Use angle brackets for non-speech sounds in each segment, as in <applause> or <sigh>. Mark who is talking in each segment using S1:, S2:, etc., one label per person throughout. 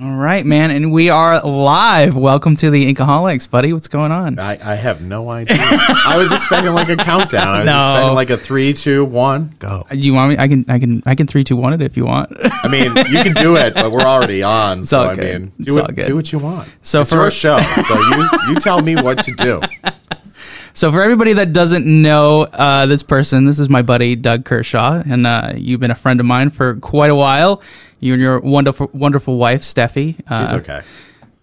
S1: right, man. And we are live. Welcome to the Inkaholics, buddy. What's going on?
S2: I, I have no idea. I was expecting like a countdown. I was
S1: No.
S2: expecting like a three, two, one, go.
S1: Uh, Do you want me? I can, I can, I can three, two, one it if you want. <laughs>
S2: I mean, you can do it, but we're already on. so
S1: all
S2: I
S1: good.
S2: mean,
S1: It's
S2: do
S1: all
S2: it.
S1: good.
S2: Do what you want.
S1: So
S2: it's
S1: for-
S2: your show, so you you tell me what to do.
S1: So, for everybody that doesn't know uh, this person, this is my buddy Doug Kershaw, and uh, you've been a friend of mine for quite a while. You and your wonderful, wonderful wife Steffi. Uh,
S2: It's okay.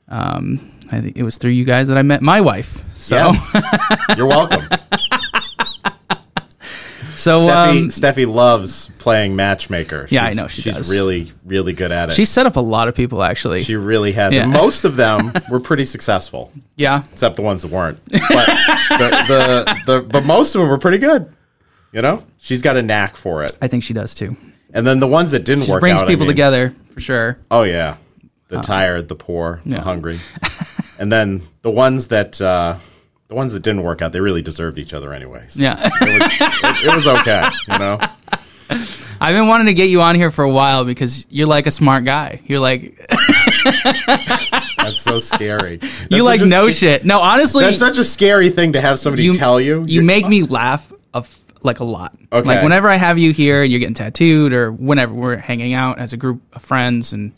S1: Um, I think it was through you guys that I met my wife. So,
S2: Yes, you're welcome.
S1: <laughs> so
S2: Steffi,
S1: um,
S2: Steffi loves playing matchmaker.
S1: Yeah, I
S2: She's-
S1: know she
S2: she's
S1: does.
S2: really really good at it.
S1: she set up a lot of people actually.
S2: she really has.
S1: Yeah.
S2: And most of them were pretty successful,
S1: yeah,
S2: except the ones that weren't. But the, the, the but most of them were pretty good. You know, she's got a knack for it.
S1: I think she does too.
S2: And then the ones that didn't work
S1: Brings
S2: out, I
S1: people
S2: mean-
S1: together for sure.
S2: Oh yeah, the tired, the poor, the
S1: yeah. <laughs>
S2: hungry, and then the ones that uh, the ones that didn't work out, they really deserved each other anyway. So
S1: Yeah. <laughs>
S2: it, was, it, it was okay, you know.
S1: I've been wanting to get you on here for a while because you're like a smart guy. You're like <laughs>
S2: That's so scary. That's
S1: you like
S2: such a
S1: no
S2: sca-
S1: shit. No, honestly,
S2: That's such a scary thing to have somebody tell you.
S1: You
S2: You're-
S1: make me laugh of like a lot.
S2: Okay.
S1: Like whenever I have you here and you're getting tattooed or whenever we're hanging out as a group of friends and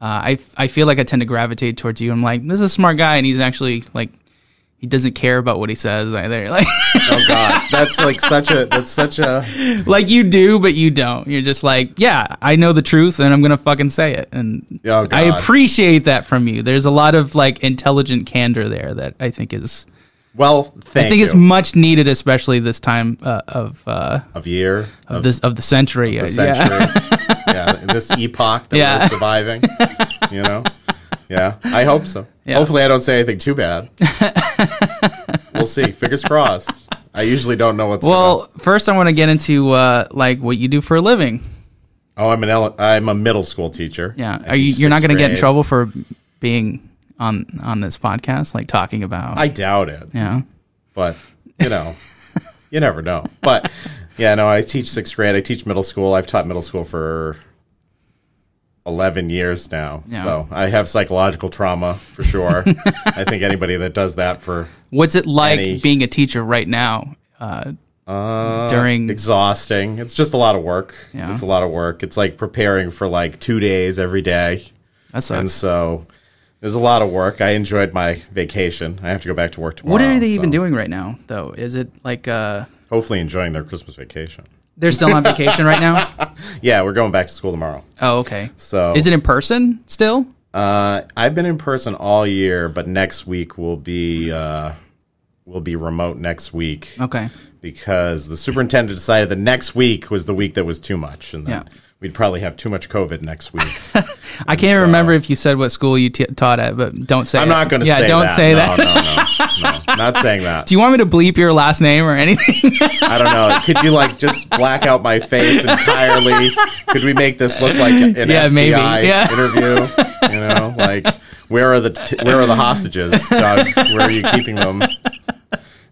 S1: uh, I I feel like I tend to gravitate towards you. I'm like, this is a smart guy and he's actually like he doesn't care about what he says either. <laughs> Like
S2: Oh god, that's like such a that's
S1: <laughs>
S2: such a
S1: like you do, but you don't. You're just like, yeah, I know the truth and I'm gonna fucking say it. And
S2: Oh, God.
S1: I appreciate that from you. There's a lot of like intelligent candor there that I think is
S2: well. Thank
S1: I think
S2: you.
S1: it's much needed, especially this time uh, of uh,
S2: of year of
S1: of this of the century.
S2: the
S1: uh,
S2: century. Yeah, in this epoch that
S1: Yeah.
S2: we're surviving. You know? Yeah. I hope so.
S1: Yeah.
S2: Hopefully I don't say anything too bad. we'll see. Fingers crossed. I usually don't know what's going
S1: Well, first I want to get into uh, like what you do for a living.
S2: on. Oh, I'm an ele- I'm a middle school teacher.
S1: Yeah,
S2: I
S1: are you?
S2: teach
S1: You're not
S2: sixth
S1: going to get in
S2: grade.
S1: trouble for being on on this podcast, like talking about.
S2: I doubt it.
S1: yeah.
S2: But you know, you never know. But yeah, no, I teach sixth grade. I teach middle school. I've taught middle school for eleven years now.
S1: Yeah.
S2: So I have psychological trauma
S1: <laughs>
S2: for sure. I think anybody that does that for
S1: What's it like
S2: Any-
S1: being a teacher right now? Uh, during
S2: exhausting. It's just a lot of work.
S1: Yeah.
S2: It's a lot of work. It's like preparing for like two days every day.
S1: that
S2: And
S1: sucks.
S2: so there's a lot of work. I enjoyed my vacation. I have to go back to work tomorrow.
S1: What are they even
S2: so
S1: doing right now, though? Is it like uh,
S2: Hopefully enjoying their Christmas vacation.
S1: they're still on vacation right now?
S2: Yeah, we're going back to school tomorrow.
S1: Oh, okay.
S2: So
S1: Is it in person still?
S2: Uh, I've been in person all year, but next week will be uh, will be remote next week
S1: Okay.
S2: because the superintendent decided the next week was the week that was too much, and that
S1: Yeah.
S2: we'd probably have too much COVID next week.
S1: I can't remember if you said what school you t- taught at, but don't say.
S2: I'm
S1: it.
S2: not going
S1: <laughs>
S2: to
S1: Yeah,
S2: say
S1: don't
S2: that.
S1: say
S2: no,
S1: that.
S2: No, no, no, not saying that.
S1: <laughs> Do you want me to bleep your last name or
S2: <laughs>
S1: anything?
S2: I don't know. Could you like just black out my face entirely? Could we make this look like an
S1: Yeah,
S2: FBI
S1: maybe. Yeah.
S2: interview? You know, like where are the t- where are the hostages, Doug? Where are you keeping them?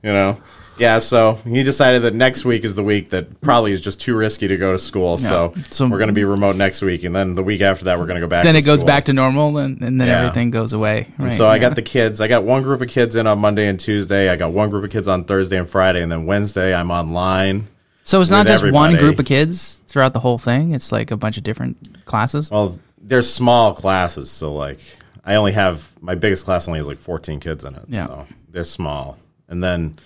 S2: You know. Yeah, so he decided that next week is the week that probably is just too risky to go to school. So,
S1: So-
S2: we're going to be remote next week, and then the week after that, we're going to go back.
S1: then
S2: to
S1: it goes
S2: school.
S1: back to normal, and, and then
S2: Yeah.
S1: everything goes away. Right?
S2: So I
S1: yeah.
S2: got the kids. I got one group of kids in on Monday and Tuesday. I got one group of kids on Thursday and Friday, and then Wednesday I'm online.
S1: So it's not
S2: with
S1: just one
S2: everybody.
S1: group of kids throughout the whole thing. It's like a bunch of different classes.
S2: Well, they're small classes, so like I only have my biggest class only has like 14 kids in it.
S1: Yeah.
S2: So they're small. And then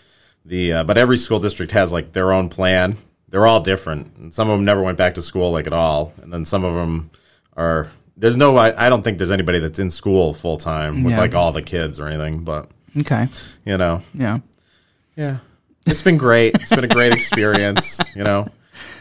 S2: the uh, but every school district has like their own plan. They're all different. And some of them never went back to school like at all. And then some of them are there's no I, I don't think there's anybody that's in school full time with
S1: Yeah.
S2: like all the kids or anything, but
S1: okay.
S2: you know.
S1: Yeah.
S2: Yeah. It's been great. It's been a great experience, you know.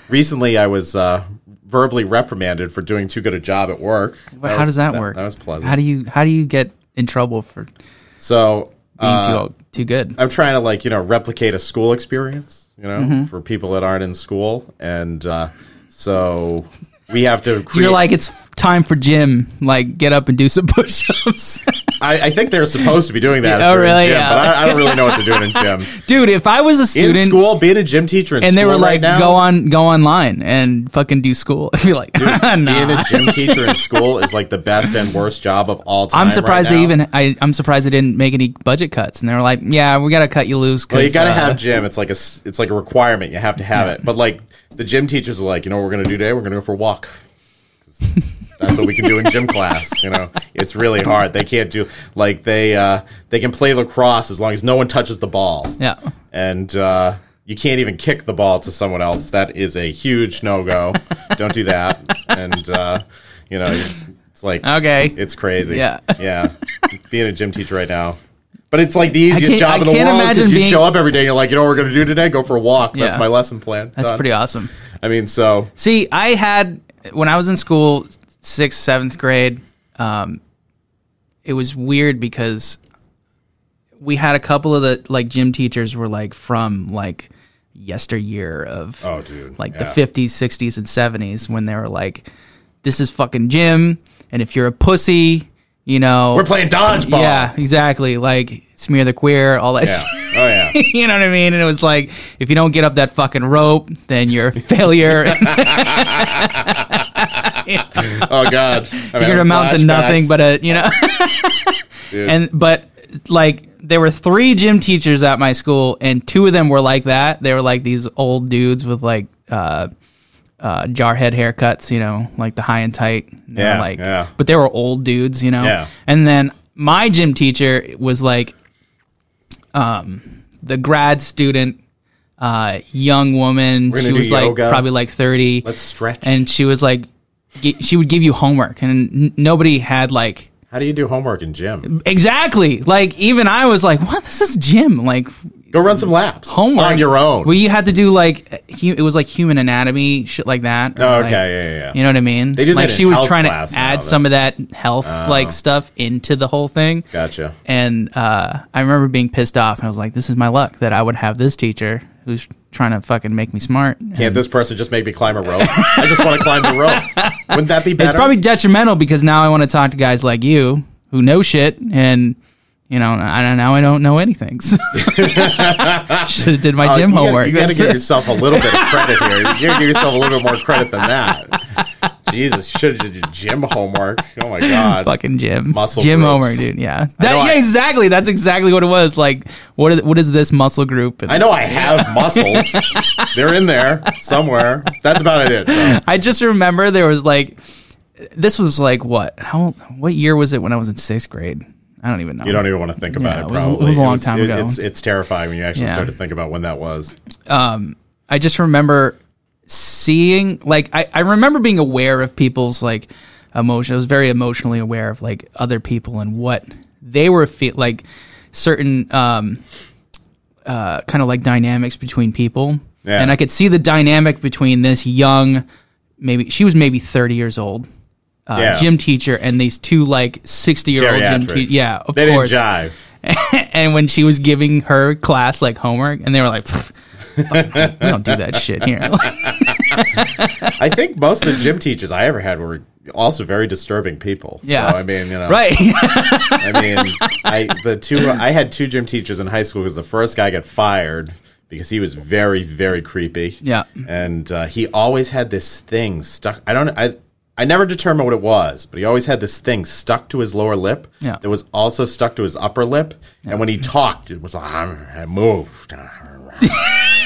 S2: Recently I was uh verbally reprimanded for doing too good a job at work.
S1: But how
S2: was-
S1: does that, work?
S2: That was pleasant.
S1: How do you how do you get in trouble for being
S2: so uh,
S1: too too good?
S2: I'm trying to like, you know, replicate a school experience, you know,
S1: Mm-hmm.
S2: for people that aren't in school and uh so we have to
S1: <laughs>
S2: create
S1: You're like it's time for gym. Like, get up and do some <laughs> push-ups.
S2: I, I think they're supposed to be doing that.
S1: Yeah, <laughs> oh,
S2: if they're in
S1: really?
S2: Gym,
S1: Yeah.
S2: But I, I don't really know what they're doing in gym.
S1: <laughs> Dude, if I was a
S2: In
S1: student
S2: school, being a gym teacher, in
S1: and they
S2: school
S1: were
S2: right
S1: like,
S2: now,
S1: go on, go online and fucking do school, <laughs> I'd be like, nah.
S2: Being a gym teacher in school is like the best and worst job of all time.
S1: I'm
S2: right
S1: surprised
S2: now.
S1: they even. I, I'm surprised they didn't make any budget cuts, and they were like, "Yeah, we gotta cut you loose."
S2: Well, you
S1: 'cause,
S2: gotta
S1: uh,
S2: have gym. It's like a s- it's like a requirement. You have to have it. But like the gym teachers are like, you know what we're gonna do today? We're gonna go for a walk. 'Cause That's what we can do in gym class. You know, it's really hard. They can't do like they uh, they can play lacrosse as long as no one touches the ball.
S1: Yeah.
S2: and uh, you can't even kick the ball to someone else. That is a huge no go. Don't do that. And uh, you know, it's
S1: <laughs>
S2: like
S1: Okay.
S2: it's crazy.
S1: Yeah. <laughs>
S2: yeah. Being a gym teacher right now. But it's like the
S1: I
S2: easiest
S1: can't-
S2: job
S1: I
S2: in the
S1: can't
S2: world
S1: imagine
S2: because you
S1: being-
S2: show up every day. And you're like, you know, what we're going to do today, go for a walk. That's
S1: Yeah.
S2: my lesson plan.
S1: That's pretty awesome.
S2: I mean, so
S1: See, I had when I was in school, sixth, seventh grade. Um, it was weird because we had a couple of the like gym teachers were like from like yesteryear of
S2: Oh, dude,
S1: like
S2: yeah.
S1: the fifties, sixties, and seventies when they were like, "This is fucking gym, and if you're a pussy, you know
S2: we're playing dodgeball.
S1: Yeah, exactly. Like smear the queer, all that.
S2: Yeah.
S1: shit.
S2: Oh yeah.
S1: <laughs> you know what I mean? And it was like, if you don't get up that fucking rope, then you're a
S2: <laughs>
S1: failure. you're
S2: Oh god. I'm
S1: gonna
S2: having
S1: amount to
S2: flashbacks.
S1: nothing but a you know.
S2: <laughs> Dude.
S1: and but like there were three gym teachers at my school, and two of them were like that. They were like these old dudes with like uh, uh, jarhead haircuts, you know, like the high and tight. you know,
S2: Yeah,
S1: like,
S2: yeah.
S1: But they were old dudes, you know.
S2: Yeah.
S1: And then my gym teacher was like, um, the grad student, uh, young woman.
S2: gonna
S1: She
S2: do
S1: was like
S2: yoga.
S1: probably like thirty.
S2: let's stretch.
S1: and she was like, gi- she would give you homework, and n- nobody had like
S2: How do you do homework in
S1: Mm,
S2: gym?
S1: exactly like even I was like, what? This is gym like
S2: Go run some laps
S1: homework
S2: on your own.
S1: Well, you had to do like hu- it was like human anatomy shit like that. or,
S2: Oh,
S1: like,
S2: okay, yeah, yeah, yeah.
S1: You know what I mean?
S2: They do that
S1: like
S2: in
S1: she was
S2: health
S1: trying to
S2: class now,
S1: add some of that health like
S2: Uh-huh.
S1: stuff into the whole thing.
S2: gotcha.
S1: And uh, I remember being pissed off, and I was like, "This is my luck that I would have this teacher who's trying to fucking make me smart."
S2: Can't this person just make me climb a rope? I just want to climb the
S1: <laughs>
S2: rope. Wouldn't that be better?
S1: It's probably detrimental because now I want to talk to guys like you who know shit, and you know, I don't now I don't know anything. <laughs>
S2: <laughs>
S1: So. Should have did my
S2: Uh,
S1: gym
S2: you gotta-
S1: homework.
S2: You got to
S1: That's
S2: give
S1: it.
S2: yourself a little bit of credit here. You got to give yourself a little bit more credit than that. Jesus, should have did your gym homework. Oh my
S1: <laughs>
S2: god.
S1: fucking gym.
S2: Muscle
S1: gym
S2: groups.
S1: homework, dude. Yeah.
S2: know
S1: That,
S2: I-
S1: yeah, exactly. That's exactly what it was. Like, what is, what is this muscle group? And
S2: I
S1: I,
S2: know I have muscles. They're in there somewhere. That's about it. though.
S1: just remember there was like, this was like what? How? What year was it when I was in sixth grade? I don't even know.
S2: You don't even want to think
S1: Yeah,
S2: about it.
S1: it was- it
S2: Probably
S1: was a long time
S2: it-
S1: ago.
S2: It's, it's terrifying when you actually
S1: Yeah.
S2: start to think about when that was.
S1: I just remember seeing like I, I remember being aware of people's like emotion. I was very emotionally aware of like other people and what they were feel like certain um uh kind of like dynamics between people.
S2: Yeah.
S1: And I could see the dynamic between this young maybe she was maybe 30 years old uh,
S2: Yeah.
S1: gym teacher and these two like 60 year old gym
S2: Geriatrics.
S1: teachers. Yeah, of
S2: they
S1: course
S2: didn't jive.
S1: <laughs> and when she was giving her class like homework, and they were like, "Pfft, fuck, <laughs> "We don't do that shit here." <laughs>
S2: I think most of the gym teachers I ever had were also very disturbing people.
S1: Yeah.
S2: So, I mean, you
S1: <laughs>
S2: know,
S1: right?
S2: I mean, I the two I had two gym teachers in high school because the first guy got fired because he was very very creepy.
S1: Yeah.
S2: and uh, he always had this thing stuck. I don't. I I never determined what it was, but he always had this thing stuck to his lower lip.
S1: Yeah.
S2: that was also stuck to his upper lip, and when he talked, it was like I
S1: <laughs>
S2: moved.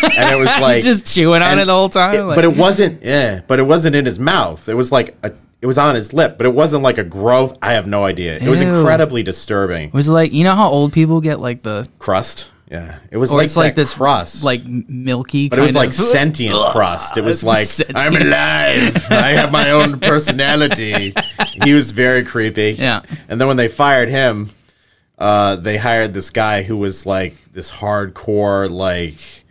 S2: And it was like
S1: Just chewing on
S2: and
S1: it the whole time.
S2: it-
S1: like-
S2: but it wasn't. Yeah, but it wasn't in his mouth. It was like a. It was on his lip, but it wasn't like a growth. I have no idea. It was
S1: Ew.
S2: incredibly disturbing.
S1: was like you know how old people get like the
S2: Crust. Yeah, it was
S1: or
S2: like,
S1: it's like
S2: that
S1: this
S2: crust,
S1: like milky.
S2: but it was
S1: kind
S2: like
S1: of- <laughs>
S2: sentient crust. It was like
S1: Sentient.
S2: I'm alive. I have my
S1: <laughs>
S2: own personality. he was very creepy.
S1: Yeah.
S2: And then when they fired him, uh, they hired this guy who was like this hardcore like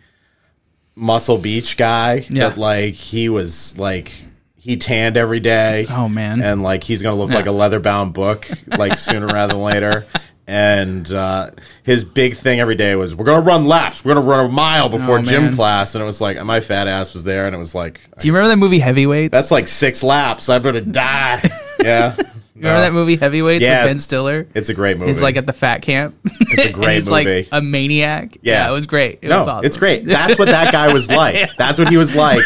S2: muscle beach guy
S1: Yeah.
S2: that like he was like he tanned every day.
S1: Oh, man.
S2: And like he's gonna look like a leather bound book like sooner <laughs> rather than later. And uh, his big thing every day was we're gonna run laps. We're gonna run a mile before
S1: Oh,
S2: gym
S1: man.
S2: class. And it was like my fat ass was there, and it was like
S1: Do you remember that movie Heavyweights? <laughs>
S2: that's like six laps. I better die. Yeah.
S1: Remember that movie Heavyweights
S2: Yeah.
S1: with Ben Stiller?
S2: It's a great movie.
S1: He's like at the fat
S2: <laughs>
S1: camp. <laughs> It's
S2: a great
S1: he's like
S2: movie.
S1: a maniac.
S2: Yeah.
S1: it was great. It
S2: no,
S1: was awesome.
S2: it's great. That's what that guy
S1: <laughs>
S2: was like. That's what he was like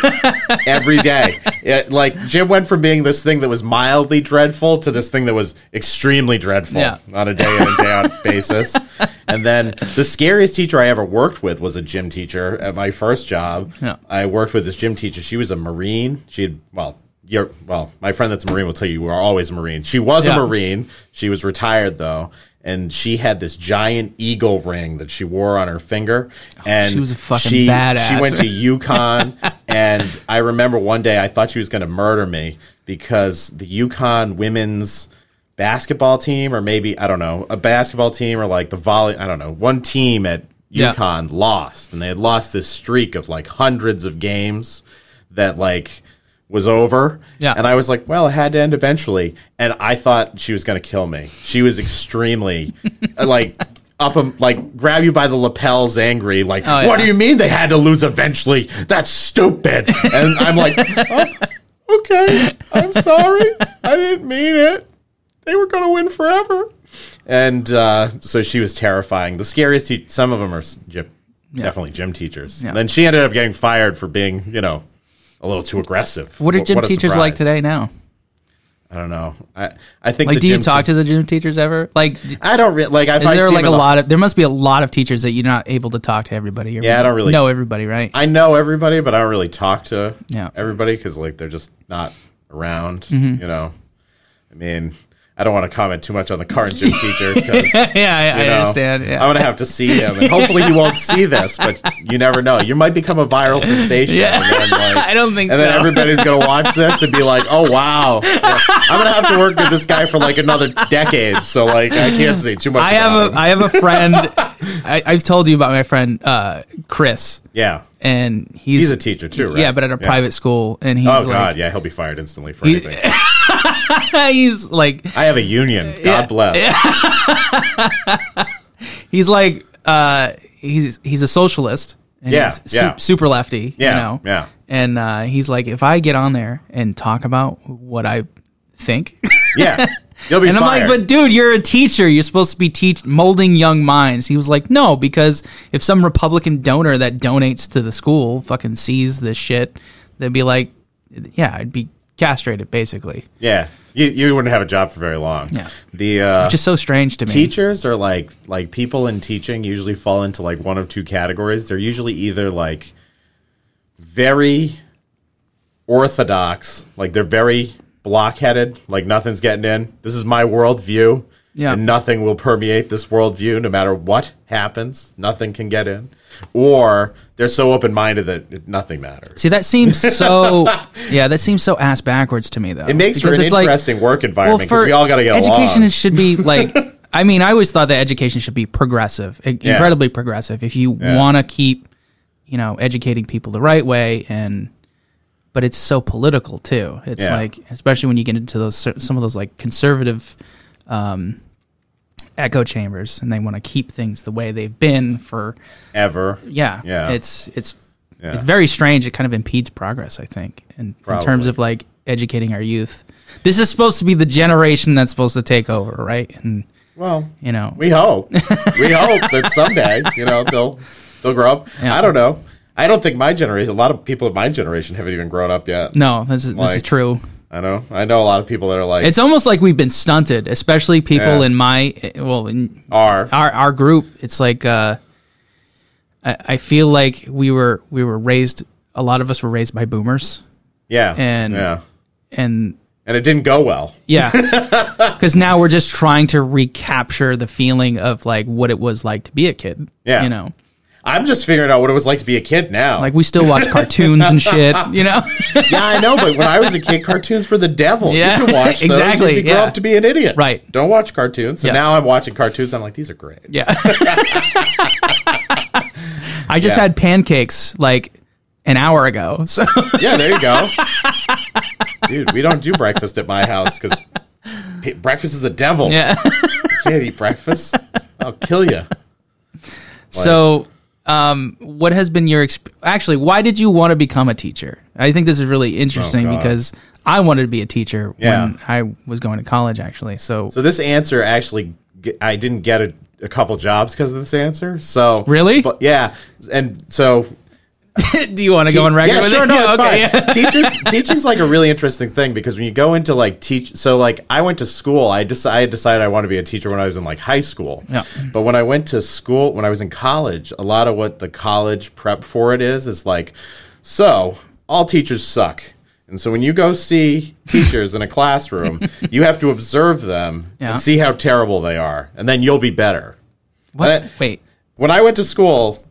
S2: every day. It- like Jim went from being this thing that was mildly dreadful to this thing that was extremely dreadful
S1: Yeah.
S2: on a day in and
S1: <laughs>
S2: day out basis. And then the scariest teacher I ever worked with was a gym teacher at my first job.
S1: Yeah.
S2: I worked with this gym teacher. She was a Marine. She had well. You're, well, my friend that's a Marine will tell you you are always a Marine. She was
S1: Yeah.
S2: a Marine. She was retired though, and she had this giant eagle ring that she wore on her finger. And
S1: Oh, she was a fucking
S2: she-
S1: badass.
S2: She
S1: <laughs>
S2: went to Yukon, and I remember one day I thought she was going to murder me because the Yukon women's basketball team, or maybe I don't know, a basketball team, or like the volley, I don't know, one team at
S1: Yeah.
S2: Yukon. UConn lost, and they had lost this streak of like hundreds of games that like was over.
S1: Yeah.
S2: And I was like, well, it had to end eventually. And I thought she was going to kill me. She was extremely <laughs> uh, like up, um, like grab you by the lapels, angry. Like,
S1: Oh,
S2: what
S1: yeah.
S2: do you mean they had to lose eventually? That's stupid. And I'm like, "Oh, okay, I'm sorry. I didn't mean it. They were going to win forever. And uh, so she was terrifying. The scariest. Te- some of them are s- gym, definitely gym teachers. And then she ended up getting fired for being, you know, a little too aggressive.
S1: What are
S2: Wh-
S1: gym
S2: a
S1: teachers like
S2: surprise.
S1: today now?
S2: I don't know. I I think
S1: Like,
S2: the
S1: do you
S2: gym
S1: talk
S2: teach-
S1: to the gym teachers ever? Like, d-
S2: I don't re- like. I've
S1: is there like a
S2: lot.
S1: lot of? There must be a lot of teachers that you're not able to talk to everybody. or
S2: Yeah, I don't really-
S1: know everybody, right?
S2: I know everybody, but I don't really talk to
S1: Yeah. Mm-hmm.
S2: everybody because like they're just not around. You know, I mean, I don't want to comment too much on the
S1: <laughs>
S2: current gym teacher
S1: <laughs>
S2: because.
S1: yeah, I, I
S2: know.
S1: understand. Yeah.
S2: I'm gonna have to see him, and hopefully he won't see this. But you never know. You might become a viral sensation.
S1: <laughs> Yeah.
S2: and then,
S1: <laughs>
S2: like,
S1: I don't think
S2: and
S1: so.
S2: then everybody's gonna watch this and be like, "Oh wow, Yeah. I'm gonna have to work with this guy for like another decade." So like, I can't say too much.
S1: I
S2: about
S1: have
S2: him.
S1: a I have a
S2: <laughs>
S1: friend. I, I've told you about my friend uh, Chris,
S2: yeah.
S1: and he's
S2: He's a teacher too, right?
S1: yeah, but at a private school, and he's
S2: Oh
S1: like
S2: god, yeah, he'll be fired instantly for
S1: He-
S2: anything.
S1: <laughs> he's like
S2: I have a union. God bless.
S1: he's like uh, he's he's a socialist. And
S2: Yeah,
S1: he's
S2: yeah.
S1: super lefty.
S2: Yeah,
S1: you know?
S2: yeah.
S1: And uh, he's like, if I get on there and talk about what I think,
S2: Yeah, you'll be
S1: and I'm
S2: fired.
S1: like, but dude, you're a teacher. You're supposed to be teach molding young minds. He was like, no, because if some Republican donor that donates to the school fucking sees this shit, they'd be like, yeah, I'd be castrated basically.
S2: yeah, you you wouldn't have a job for very long.
S1: Yeah.
S2: The uh,
S1: Just so strange to me.
S2: teachers are like like people in teaching usually fall into like one of two categories they're usually either like very orthodox like they're very blockheaded like nothing's getting in this is my worldview
S1: Yeah.
S2: and nothing will permeate this worldview no matter what happens nothing can get in or they're so open-minded that it- nothing matters
S1: See, that seems
S2: <laughs>
S1: so. yeah, that seems so ass backwards to me, though.
S2: it makes for an interesting work environment because we all got to get
S1: education
S2: along.
S1: should
S2: <laughs>
S1: be like. I mean, I always thought that education should be progressive, i-
S2: Yeah.
S1: incredibly progressive. If you
S2: Yeah.
S1: want to keep, you know, educating people the right way, and but it's so political too. It's
S2: Yeah.
S1: like, especially when you get into those cer- some of those like conservative um, echo chambers, and they want to keep things the way they've been for
S2: ever
S1: yeah,
S2: Yeah.
S1: It's it's
S2: Yeah.
S1: it's very strange. It kind of impedes progress, I think, in, in terms
S2: Probably.
S1: of like educating our youth. This is supposed to be the generation that's supposed to take over, right? And
S2: well
S1: you know,
S2: We hope. we hope that someday, you know, they'll they'll grow up.
S1: Yeah.
S2: I don't know. I don't think my generation. A lot of people of my generation haven't even grown up yet.
S1: no, this is this is
S2: Like-
S1: true.
S2: I know. I know a lot of people that are like
S1: It's almost like we've been stunted, especially people
S2: Yeah.
S1: in my well, in
S2: are.
S1: our our group. It's like uh, I, I feel like we were we were raised. A lot of us were raised by boomers,
S2: Yeah.
S1: and-
S2: yeah.
S1: and
S2: And it didn't go well.
S1: Yeah.
S2: <laughs>
S1: Because now we're just trying to recapture the feeling of like what it was like to be a kid.
S2: Yeah.
S1: You know,
S2: I'm just figuring out what it was like to be a kid now.
S1: like we still watch cartoons and
S2: <laughs>
S1: shit, you know? <laughs>
S2: yeah, I know, but when I was a kid, cartoons were the devil.
S1: Yeah.
S2: you can watch
S1: <laughs>
S2: those
S1: Exactly,
S2: and you grow
S1: yeah.
S2: up to be an idiot.
S1: Right.
S2: Don't watch cartoons. So
S1: Yeah.
S2: now I'm watching cartoons. I'm like, these are great.
S1: yeah. I just
S2: Yeah.
S1: had pancakes like an hour ago. <laughs> So
S2: Yeah, there you go. Dude, we don't do breakfast at my house because breakfast is a devil.
S1: yeah.
S2: can't eat breakfast. I'll kill you.
S1: so, um, what has been your exp- actually? Why did you want to become a teacher? I think this is really interesting
S2: Oh, God.
S1: because I wanted to be a teacher
S2: Yeah.
S1: when I was going to college, actually. So,
S2: So this answer actually, g- I didn't get a, a couple jobs because of this answer. So
S1: Really?
S2: but yeah, and so
S1: <laughs> do you want to go on record?
S2: yeah,
S1: with
S2: sure,
S1: it? <laughs>
S2: no, it's
S1: Oh, okay, yeah.
S2: fine. Teachers, teaching's like a really interesting thing because when you go into like teach, so like I went to school, I decided I had decided I wanted to be a teacher when I was in like high school.
S1: Yeah.
S2: But when I went to school, when I was in college, a lot of what the college prep for it is is like, so all teachers suck. And so when you go see teachers in
S1: <laughs>
S2: a classroom, you have to observe them
S1: Yeah.
S2: and see how terrible they are, and then you'll be better.
S1: What?
S2: Uh,
S1: Wait.
S2: when I went to school,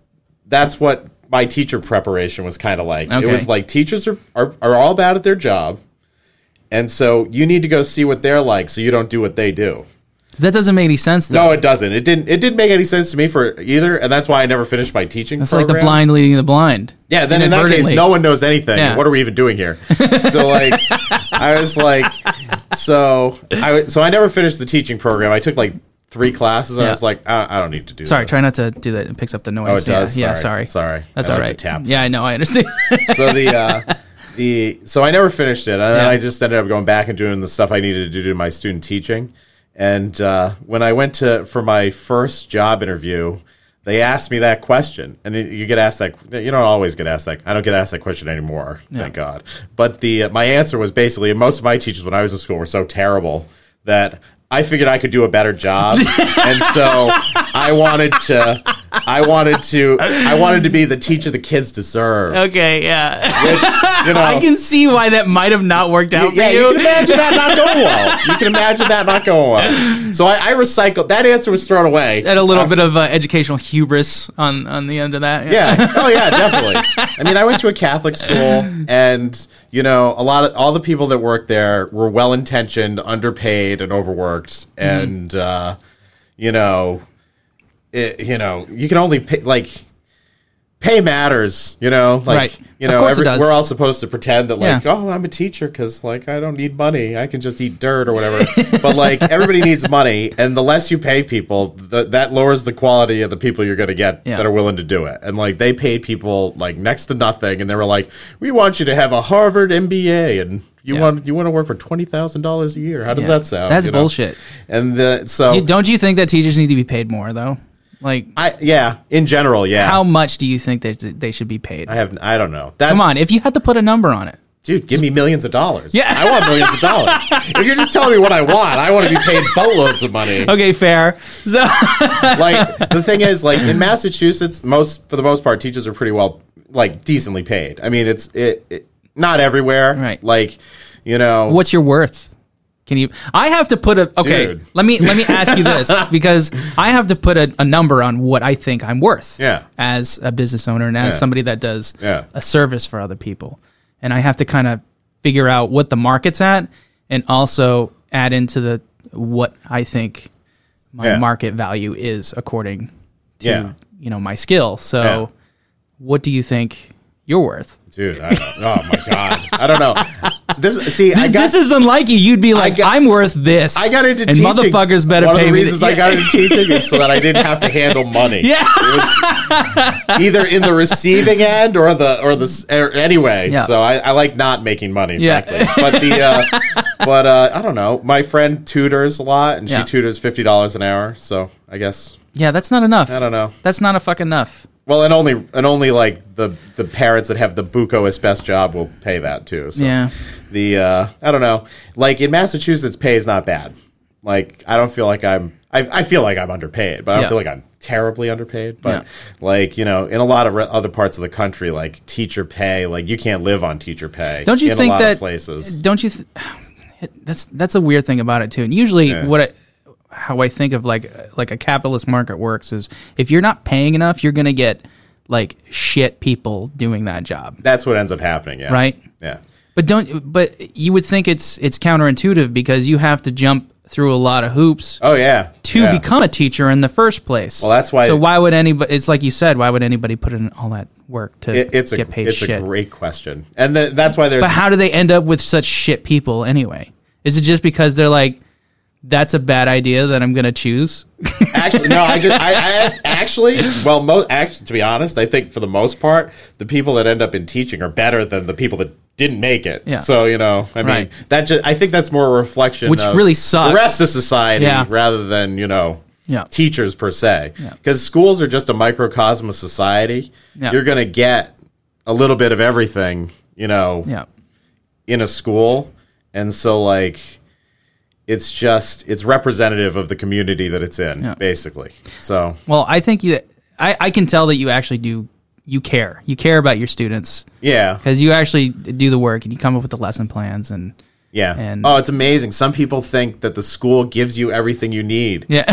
S2: that's what my teacher preparation was kind of like. It
S1: Okay.
S2: was like teachers are, are, are all bad at their job. And so you need to go see what they're like so you don't do what they do.
S1: That doesn't make any sense, though.
S2: No, it doesn't. It didn't it didn't make any sense to me for either, and that's why I never finished my teaching
S1: it's like the
S2: program.
S1: blind leading the blind.
S2: Yeah, then in that case,
S1: Inadvertently.
S2: no one knows anything.
S1: Yeah.
S2: What are we even doing here? So like, I was like, so I so I never finished the teaching program. I took like three classes. And
S1: Yeah.
S2: I was like, I, I don't need to do.
S1: Sorry,
S2: this.
S1: try not to do that. It picks up the noise.
S2: Oh, it does.
S1: Yeah, yeah, sorry.
S2: sorry. Sorry.
S1: That's
S2: I
S1: all
S2: like
S1: right.
S2: to tap
S1: yeah, I know. I
S2: <laughs>
S1: understand.
S2: so the uh, the so I never finished it, and then
S1: Yeah.
S2: I just ended up going back and doing the stuff I needed to do to my student teaching. And uh, when I went to for my first job interview, they asked me that question, and you- you get asked that. You don't always get asked that. I don't get asked that question anymore, thank God. But the uh, my answer was basically, and most of my teachers when I was in school were so terrible that. I figured I could do a
S1: <laughs>
S2: better job, and so I wanted to. I wanted to. I wanted to be the teacher the kids deserve.
S1: okay, yeah.
S2: Which, you know,
S1: I can see why that might have not worked out
S2: yeah,
S1: for
S2: you
S1: you.
S2: can imagine that not going well. You can imagine that not going well. So I, I recycled. That answer was thrown away.
S1: and a little bit of uh, educational hubris on on the end of that.
S2: Yeah. Oh yeah, definitely. I mean, I went to a Catholic school, and you know, a lot of all the people that worked there were well intentioned, underpaid, and overworked,
S1: Mm-hmm.
S2: and uh, you know, it, you know, you can only pay like. Pay matters, you know. Like
S1: Right.
S2: you
S1: Of
S2: know,
S1: course it does.
S2: we're all supposed to pretend that, like,
S1: Yeah.
S2: oh, I'm a teacher because, like, I don't need money. I can just eat dirt
S1: <laughs>
S2: or whatever. but like, everybody needs money, and the less you pay people, th- that lowers the quality of the people you're going to get
S1: Yeah.
S2: that are willing to do it. And like they paid people like next to nothing, and they were like, "We want you to have a Harvard MBA, and you
S1: Yeah.
S2: want you want to work for twenty thousand dollars a year. How does
S1: Yeah.
S2: that sound?
S1: That's
S2: you know?
S1: bullshit.
S2: And the, so
S1: Do you- don't you think that teachers need to be paid more though? Like,
S2: I yeah, in general, yeah.
S1: how much do you think that they should be paid?
S2: I have I don't know. That's
S1: Come on, if you had to put a number on it,
S2: dude, give me millions of dollars.
S1: Yeah.
S2: I want millions
S1: <laughs>
S2: of dollars. if you're just telling me what I want, I want to be paid boatloads of money.
S1: okay, fair. So <laughs>
S2: like the thing is like in massachusetts most for the most part teachers are pretty well like decently paid i mean it's it, it not everywhere
S1: Right.
S2: like you know
S1: what's your worth? Can you? I have to put a okay.
S2: Dude.
S1: Let me let me ask you
S2: <laughs>
S1: this because I have to put a, a number on what I think I'm worth.
S2: Yeah.
S1: As a business owner and as
S2: Yeah.
S1: somebody that does
S2: Yeah.
S1: a service for other people, and I have to kind of figure out what the market's at, and also add into the what I think my
S2: Yeah.
S1: market value is according to
S2: Yeah.
S1: you know my skill. So,
S2: Yeah.
S1: what do you think you're worth?
S2: dude I don't, oh my god i don't know this see i got
S1: this is unlike you. You'd be like,
S2: got-
S1: I'm worth this.
S2: I got into
S1: and
S2: teaching.
S1: motherfuckers better
S2: One
S1: pay
S2: of the
S1: me.
S2: reasons I got into teaching is so that I didn't have to handle money.
S1: <laughs> Yeah.
S2: It was either in the receiving end or the or the s- or anyway.
S1: Yeah.
S2: So I, I like not making money.
S1: Yeah.
S2: Frankly. But the
S1: <laughs>
S2: uh, but uh, I don't know. My friend tutors a lot, and
S1: Yeah.
S2: she tutors fifty dollars an hour. So I guess
S1: yeah, that's not enough.
S2: I don't know.
S1: That's not a fuck enough.
S2: Well, and only and only like the the parents that have the buco as best job will pay that too. So
S1: Yeah.
S2: the uh, I don't know. Like in Massachusetts, pay is not bad. Like I don't feel like I'm. I, I feel like I'm underpaid, but I don't
S1: Yeah.
S2: feel like I'm terribly underpaid. But
S1: Yeah.
S2: like you know, in a lot of re- other parts of the country, like teacher pay, like you can't live on teacher pay.
S1: Don't you
S2: in
S1: think
S2: a lot
S1: that-
S2: of places?
S1: Don't you? Th- <sighs> that's that's a weird thing about it too. And usually, what I, how I think of like like a capitalist market works is if you're not paying enough, you're gonna get like shit people doing that job,
S2: That's what ends up happening. Yeah.
S1: right?
S2: Yeah.
S1: But don't. But you would think it's it's counterintuitive because you have to jump through a lot of hoops
S2: Oh yeah.
S1: to
S2: yeah.
S1: become a teacher in the first place.
S2: Well, that's why-
S1: So why would anybody? It's like you said. Why would anybody put in all that work to
S2: It- it's a
S1: get paid
S2: it's
S1: shit?
S2: a great question, and th- that's why there's
S1: but how do they end up with such shit people anyway? Is it just because they're like, that's a bad idea that I'm going to choose.
S2: Actually, no. I just, I, I actually, well, most actually, to be honest, I think for the most part, the people that end up in teaching are better than the people that didn't make it.
S1: Yeah.
S2: So you know, I mean,
S1: Right.
S2: that just, I think that's more a reflection,
S1: Which
S2: of
S1: really sucks.
S2: The rest of society,
S1: Yeah.
S2: rather than you know,
S1: Yeah.
S2: teachers per se, because schools are just a microcosm of society.
S1: Yeah.
S2: You're gonna get a little bit of everything, you know,
S1: Yeah.
S2: in a school and so like it's just it's representative of the community that it's in basically so
S1: Well, I think you, I, I can tell that you actually do, you care. You care about your students
S2: yeah
S1: because you actually do the work and you come up with the lesson plans and
S2: yeah
S1: and-
S2: oh it's amazing some people think that the school gives you everything you need
S1: yeah.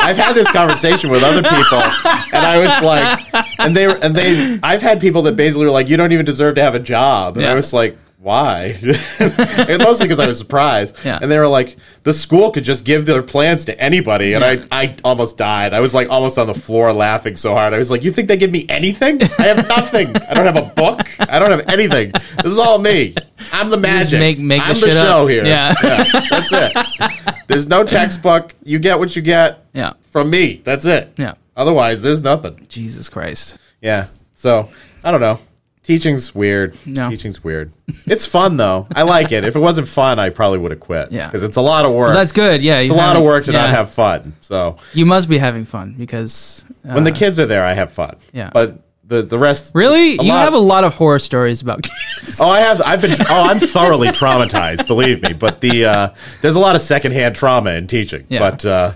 S2: i've had this conversation with other people and i was like and they were and they i've had people that basically were like you don't even deserve to have a job and
S1: Yeah.
S2: i was like why <laughs> and mostly because i was surprised
S1: Yeah.
S2: and they were like the school could just give their plans to anybody and I, I almost died i was like almost on the floor laughing so hard i was like you think they give me anything i have nothing i don't have a book i don't have anything this is all me i'm the magic
S1: make- make
S2: i'm
S1: the
S2: the,
S1: shit up.
S2: show here
S1: Yeah.
S2: that's it there's no textbook you get what you get
S1: <laughs> Yeah.
S2: from me that's it
S1: Yeah.
S2: otherwise there's nothing
S1: Jesus Christ.
S2: yeah. So I don't know. Teaching's weird.
S1: No.
S2: Teaching's weird. It's fun though. I like it. If it wasn't fun, I probably would have quit.
S1: Yeah.
S2: Because it's a lot of work.
S1: That's good. Yeah.
S2: It's a lot of work to not have fun. So
S1: You must be having fun because. Uh,
S2: when the kids are there, I have fun.
S1: Yeah.
S2: But the the rest.
S1: Really?
S2: a
S1: you
S2: lot-
S1: have a lot of horror stories about kids.
S2: Oh, I have. I've been. Oh, I'm thoroughly traumatized. Believe me. But the uh, there's a lot of secondhand trauma in teaching.
S1: Yeah.
S2: But uh,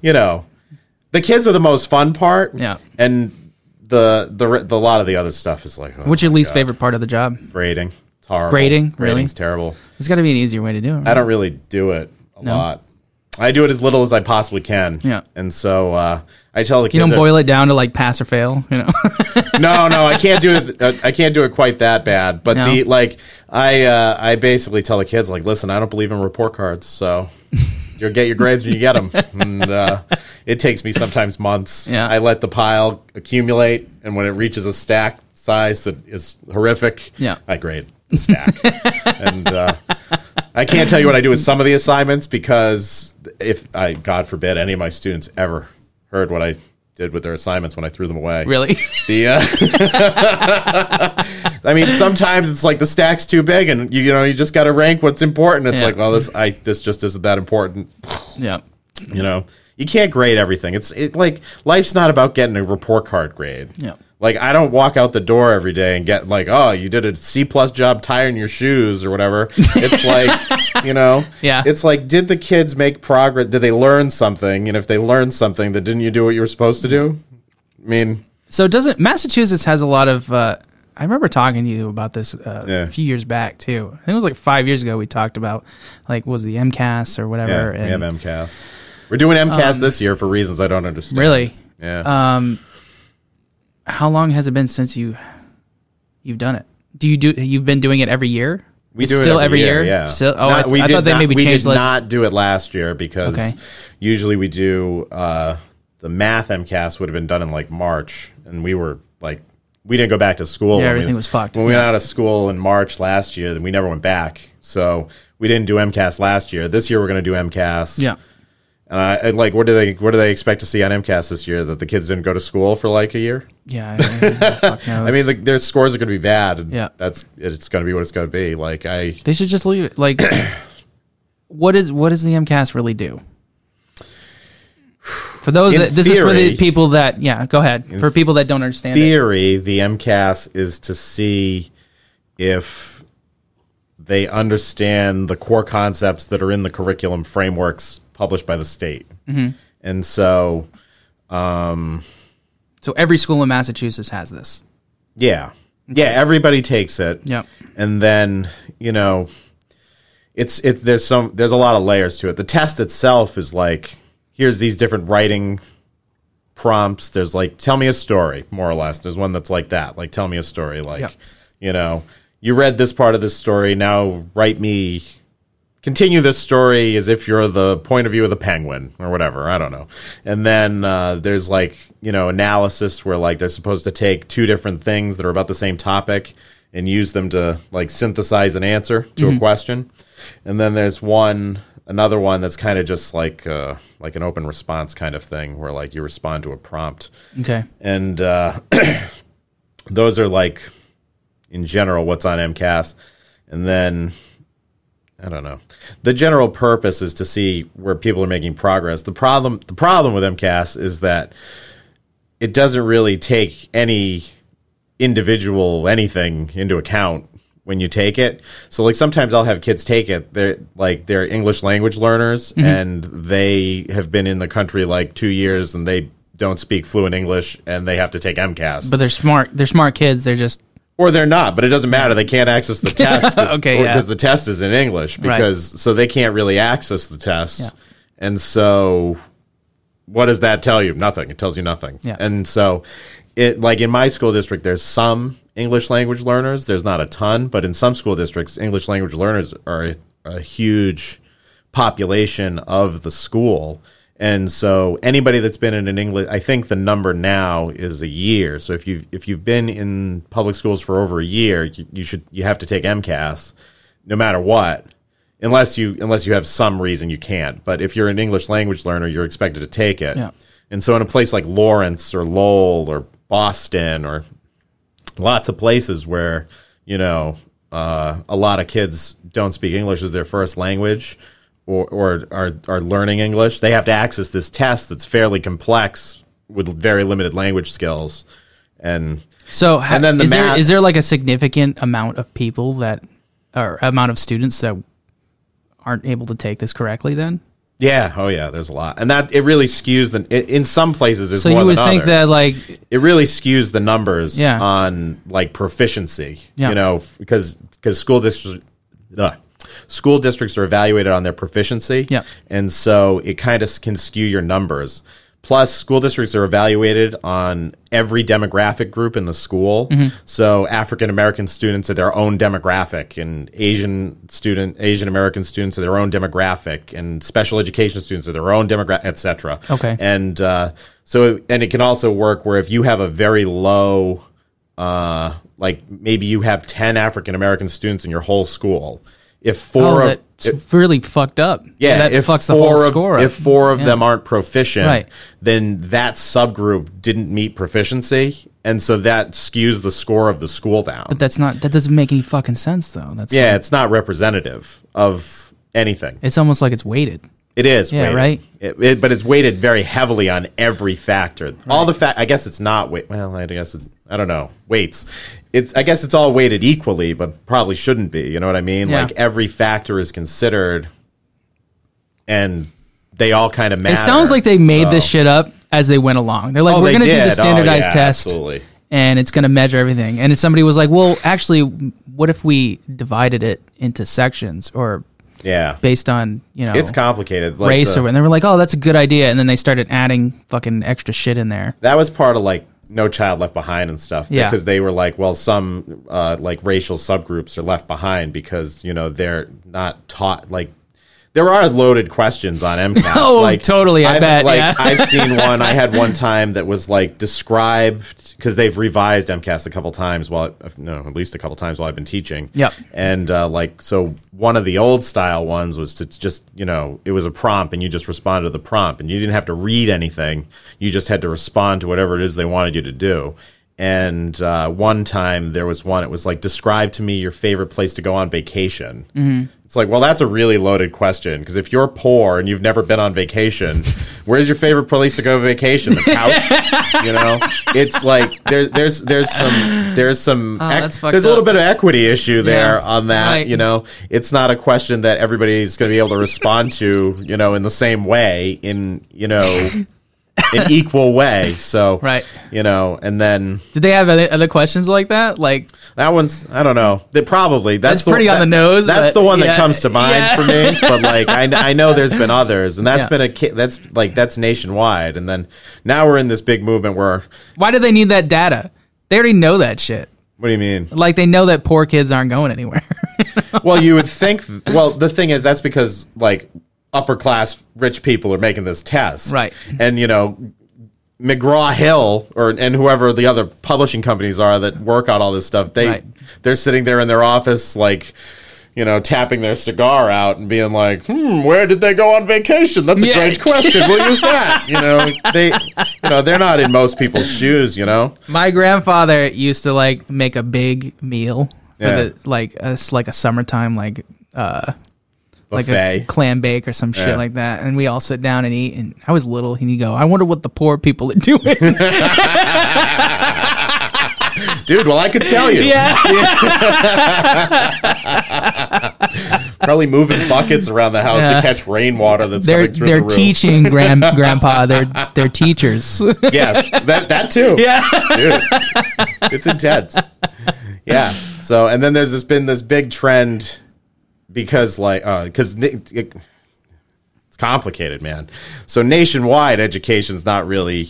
S2: you know, the kids are the most fun part.
S1: Yeah.
S2: And the the re- the lot of the other stuff is like. oh,
S1: <laughs> What's your least favorite part of the job?
S2: grading? It's horrible.
S1: Grading? Really?
S2: Grading's terrible.
S1: There's got to be an easier way to do it.
S2: I
S1: Right?
S2: don't really do it a lot. I do it as little as I possibly can.
S1: Yeah.
S2: And so uh, I tell the kids.
S1: You don't
S2: that-
S1: boil it down to like pass or fail, you
S2: <laughs>
S1: know?
S2: No, no, I can't do it. uh, I can't do it quite that bad. But
S1: No.
S2: the like, I uh, I basically tell the kids like, listen, I don't believe in report
S1: <laughs>
S2: cards, so. You'll get your grades when you get them, and uh, it takes me sometimes months.
S1: Yeah.
S2: I let the pile accumulate, and when it reaches a stack size that is horrific,
S1: Yeah.
S2: I grade the stack. and uh, I can't tell you what I do with some of the assignments because if I, God forbid, any of my students ever heard what I did with their assignments when I threw them away,
S1: really?
S2: the uh, <laughs> I mean, sometimes it's like the stack's too big, and you, you know you just got to rank what's important. It's
S1: Yeah.
S2: like, well, this I this just isn't that important.
S1: <laughs> yeah.
S2: You know, you can't grade everything. It's it, like life's not about getting a report card grade.
S1: Yeah.
S2: Like I don't walk out the door every day and get like, oh, you did a C plus job tying your shoes or whatever. It's like,
S1: <laughs>
S2: you know,
S1: Yeah.
S2: It's like, did the kids make progress? Did they learn something? And if they learned something, then didn't you do what you were supposed to do? I mean,
S1: So doesn't Massachusetts has a lot of? Uh, I remember talking to you about this uh,
S2: Yeah.
S1: a few years back too. I think it was like five years ago. We talked about like was the MCAS or whatever.
S2: Yeah, we have MCAS. We're doing MCAS this year for reasons I don't understand.
S1: Um, really, Uh,
S2: Yeah.
S1: how long has it been since you you've done it? Do you do? You've been doing it every year.
S2: we
S1: It's
S2: do
S1: still
S2: it every, year, Yeah.
S1: Still, oh, I,
S2: Not-
S1: I thought they
S2: not,
S1: maybe
S2: we
S1: changed.
S2: did
S1: last-
S2: not do it last year because
S1: Okay.
S2: usually we do uh, the math MCAS would have been done in like March, and we were like we didn't go back to school. when we-
S1: everything was fucked.
S2: When we went out of school in March last year, then we never went back. So we didn't do MCAS last year. This year we're going to do MCAS.
S1: yeah.
S2: And I, and, like, what do they what do they expect to see on MCAS this year? That the kids didn't go to school for like a year?
S1: Yeah. I,
S2: <laughs>
S1: fuck knows.
S2: I mean, like, their scores are going to be bad. And
S1: Yeah.
S2: that's it's going to be what it's going to be. Like I,
S1: they should just leave it.
S2: <clears throat>
S1: Like, what is what does the MCAS really do? For those,
S2: In
S1: that, this is for the
S2: theory-
S1: people that yeah. Go ahead. For people that don't understand it.
S2: theory, the MCAS is to see if they understand the core concepts that are in the curriculum frameworks published by the state.
S1: Mm-hmm.
S2: And so,
S1: So every school in Massachusetts has this.
S2: yeah, yeah, everybody takes it.
S1: Yeah.
S2: and then you know it's it's there's some there's a lot of layers to it the test itself is like here's these different writing prompts there's like tell me a story more or less there's one that's like that like tell me a story like
S1: Yep.
S2: you know you read this part of this story now write me continue this story as if you're the point of view of the penguin or whatever. I don't know. And then uh, there's like, you know, analysis where like they're supposed to take two different things that are about the same topic and use them to like synthesize an answer to a question. And then there's one another one that's kind of just like uh, like an open response kind of thing, where like you respond to a prompt,
S1: Okay.
S2: and uh, <clears throat> those are like in general what's on MCAS, and then I don't know. The general purpose is to see where people are making progress. The problem the problem with MCAS is that it doesn't really take any individual anything into account when you take it. So like sometimes I'll have kids take it. They're like they're English language learners
S1: Mm-hmm.
S2: and they have been in the country like 2 years and they don't speak fluent English and they have to take MCAS
S1: But they're smart. They're smart kids. They're just
S2: or they're not, but it doesn't matter. They can't
S1: <laughs>
S2: access the test because
S1: Okay, yeah.
S2: the test is in English because so they can't really access the test. And so what does that tell you? Nothing. It tells you nothing.
S1: Yeah.
S2: And so it like in my school district there's some English language learners, there's not a ton, but in some school districts English language learners are a, a huge population of the school. And so anybody that's been in an English I think the number now is a year. So if you have if you've been in public schools for over a year, you, you should you have to take MCAS no matter what unless you unless you have some reason you can't. But if you're an English language learner, you're expected to take it.
S1: Yeah.
S2: And so in a place like Lawrence or Lowell or Boston or lots of places where you know uh, a lot of kids don't speak English as their first language. Or, or are, are learning English, they have to access this test that's fairly complex with very limited language skills. And
S1: so. ha-
S2: And then the
S1: is there
S2: math-
S1: is there like a significant amount of people that or amount of students that aren't able to take this correctly? Then
S2: yeah, oh yeah, there's a lot. And that it really skews the, in- in some places, it's
S1: so
S2: more
S1: you would
S2: than
S1: think
S2: others.
S1: that like
S2: it really skews the numbers
S1: Yeah.
S2: on like proficiency
S1: Yeah.
S2: you know because because school districts ugh. school districts are evaluated on their proficiency
S1: Yeah.
S2: and so it kind of can skew your numbers plus school districts are evaluated on every demographic group in the school
S1: Mm-hmm.
S2: so african american students are their own demographic and asian student asian american students are their own demographic and special education students are their own demographic etc
S1: Okay.
S2: and uh, so and it can also work where if you have a very low uh, like maybe you have 10 african american students in your whole school if four
S1: oh,
S2: of
S1: that's really fucked up.
S2: yeah,
S1: that
S2: if
S1: fucks the
S2: four
S1: whole
S2: of,
S1: score up.
S2: If four of them aren't proficient,
S1: Right.
S2: then that subgroup didn't meet proficiency, and so that skews the score of the school down.
S1: But that's not that doesn't make any fucking sense though. That's
S2: yeah, it's not representative of anything.
S1: It's almost like it's weighted.
S2: It is,
S1: Yeah,
S2: weighted.
S1: right?
S2: It, it- but it's weighted very heavily on every factor. All the fact, I guess it's not weight. Well, I guess it, I don't know weights. It's I guess it's all weighted equally, but probably shouldn't be. You know what I mean?
S1: Yeah.
S2: Like every factor is considered, and they all kind of matter.
S1: It sounds like they made this shit up as they went along. They're like,
S2: Oh,
S1: we're
S2: they
S1: going to do
S2: did.
S1: the
S2: Oh,
S1: standardized
S2: yeah,
S1: test,
S2: absolutely.
S1: and it's going to measure everything. And if somebody was like, well, actually, what if we divided it into sections or
S2: yeah,
S1: based on you know
S2: it's complicated. Like
S1: race
S2: the-
S1: or? And they were like, oh, that's a good idea. And then they started adding fucking extra shit in there.
S2: that was part of like no child left behind and stuff
S1: Yeah.
S2: because they were like well some uh, like racial subgroups are left behind because you know they're not taught like there are loaded questions on MCAS.
S1: <laughs> Oh,
S2: like,
S1: totally, I
S2: I've,
S1: bet,
S2: Like
S1: yeah.
S2: I've
S1: <laughs>
S2: seen one. I had one time that was like describe because they've revised MCAS a couple times. While uh, no, at least a couple times while I've been teaching.
S1: Yep.
S2: And uh, like so, one of the old style ones was to just you know it was a prompt and you just responded to the prompt and you didn't have to read anything. You just had to respond to whatever it is they wanted you to do. And uh, one time there was one. It was like describe to me your favorite place to go on vacation.
S1: Mm-hmm.
S2: It's like, well, that's a really loaded question because if you're poor and you've never been on vacation, <laughs> where's your favorite place to go vacation? The
S1: <laughs>
S2: couch, you know? It's like there, there's there's some there's some ec-
S1: Oh, that's fucked
S2: there's a little
S1: up.
S2: bit of equity issue there
S1: Yeah,
S2: on that.
S1: right.
S2: You know, it's not a question that everybody's going to be able to
S1: <laughs>
S2: respond to, you know, in the same way in you know an equal way. So
S1: Right.
S2: you know, and then
S1: Did they have any other questions like that? Like,
S2: that one's I don't know. They probably that's,
S1: That's pretty on the nose,
S2: That's
S1: but
S2: the
S1: <laughs>
S2: one
S1: yeah,
S2: that comes to mind
S1: yeah.
S2: for me. But like I, I know there's been others, and that's
S1: Yeah.
S2: been a ki- that's like that's nationwide. And then now we're in this big movement where
S1: why do they need that data? They already know that shit.
S2: what do you mean?
S1: Like, they know that poor kids aren't going anywhere. <laughs>
S2: well, you would think. Well, the thing is, that's because like upper class rich people are making this test,
S1: Right.
S2: And you know, McGraw Hill or and whoever the other publishing companies are that work on all this stuff, they
S1: Right.
S2: they're sitting there in their office like. you know, tapping their cigar out and being like, "Hmm, where did they go on vacation?" That's a
S1: Yeah.
S2: great question. We'll use that. You know, they, you know, they're not in most people's shoes. You know,
S1: My grandfather used to like make a big meal for
S2: Yeah.
S1: the like a, s- like a summertime like uh like a
S2: buffet.
S1: clam bake or some shit
S2: Yeah.
S1: like that, and we all sit down and eat. And I was little, and he'd go, "I wonder what the poor people are <laughs>
S2: <laughs>
S1: doing."
S2: Dude, well, I could tell you.
S1: yeah,
S2: <laughs> Probably moving buckets around the house
S1: Yeah.
S2: to catch rainwater that's
S1: they're
S2: coming through
S1: they're
S2: the roof.
S1: teaching
S2: <laughs>
S1: grand grandpa. They're they're teachers. <laughs>
S2: yes, that that too.
S1: yeah,
S2: Dude, it's intense. Yeah. So, and then there's this been this big trend because like uh, because it's complicated, man. So nationwide, education's not really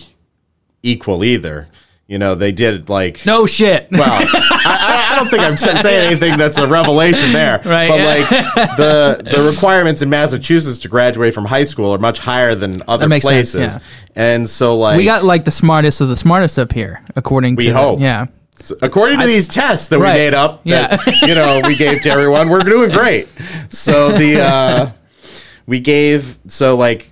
S2: equal either. You know, they did like
S1: no shit.
S2: well, I, I- I don't think I'm t- saying anything that's a revelation there.
S1: <laughs> Right,
S2: But
S1: yeah.
S2: like the the requirements in Massachusetts to graduate from high school are much higher than other
S1: makes sense,
S2: places. And so like
S1: we got like the smartest of the smartest up here, according to
S2: hope.
S1: yeah.
S2: according to these tests that
S1: Right.
S2: we made up that
S1: <laughs>
S2: you know we gave to everyone, we're doing great. So the uh we gave so like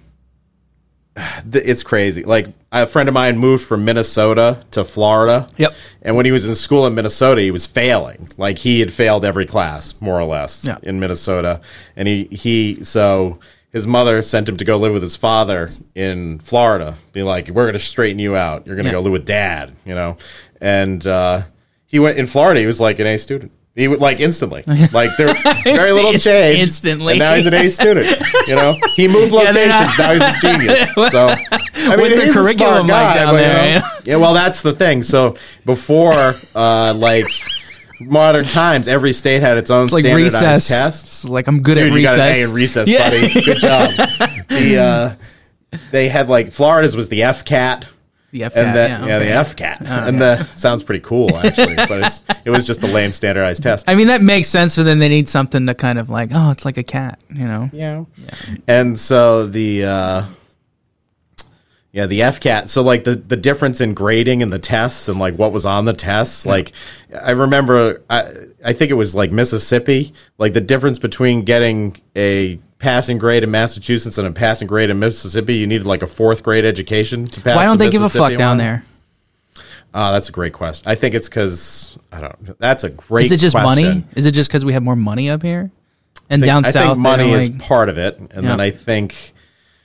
S2: <sighs> th- it's crazy. Like a friend of mine moved from Minnesota to Florida.
S1: Yep.
S2: And when he was in school in Minnesota, he was failing. Like he had failed every class, more or less,
S1: Yeah.
S2: in Minnesota. And he he so his mother sent him to go live with his father in Florida. Be like, we're gonna straighten you out. You're gonna
S1: Yeah.
S2: go live with dad. You know. And uh, he went in Florida. He was like an A student. He would like instantly,
S1: <laughs>
S2: like there very little
S1: Inst-
S2: change.
S1: instantly.
S2: and now he's an A student. You know,
S1: <laughs>
S2: he moved
S1: they're not-
S2: locations. now he's
S1: <laughs>
S2: a genius. So I
S1: What's the
S2: he's a smart
S1: curriculum like down
S2: but, you
S1: there,
S2: know,
S1: yeah?
S2: yeah, well, that's the thing. So before, uh, like modern times, every state had its own
S1: It's like
S2: standardized
S1: recess.
S2: test.
S1: It's like I'm good
S2: Dude,
S1: at
S2: you
S1: recess.
S2: got an A in recess,
S1: Yeah.
S2: buddy.
S1: <laughs>
S2: Good job. the uh, they had like Florida's was the F cat.
S1: The FCAT,
S2: And then yeah,
S1: okay. Oh,
S2: the F cat, and the sounds pretty cool actually, but it's it was just a lame standardized test.
S1: I mean, that makes sense. So then they need something to kind of like, oh, it's like a cat, you know?
S2: Yeah. And so the uh yeah, the FCAT. So like the the difference in grading and the tests and like what was on the tests. Like I remember I I think it was like Mississippi, like the difference between getting a passing grade in Massachusetts and a passing grade in Mississippi, you needed like a fourth grade education to pass.
S1: Why don't
S2: the
S1: they give a
S2: Mississippi
S1: fuck down
S2: one.
S1: there?
S2: Uh, that's a great question. I think it's because I don't. That's a great.
S1: Is it just
S2: question.
S1: money? Is it just because we have more money up here and
S2: think-
S1: down
S2: I
S1: south?
S2: think money
S1: they're
S2: is
S1: like-
S2: part of it, and then
S1: Yeah.
S2: I think,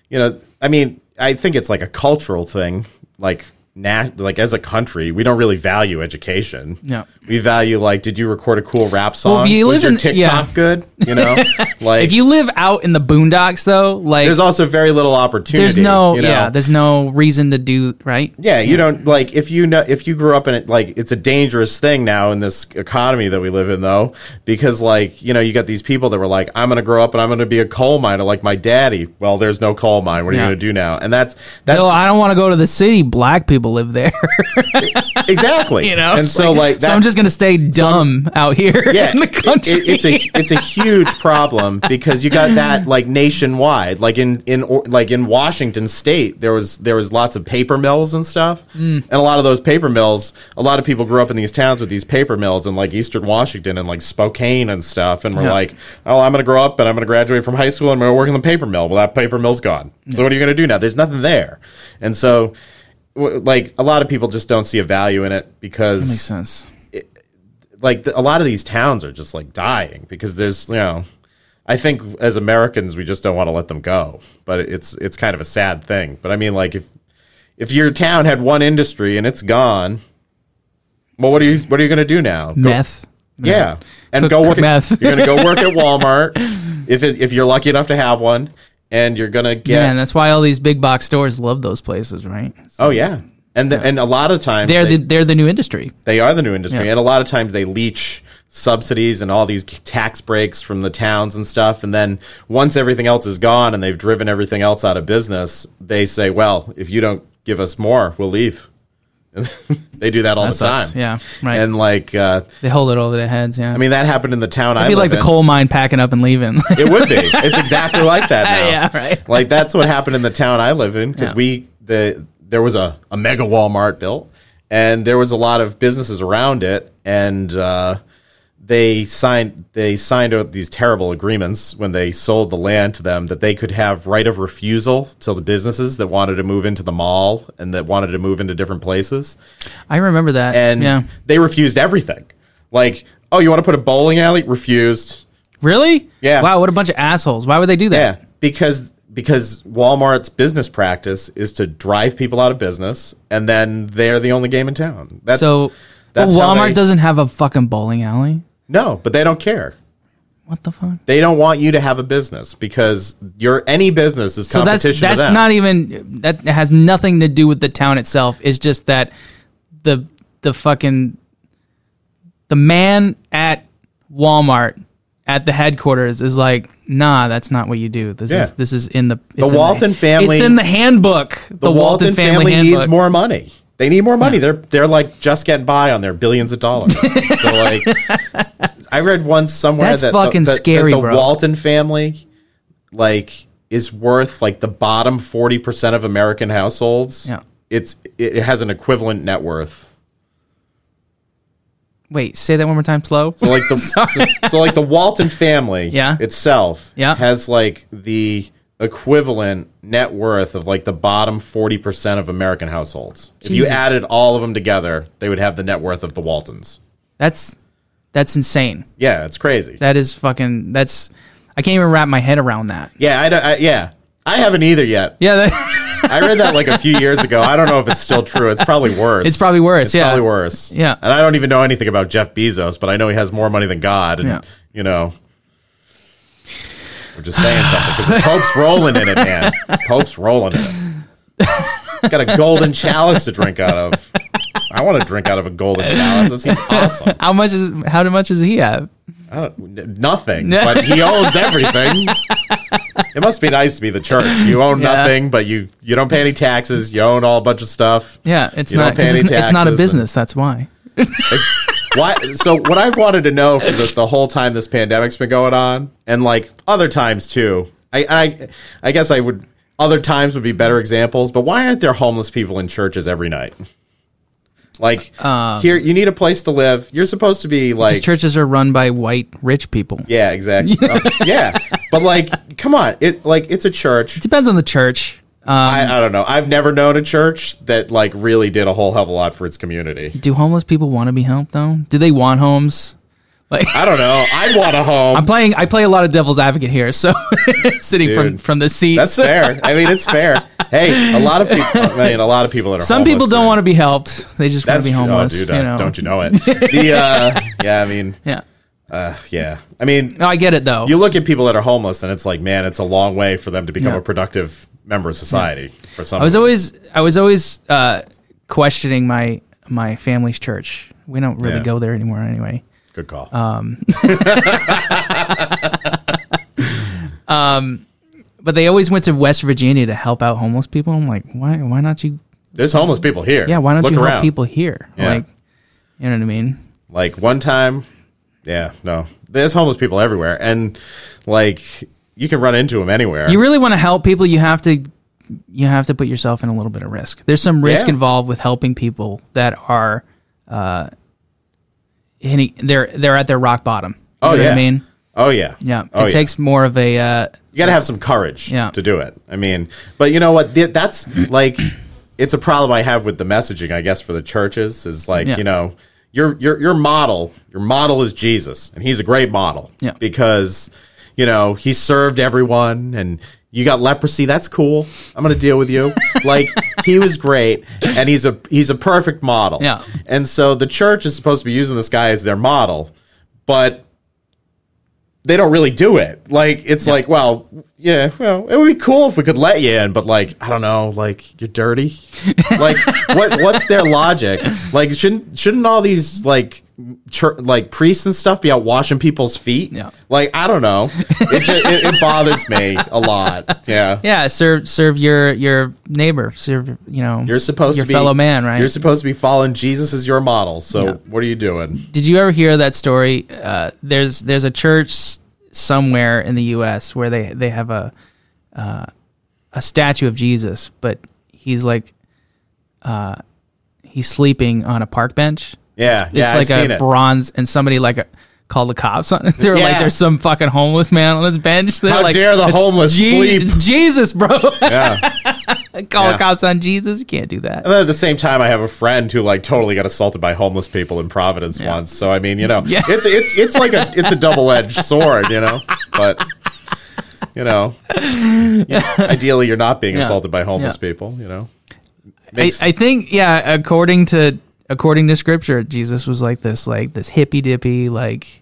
S2: you know, I mean, I think it's like a cultural thing, like. Na- like as a country, we don't really value education.
S1: Yeah.
S2: we value like, did you record a cool rap song?
S1: if you
S2: Was
S1: live
S2: your
S1: in-
S2: TikTok
S1: yeah.
S2: good? You know,
S1: <laughs>
S2: like
S1: if you live out in the boondocks, though, like
S2: there's
S1: there's,
S2: also very little opportunity.
S1: no,
S2: you know?
S1: yeah, there's no reason to do right.
S2: Yeah, you don't like if you know if you grew up in it like it's a dangerous thing now in this economy that we live in though because like you know you got these people that were like I'm going to grow up and I'm going to be a coal miner like my daddy. Well, there's no coal mine. What are
S1: Yeah.
S2: you going to do now? And that's that's
S1: No, I don't want to go to the city. Black people live there, <laughs>
S2: exactly
S1: you know.
S2: And
S1: It's
S2: so like
S1: so I'm just gonna stay dumb out here <laughs>
S2: <laughs> yeah,
S1: in the
S2: it- it-
S1: country. <laughs>
S2: it's a it's a huge problem because you got that like nationwide, like in in or- like in Washington State, there was there was lots of paper mills and stuff,
S1: Hmm.
S2: and a lot of those paper mills, a lot of people grew up in these towns with these paper mills in like Eastern Washington and like Spokane and stuff, and we're
S1: Yeah.
S2: like, oh, I'm gonna grow up and I'm gonna graduate from high school and I'm gonna work in the paper mill. Well, that paper mill's gone, so what are you gonna do now? There's nothing there, and so. w- Like a lot of people just don't see a value in it because
S1: makes sense.
S2: like the, a lot of these towns are just like dying because there's you know I think as Americans we just don't want to let them go, but it's it's kind of a sad thing. But I mean like if if your town had one industry and it's gone, well what are you what are you going to do now? Go-
S1: Meth.
S2: yeah. And
S1: Cook-
S2: go
S1: cook
S2: work
S1: meth.
S2: At, you're going to go
S1: <laughs>
S2: work at Walmart if it, if you're lucky enough to have one and you're going to
S1: Yeah.
S2: get
S1: and that's why all these big box stores love those places, right?
S2: Oh yeah. And the, and a lot of times
S1: They're
S2: they-
S1: the they're the new industry.
S2: They are the new industry,
S1: Yeah.
S2: and a lot of times they leech subsidies and all these tax breaks from the towns and stuff. And then once everything else is gone and they've driven everything else out of business, they say, "Well, if you don't give us more, we'll leave." <laughs> they do that all
S1: That
S2: the
S1: sucks.
S2: time.
S1: Yeah, right.
S2: And like, uh,
S1: They hold it over their heads. Yeah.
S2: I mean, that happened in the town I
S1: It'd be
S2: live
S1: like the
S2: in.
S1: coal mine packing up and leaving. <laughs>
S2: It would be. It's exactly like that now.
S1: Yeah, right.
S2: Like that's what happened in the town I live in because
S1: Yeah.
S2: we the there was a, a mega Walmart built and there was a lot of businesses around it and uh, they signed they signed out these terrible agreements when they sold the land to them that they could have right of refusal to the businesses that wanted to move into the mall and that wanted to move into different places
S1: I remember that.
S2: and
S1: yeah,
S2: they refused everything like oh you want to put a bowling alley refused
S1: really?
S2: Yeah.
S1: Wow, what a bunch of assholes! Why would they do that?
S2: yeah because because Walmart's business practice is to drive people out of business and then they're the only game in town that's
S1: so,
S2: that's
S1: but
S2: how
S1: Walmart
S2: they-
S1: doesn't have a fucking bowling alley.
S2: no but they don't care
S1: What the fuck?
S2: they don't want you to have a business because your any business is
S1: So
S2: competition
S1: that's that's
S2: to them.
S1: not even that has nothing to do with the town itself. It's just that the the fucking the man at Walmart at the headquarters is like, nah, that's not what you do. This
S2: Yeah.
S1: is this is in the it's in
S2: Walton family-
S1: It's in the handbook. The,
S2: the
S1: Walton, family, handbook.
S2: needs more money. They need more money. They're they're like just getting by on their billions
S1: <laughs>
S2: of dollars. so like, I read once somewhere
S1: That's
S2: that
S1: fucking
S2: the, that-
S1: scary,
S2: that the
S1: bro.
S2: Walton family, like, is worth like the bottom forty percent of American households.
S1: Yeah.
S2: it's it it has an equivalent net worth.
S1: Wait, say that one more time, slow. <laughs>
S2: So like the so, so like the Walton family
S1: Yeah.
S2: itself
S1: Yeah.
S2: has like the equivalent net worth of like the bottom 40% of American households. If you
S1: Jesus.
S2: added all of them together, they would have the net worth of the Waltons.
S1: That's that's insane.
S2: Yeah, it's crazy.
S1: That is fucking that's I can't even wrap my head around that.
S2: yeah, I, don't- I yeah. I haven't either yet.
S1: Yeah, that,
S2: I read that like a few years ago. I don't know if it's still true. It's probably worse.
S1: <laughs> it's probably worse.
S2: It's
S1: yeah.
S2: probably worse.
S1: Yeah.
S2: And I don't even know anything about Jeff Bezos, but I know he has more money than God. And,
S1: Yeah.
S2: you know, we're just saying something because the Pope's rolling in
S1: <laughs>
S2: it, man. Pope's rolling in it. Got a golden chalice to drink out of. I want to drink out of a golden chalice. That seems awesome.
S1: How much is how much does he have?
S2: I don't, n-
S1: <laughs>
S2: nothing, but he owns everything. It must be nice to be the church. You own
S1: Yeah.
S2: nothing, but you you don't pay any taxes. You own all a bunch of stuff.
S1: Yeah, it's
S2: You don't
S1: not.
S2: pay
S1: 'cause
S2: any
S1: It's, it's not a
S2: taxes,
S1: business. That's why.
S2: Why? So what I've wanted to know for the, the whole time this pandemic's been going on, and like other times too. I, I I guess I would. Other times would be better examples, but why aren't there homeless people in churches every night? Like here, you need a place to live. You're supposed to be
S1: These
S2: like
S1: churches are run by white rich people.
S2: yeah, exactly. Uh, yeah, but like, come on, it like it's a church.
S1: Depends on the church, uh,
S2: I, I don't know. I've never known a church that like really did a whole hell of a lot for its community.
S1: do homeless people want to be helped though? Do they want homes? Like
S2: I don't know. I'd want a home.
S1: I'm playing, I play a lot of devil's advocate here. So <laughs> sitting from
S2: Dude,
S1: from the seat,
S2: That's fair. I mean, it's fair. Hey, a lot of people. I mean, a lot of people that are
S1: some people don't want to be helped. They just want
S2: That's
S1: to be
S2: true.
S1: homeless.
S2: Oh, dude,
S1: you
S2: uh,
S1: know?
S2: don't you know it? The uh, <laughs> yeah, I mean,
S1: Yeah.
S2: uh, yeah, I mean,
S1: No, I get it though.
S2: you look at people that are homeless, and it's like, man, it's a long way for them to become
S1: Yeah.
S2: a productive member of society. For some,
S1: I was always I was always uh, questioning my my family's church. We don't really
S2: Yeah.
S1: go there anymore anyway.
S2: good call.
S1: uh, But they always went to West Virginia to help out homeless people. I'm like, why why not you
S2: There's homeless people here.
S1: Yeah, why don't
S2: look
S1: you
S2: around?
S1: help people here?
S2: Yeah.
S1: Like, you know what I mean?
S2: Like one time, yeah, no, there's homeless people everywhere, and like you can run into them anywhere.
S1: You really want to help people, you have to you have to put yourself in a little bit of risk. There's some risk
S2: Yeah.
S1: involved with helping people that are uh hitting, they're they're at their rock bottom. You
S2: Oh,
S1: know what
S2: yeah.
S1: I mean?
S2: oh yeah,
S1: Yeah.
S2: Oh,
S1: it takes more of a uh
S2: you got to have some courage
S1: Yeah.
S2: to do it. I mean, but you know what? Th- That's like it's a problem I have with the messaging, I guess, for the churches is like
S1: Yeah.
S2: you know your your your model your model is Jesus, and he's a great model
S1: Yeah.
S2: because you know he served everyone and. You got leprosy. That's cool. I'm gonna deal
S1: <laughs>
S2: with you. like he was great, and he's a he's a perfect model.
S1: Yeah.
S2: And so the church is supposed to be using this guy as their model, but they don't really do it. Like it's like, well, yeah, well, it would be cool if we could let you in, but like, I don't know, like you're dirty.
S1: <laughs>
S2: like what what's their logic? Like shouldn't shouldn't all these like chur like priests and stuff be out washing people's feet?
S1: Yeah.
S2: Like I don't know. It just, it, it bothers me a lot. Yeah.
S1: yeah, serve serve your your neighbor, serve you know
S2: You're supposed
S1: your
S2: to be
S1: fellow man, right?
S2: You're supposed to be following Jesus as your model. So what are you doing?
S1: Did you ever hear that story? Uh, there's there's a church somewhere in the U.S. where they they have a uh, a statue of Jesus, but he's like uh, he's sleeping on a park bench.
S2: Yeah,
S1: it's,
S2: yeah, I've
S1: it's like
S2: seen
S1: a
S2: it.
S1: bronze, and somebody like a, call the cops on it. <laughs> They were like,
S2: Yeah.
S1: "There's some fucking homeless man on this bench." They're
S2: How
S1: like,
S2: dare the
S1: "It's
S2: homeless
S1: Je-
S2: sleep."
S1: It's Jesus, bro. <laughs>
S2: Yeah.
S1: call
S2: Yeah.
S1: the cops on Jesus. You can't do that.
S2: and then at the same time, I have a friend who like totally got assaulted by homeless people in Providence once. So I mean, you know,
S1: Yeah.
S2: it's it's it's like a it's a double edged sword, you know. But
S1: <laughs>
S2: you know, ideally, you're not being
S1: Yeah.
S2: assaulted by homeless
S1: Yeah.
S2: people. You know,
S1: I,
S2: Makes-
S1: I think, yeah, according to according to scripture, Jesus was like this, like this hippy dippy, like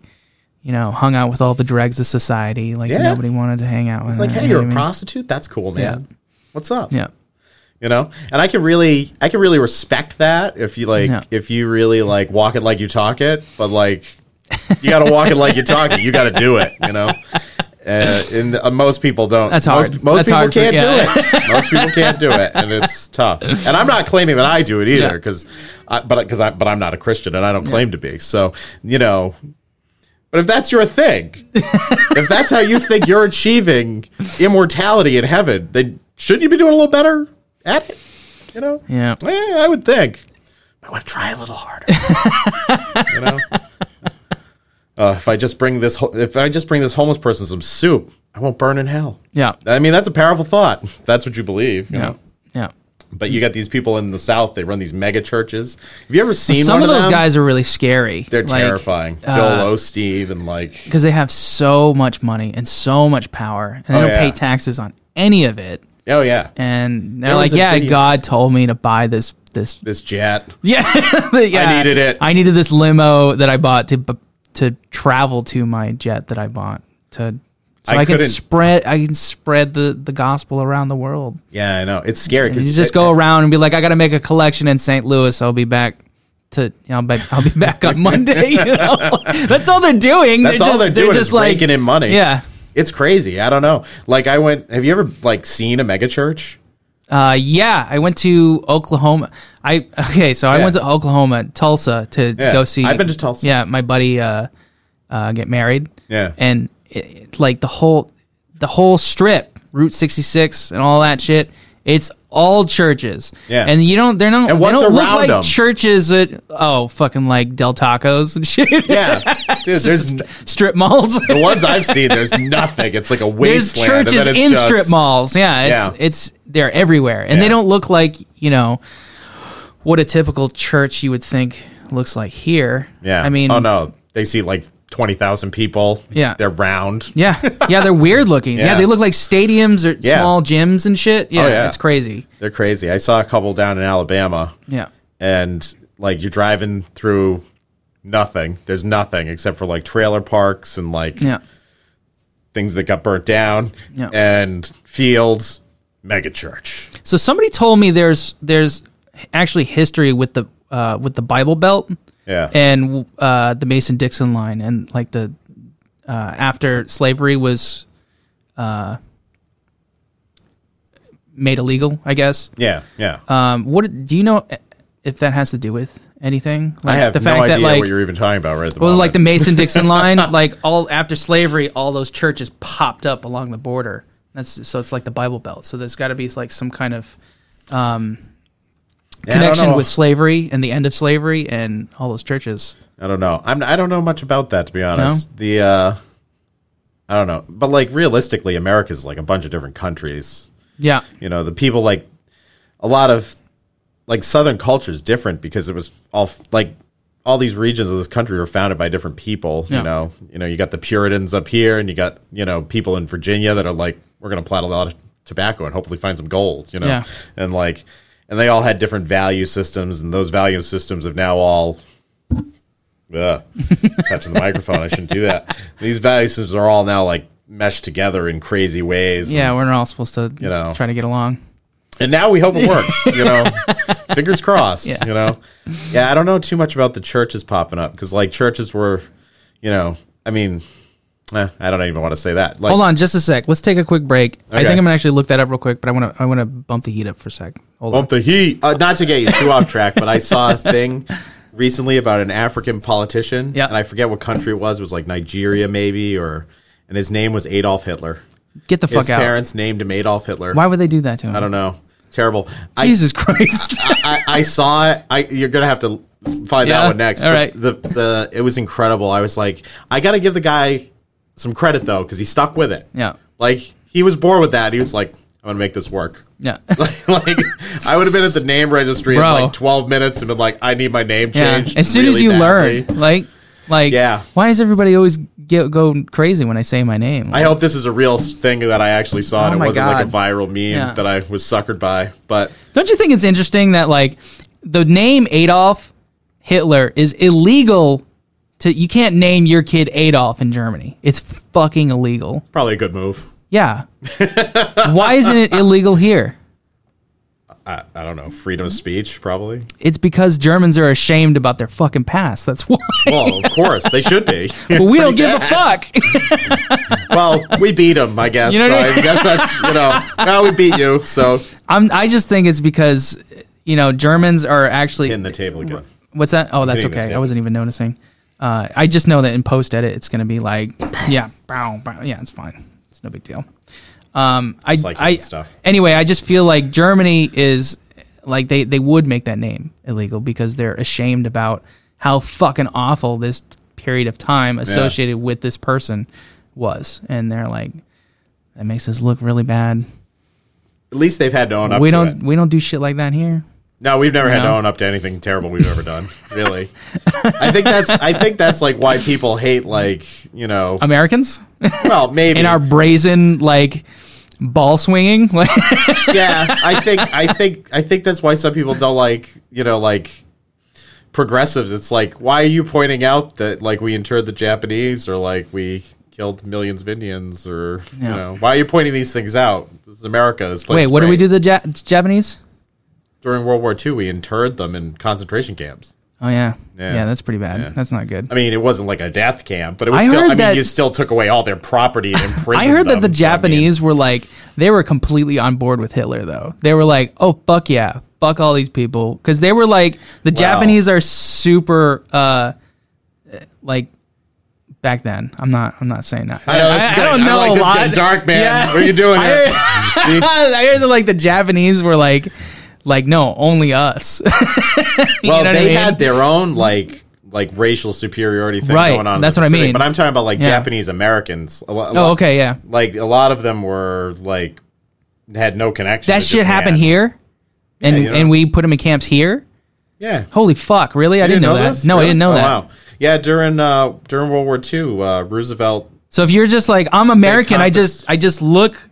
S1: you know, hung out with all the dregs of society. Like
S2: Yeah.
S1: nobody wanted to hang out with.
S2: it's like,
S1: him,
S2: hey,
S1: you know
S2: you're a
S1: what I mean?
S2: prostitute. That's cool, man.
S1: Yeah.
S2: What's up?
S1: Yeah,
S2: you know and i can really i can really respect that if you like
S1: Yeah.
S2: if you really like walk it like you talk it but like you gotta walk it like you talk it you gotta do it you know uh, and uh, most people don't
S1: That's
S2: most,
S1: hard.
S2: most
S1: That's
S2: people
S1: hard for-
S2: can't
S1: yeah.
S2: do it most people can't do it and it's tough and i'm not claiming that i do it either
S1: Yeah.
S2: because I but because i but i'm not a christian and i don't claim to be so you know but if that's your thing, if that's how you think you're achieving immortality in heaven, then shouldn't you be doing a little better at it? You know?
S1: yeah.
S2: Yeah, I would think. I want to try a little harder. <laughs> you know? Uh, if I just bring this, ho- if I just bring this homeless person some soup, I won't burn in hell.
S1: Yeah.
S2: I mean, that's a powerful thought. If That's what you believe. You
S1: Yeah.
S2: know?
S1: Yeah.
S2: But you got these people in the South. They run these mega churches. Have you ever seen
S1: Some
S2: one
S1: of those
S2: them?
S1: guys are really scary.
S2: They're
S1: Like, uh,
S2: terrifying. Joel Osteen and like
S1: because they have so much money and so much power, and they
S2: Oh,
S1: don't
S2: yeah.
S1: pay taxes on any of it.
S2: Oh yeah,
S1: And they're
S2: There was
S1: like,
S2: a
S1: "Yeah,
S2: video-
S1: God told me to buy this this <laughs>
S2: this jet.
S1: Yeah, <laughs> yeah.
S2: needed it.
S1: I needed this limo that I bought to b- to travel to my jet that I bought to so
S2: I
S1: I, can
S2: couldn't-
S1: spread I can spread the the gospel around the world.
S2: Yeah, I know it's scary
S1: You
S2: because
S1: just go around and be like, I got to make a collection in St. Louis. I'll be back. To you know, I'll be, I'll be back
S2: <laughs>
S1: on Monday. <laughs> You know, that's all they're doing.
S2: That's all they're doing is raking in money.
S1: Yeah,
S2: It's crazy. I don't know. Like I went. Have you ever like seen a megachurch?
S1: Uh, yeah, I went to Oklahoma. I okay, so I
S2: Yeah.
S1: went to Oklahoma, Tulsa to
S2: Yeah,
S1: go see.
S2: I've been to Tulsa.
S1: Yeah, my buddy uh, uh, get married.
S2: Yeah.
S1: and it, it- like the whole the whole strip, Route sixty six, and all that shit. It's all churches.
S2: Yeah.
S1: and you don't. They're not.
S2: And what's
S1: they don't
S2: around
S1: look like
S2: them?
S1: churches that oh fucking like Del Tacos and shit. <laughs>
S2: Yeah, dude. There's n-
S1: strip malls. <laughs>
S2: the ones I've seen. There's nothing. It's like a
S1: There's
S2: wasteland.
S1: churches in
S2: just-
S1: strip malls. Yeah, it's
S2: Yeah.
S1: it's they're everywhere, and
S2: Yeah.
S1: they don't look like you know what a typical church you would think looks like here.
S2: Yeah.
S1: I mean,
S2: oh no, they see like twenty thousand people.
S1: Yeah.
S2: they're round.
S1: yeah, yeah, they're weird looking. yeah.
S2: <laughs> Yeah.
S1: they look like stadiums or
S2: Yeah. Oh,
S1: small gyms and shit. Yeah,
S2: yeah.
S1: it's crazy.
S2: They're crazy. I saw a couple down in Alabama,
S1: Yeah,
S2: and like you're driving through nothing. There's nothing except for like trailer parks and like
S1: yeah,
S2: things that got burnt down
S1: Yeah.
S2: and fields megachurch
S1: So somebody told me there's there's actually history with the uh, with the Bible Belt.
S2: Yeah.
S1: And uh, the Mason Dixon line, and like the uh, after slavery was uh, made illegal, I guess.
S2: yeah yeah
S1: Um, what do you know if that has to do with anything? Like
S2: i have
S1: the fact
S2: no
S1: that
S2: idea
S1: like
S2: what you're even talking about right at the
S1: well,
S2: moment.
S1: like the Mason
S2: <laughs>
S1: Dixon line, like all after slavery, all those churches popped up along the border. That's so it's like the Bible Belt. So there's got to be like some kind of
S2: Yeah, I don't
S1: connection
S2: know.
S1: with slavery and the end of slavery and all those churches.
S2: i don't know I'm, i don't know much about that to be honest the uh i don't know but like realistically america's like a bunch of different countries
S1: Yeah,
S2: you know the people like a lot of like southern culture is different because it was all f- like all these regions of this country were founded by different people
S1: Yeah.
S2: you know you know you got the puritans up here and you got you know people in virginia that are like we're going to plant a lot of tobacco and hopefully find some gold you know
S1: Yeah.
S2: and like and they all had different value systems and those value systems have now all Ugh. touching the microphone i shouldn't do that these value systems are all now like meshed together in crazy ways
S1: yeah, we're not all supposed to you
S2: know.
S1: know try to get along.
S2: and now we hope
S1: <laughs>
S2: it works you know fingers crossed you know yeah i don't know too much about the churches popping up because like churches were you know i mean eh, i don't even want to say that like
S1: Hold on, just a sec. Let's take a quick break. I
S2: Okay.
S1: think I'm gonna actually look that up real quick, but I want to I want to bump the heat up for a sec. Hold on.
S2: bump the heat uh, not to get you too off track but i saw a thing recently about an african politician
S1: Yeah.
S2: and i forget what country it was it was like nigeria maybe or and his name was adolf hitler
S1: Get the
S2: his
S1: fuck out.
S2: parents named him adolf hitler
S1: Why would they do that to him?
S2: i don't know terrible. I,
S1: Jesus
S2: <laughs>
S1: Christ.
S2: I, I saw it. I you're gonna have to find
S1: Yeah,
S2: that one next.
S1: all
S2: but
S1: right.
S2: The the it was incredible. I was like, I gotta give the guy some credit though, because he stuck with it.
S1: Yeah.
S2: Like he was bored with that. He was like, I'm gonna make this work. <laughs>
S1: yeah.
S2: like I would have been at the name registry
S1: Bro.
S2: in like 12 minutes and been like, I need my name
S1: yeah.
S2: changed.
S1: As soon as
S2: really
S1: you
S2: badly.
S1: learn, like, like,
S2: Yeah.
S1: why does everybody always get, go crazy when I say my name?
S2: I hope this is a real thing that I actually saw and
S1: Oh
S2: it
S1: my
S2: wasn't like a
S1: God.
S2: viral meme
S1: Yeah.
S2: that I was suckered by. But
S1: Don't you think it's interesting that like the name Adolf Hitler is illegal to you can't name your kid Adolf in Germany. It's fucking illegal.
S2: probably a good move.
S1: Yeah. <laughs> Why isn't it illegal here?
S2: I, I don't know. Freedom of speech, probably.
S1: It's because Germans are ashamed about their fucking past. That's why.
S2: Well, of course. They should be. <laughs>
S1: But we don't
S2: pretty
S1: give
S2: bad.
S1: a fuck. <laughs>
S2: well, we beat them, I guess.
S1: You know
S2: so
S1: what I
S2: I, guess that's, you know, now we beat you. So
S1: I'm I just think it's because you know Germans are actually
S2: in the table again.
S1: What's that? Oh, that's
S2: hitting the
S1: okay. I
S2: table.
S1: wasn't even noticing. Uh, I just know that in post edit, it's going to be like, yeah, bow, bow. yeah, it's fine. It's no big deal. Um, I,
S2: like
S1: I
S2: hitting stuff.
S1: anyway, I just feel like Germany is like they they would make that name illegal because they're ashamed about how fucking awful this period of time associated with this person was, and they're like, that makes us look really bad.
S2: At least they've had to own up
S1: we
S2: to
S1: don't
S2: it.
S1: we don't do shit like that here.
S2: No, we've never had to
S1: No.
S2: own up to anything terrible we've ever done. Really, I think that's I think that's like why people hate like you know
S1: Americans
S2: well maybe
S1: Um, in our brazen like ball swinging <laughs> like.
S2: yeah I think I think I think that's why some people don't like you know like progressives. It's like why are you pointing out that like we interred the Japanese or like we killed millions of Indians or you
S1: Yeah.
S2: know why are you pointing these things out? This is America. This place
S1: Wait,
S2: is
S1: what do we
S2: great.
S1: do to the ja- Japanese?
S2: during World War II? We interred them in concentration camps.
S1: Oh yeah.
S2: Yeah.
S1: yeah, that's pretty bad. That's not good.
S2: I mean, it wasn't like a death camp, but it was
S1: I
S2: still. I
S1: heard
S2: mean,
S1: that-
S2: you still took away all their property and
S1: <laughs>
S2: imprisoned
S1: I heard that
S2: them,
S1: the
S2: so I mean-
S1: Japanese were like they were completely on board with Hitler though. They were like, "Oh fuck yeah, fuck all these people," because they were like the Japanese are super uh like back then. I'm not. I'm not saying that.
S2: I know this is getting, I like, this is getting dark, man. <laughs>
S1: Yeah. <laughs>
S2: What are you doing?
S1: I
S2: here?
S1: heard, I heard that like the Japanese were like, like no, only us. <laughs>
S2: well,
S1: know what I
S2: they
S1: mean?
S2: had their own like like racial superiority thing
S1: Right,
S2: going on. in
S1: that's
S2: the
S1: what I
S2: Pacific,
S1: mean.
S2: But I'm talking about like
S1: Yeah.
S2: Japanese Americans. A lo- a
S1: oh
S2: lo-
S1: okay, yeah.
S2: Like a lot of them were like had no connection.
S1: that
S2: to
S1: shit
S2: Japan.
S1: happened here, and
S2: Yeah, you know.
S1: and we put them in camps here.
S2: Yeah.
S1: Holy fuck! Really, I
S2: You
S1: didn't, know, that.
S2: this?
S1: No, I
S2: Really?
S1: didn't know
S2: Oh,
S1: that.
S2: Wow. Yeah, during uh, during World War II, uh, Roosevelt
S1: So if you're just like I'm American, I
S2: confis-
S1: just I just look.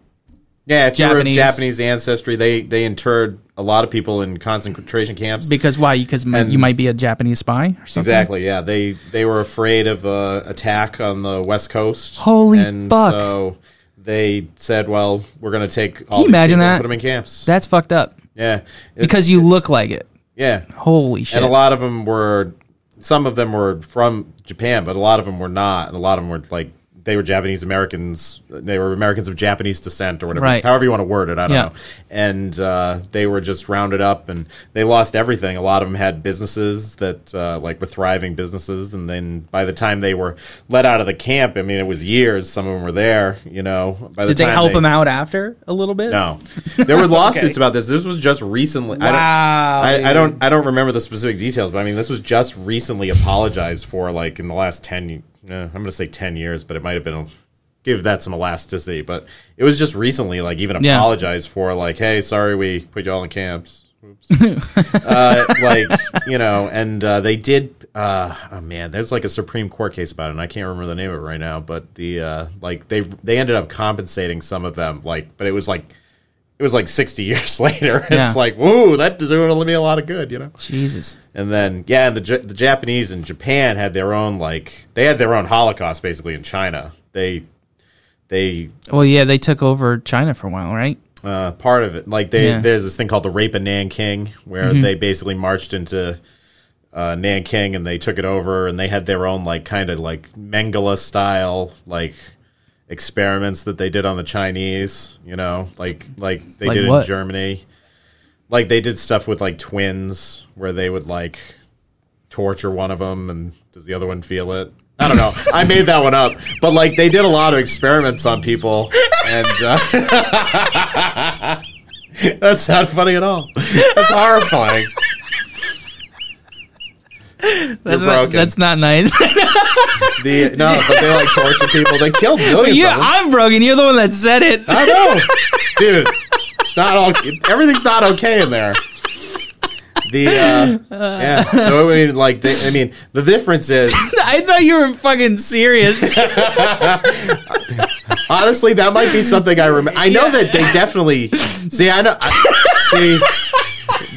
S2: Yeah, if
S1: Japanese.
S2: you were of Japanese ancestry, they they interred a lot of people in concentration camps.
S1: Because why? Because mi- you might be a Japanese spy or something.
S2: exactly. Yeah, they they were afraid of uh, attack on the west coast.
S1: Holy
S2: and
S1: fuck.
S2: So they said, "Well, we're going to take all
S1: you
S2: these
S1: imagine
S2: people and
S1: that?
S2: put them in camps."
S1: That's fucked up.
S2: yeah, It-
S1: Because you look like it.
S2: yeah,
S1: Holy shit!
S2: and a lot of them were. Some of them were from Japan, but a lot of them were not, and a lot of them were like they were Japanese Americans. They were Americans of Japanese descent, or whatever,
S1: Right.
S2: however you want to word it. I don't
S1: Yeah.
S2: know. And uh, they were just rounded up, and they lost everything. A lot of them had businesses that uh, like were thriving businesses, and then by the time they were let out of the camp, I mean, it was years. Some of them were there, you know. By the
S1: Did they
S2: time
S1: help him out after a little bit?
S2: no,
S1: <laughs>
S2: there were lawsuits about this. This was just recently.
S1: Wow,
S2: I don't, I, I
S1: dude.
S2: don't. I don't remember the specific details, but I mean, this was just recently apologized for, like in the last ten. y- eh, I'm going to say ten years, but it might have been. A, give that some elasticity, but it was just recently, like even
S1: Yeah.
S2: apologized for, like, hey, sorry, we put you all in camps. Oops. uh, <laughs> like you know, and uh, they did. Uh, oh man, there's like a Supreme Court case about it, and I can't remember the name of it right now. But the uh, like they they ended up compensating some of them, like, but it was like it was like 60 <laughs> years later.
S1: Yeah.
S2: It's like, whoa, that deserved me a lot of good, you know.
S1: Jesus.
S2: And then yeah, and the J- the Japanese and Japan had their own like they had their own Holocaust basically in China. They they
S1: Well, yeah, they took over China for a while, right?
S2: uh, part of it. Like they,
S1: Yeah.
S2: there's this thing called the Rape of Nanking, where they basically marched into uh, Nanking and they took it over, and they had their own like kind of like Mengele style like experiments that they did on the Chinese. You know, like like they
S1: Like
S2: did
S1: what?
S2: in Germany. Like they did stuff with like twins, where they would like torture one of them, and does the other one feel it? I don't know. I made that one up, but like they did a lot of experiments on people, and uh, <laughs> That's not funny at all. That's horrifying.
S1: That's
S2: You're
S1: not,
S2: broken.
S1: that's not nice.
S2: <laughs> The no, but they like torture people. They kill millions
S1: yeah,
S2: of them.
S1: I'm broken. You're the one that said it. <laughs>
S2: I know, dude. It's not all. Everything's not okay in there. The uh, yeah. So I mean, like, they, I mean, the difference is
S1: I thought you were fucking
S2: <laughs>
S1: serious.
S2: honestly that might be something I remember. I know that they definitely see. I know. I, see,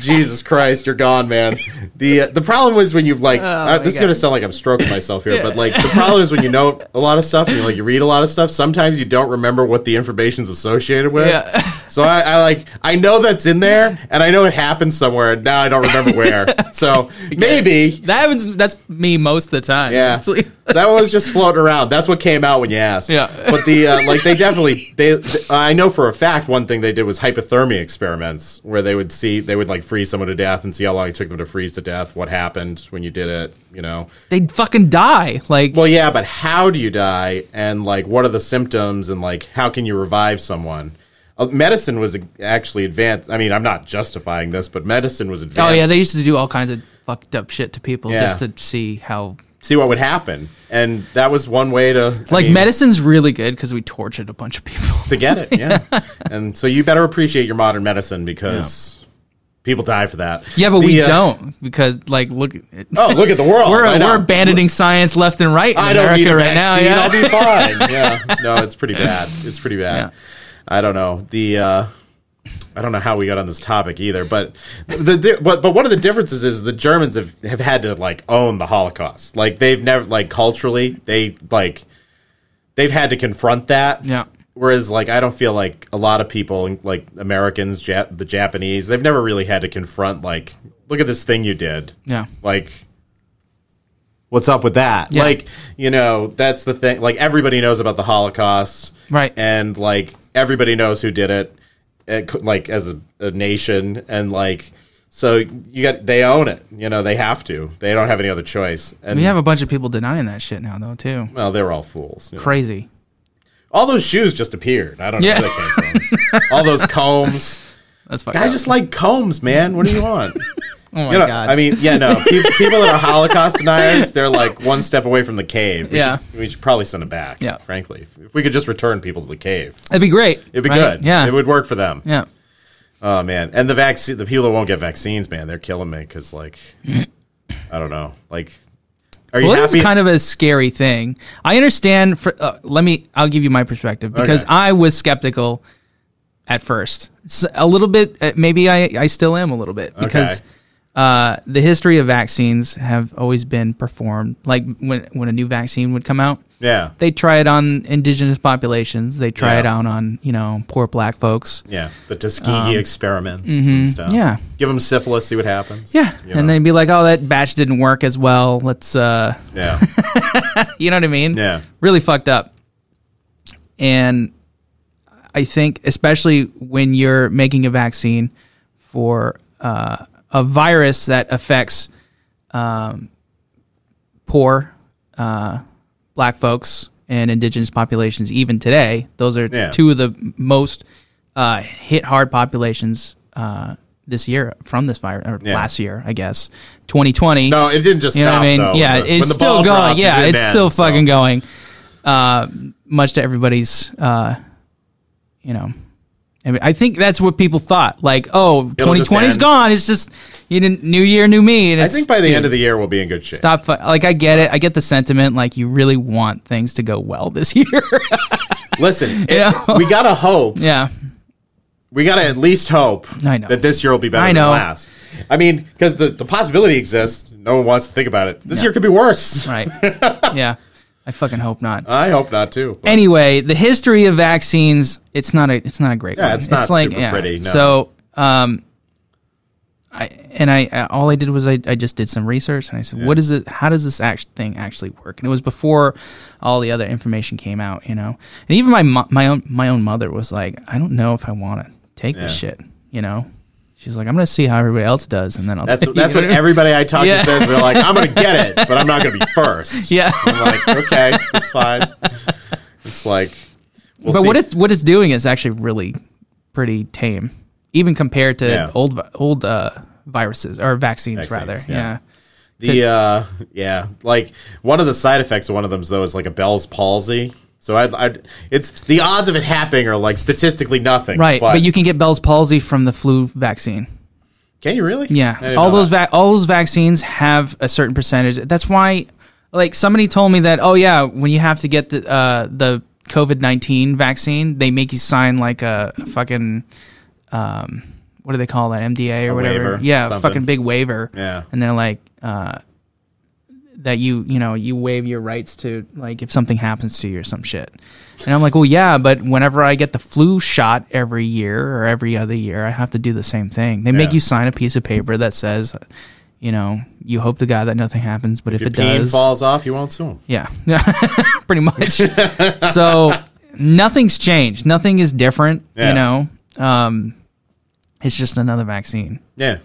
S2: Jesus Christ, you're gone, man. The uh, the problem is when you've like uh,
S1: Oh my
S2: this is
S1: God.
S2: gonna sound like I'm stroking myself here, but like the problem is when you know a lot of stuff and you like you read a lot of stuff. Sometimes you don't remember what the information's associated with.
S1: Yeah.
S2: <laughs> So I, I like I know that's in there, and I know it happened somewhere, and now I don't remember where.
S1: <laughs>
S2: So maybe
S1: that happens. That's me most of the time. <laughs>
S2: yeah,
S1: honestly.
S2: <laughs> that was just floating around. That's what came out when you asked.
S1: Yeah.
S2: but the uh, like they definitely they, th- I know for a fact one thing they did was hypothermia experiments where they would see they would like freeze someone to death and see how long it took them to freeze to death, what happened when you did it, you know.
S1: They fucking die. Like
S2: Well, yeah, but how do you die, and like what are the symptoms, and like how can you revive someone? Uh, medicine was actually advanced. I mean, I'm not justifying this, but medicine was
S1: oh
S2: advanced.
S1: yeah, they used to do all kinds of fucked up shit to people
S2: Yeah.
S1: just to see how.
S2: see what would happen, and that was one way to I
S1: Like
S2: mean,
S1: medicine's really good because we tortured a bunch of
S2: <laughs>
S1: people.
S2: to get it.
S1: <laughs>
S2: Yeah, and so you better appreciate your modern medicine because people die for that.
S1: Yeah, but
S2: The,
S1: we
S2: uh,
S1: don't because like look,
S2: Oh, look at the world.
S1: we're
S2: I know.
S1: we're abandoning science left and right in
S2: I don't
S1: America
S2: need a
S1: right now.
S2: vaccine.
S1: Yeah.
S2: I'll be
S1: <laughs>
S2: fine. Yeah, no, it's pretty bad. It's pretty bad. I don't know the. Uh, I don't know how we got on this topic either, but the di- but but one of the differences is the Germans have have had to like own the Holocaust. Like they've never like culturally they like they've had to confront that.
S1: Yeah.
S2: Whereas like I don't feel like a lot of people like Americans, Jap- the Japanese, they've never really had to confront like look at this thing you did
S1: Yeah.
S2: like what's up with that
S1: Yeah.
S2: like you know that's the thing like everybody knows about the holocaust
S1: Right.
S2: and like everybody knows who did it it co- like as a, a nation and like so you got they own it you know they have to they don't have any other choice and
S1: We have a bunch of people denying that shit now though too.
S2: well they're all fools you know.
S1: Crazy.
S2: all those shoes just appeared i don't know
S1: Yeah.
S2: where they came from all those combs
S1: That's fucked
S2: I
S1: up.
S2: just like combs, man. What do you <laughs> want?
S1: oh my
S2: You know,
S1: god.
S2: I mean, yeah, no. Pe- People, that are Holocaust deniers, they're like one step away from the cave. We
S1: Yeah.
S2: Should, we should probably send them back,
S1: Yeah.
S2: frankly. If- If we could just return people to the cave,
S1: It'd be great.
S2: it'd be
S1: right?
S2: good.
S1: Yeah.
S2: It would work for them.
S1: yeah.
S2: Oh, man. And the vaccine, the people that won't get vaccines, man, they're killing me because, like, I don't know. Like, are you
S1: Well,
S2: happy?
S1: it's kind of a scary thing. I understand. For, uh, let me. I'll give you my perspective because
S2: Okay.
S1: I was skeptical at first, S a a little bit. uh, Maybe I I still am a little bit because.
S2: Okay.
S1: Uh, the history of vaccines have always been performed like when when a new vaccine would come out,
S2: yeah.
S1: they try it on indigenous populations. They try
S2: Yeah.
S1: it out on you know poor black folks.
S2: Yeah. The Tuskegee experiments and stuff.
S1: Um, mm-hmm. Yeah.
S2: Give them syphilis, see what happens.
S1: Yeah,
S2: You
S1: and
S2: know?
S1: they'd be like, "Oh, that batch didn't work as well. Let's uh, <laughs>
S2: Yeah.
S1: you know what I mean?
S2: Yeah.
S1: Really fucked up. And I think, especially when you're making a vaccine for uh, a virus that affects um, poor uh, black folks and indigenous populations, even today, those are
S2: Yeah.
S1: two of the most uh, hit hard populations uh, this year from this virus, or
S2: Yeah.
S1: last year, I guess, 2020.
S2: No, it didn't just
S1: You know
S2: stop.
S1: what I mean?
S2: though.
S1: yeah,
S2: When the- when
S1: it's
S2: the
S1: still
S2: ball
S1: going.
S2: dropped, it
S1: yeah,
S2: didn't
S1: it's
S2: end,
S1: still
S2: so-
S1: fucking going. Uh, much to everybody's, uh, you know, I, mean, I think that's what people thought. Like, oh,
S2: It'll just
S1: 2020's
S2: end.
S1: gone. It's just you didn't new year, new me. And
S2: I
S1: it's,
S2: think by the end of the year, we'll be in good shape.
S1: stop. fu- Like, I get it. I get the sentiment. Like, you really want things to go well this <laughs>
S2: <laughs>
S1: year. <laughs>
S2: Listen, it-
S1: Yeah.
S2: we gotta hope.
S1: yeah,
S2: We gotta at least hope
S1: I know.
S2: that this year will be better
S1: I
S2: than
S1: know.
S2: last. I mean, because the, the possibility exists. No one wants to think about it. This year could be worse.
S1: right. yeah, I fucking hope not.
S2: I hope not too. but-
S1: anyway, the history of vaccines, it's not a it's not a great one.
S2: it's not super pretty, no.
S1: So, um I and I uh, all I did was I, I just did some research and I said, what is it how does this act- thing actually work? And it was before all the other information came out, you know. And even my mo- my own my own mother was like, I don't know if I want to take this
S2: Yeah.
S1: shit, you know. She's like, I'm going to see how everybody else does and then I'll <laughs>
S2: that's
S1: take
S2: that's
S1: it."
S2: what everybody I talk
S1: Yeah.
S2: to says. They're like, I'm gonna get it, but I'm not
S1: <laughs>
S2: gonna be first.
S1: Yeah.
S2: I'm like, okay,
S1: <laughs>
S2: it's fine. It's like, we'll
S1: But
S2: see.
S1: what it's what it's doing is actually really pretty tame. even compared to
S2: Yeah.
S1: old vi- old uh, viruses or vaccines,
S2: Vaccines,
S1: rather.
S2: yeah.
S1: Yeah.
S2: The uh, yeah, like one of the side effects of one of them though is like a Bell's palsy. So I, I, it's the odds of it happening are like statistically nothing.
S1: right. But, you can get Bell's palsy from the flu vaccine.
S2: can you really? uh, I
S1: Yeah,
S2: didn't
S1: all
S2: know
S1: those
S2: that.
S1: va- all those vaccines have a certain percentage. That's why, like somebody told me that. Oh yeah, when you have to get the uh, the COVID nineteen vaccine, they make you sign like a fucking um, what do they call that MDA or whatever?
S2: waiver,
S1: yeah,
S2: something.
S1: fucking big waiver.
S2: Yeah.
S1: and they're like uh, that you you know you waive your rights to like if something happens to you or some shit. And I'm like, well, yeah, but whenever I get the flu shot every year or every other year, I have to do the same thing. They make
S2: Yeah.
S1: you sign a piece of paper that says, you know, you hope to God that nothing happens, but if,
S2: If
S1: it
S2: your peen
S1: does,
S2: falls off, you won't sue him.
S1: yeah, <laughs> pretty
S2: <laughs>
S1: much. so nothing's changed. Nothing is different.
S2: Yeah.
S1: You know, um, it's just another vaccine.
S2: Yeah.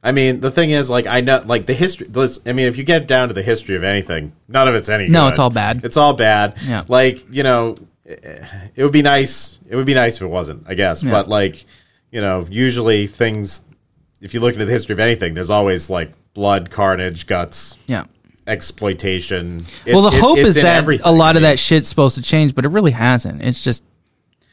S2: I mean, the thing is, like, I know, like, the history. This, I mean, if you get down to the history of anything, none of it's any.
S1: No,
S2: good.
S1: it's all bad.
S2: It's all bad.
S1: Yeah.
S2: Like, you know, eh, it would be nice. It would be nice if it wasn't, I guess. But like, you know, usually things. If you look into the history of anything, there's always like blood, carnage, guts,
S1: Yeah.
S2: exploitation.
S1: well,
S2: It-
S1: the
S2: it-
S1: hope
S2: it's
S1: is
S2: in
S1: that
S2: everything.
S1: a lot of
S2: I mean,
S1: that shit's supposed to change, but it really hasn't. It's just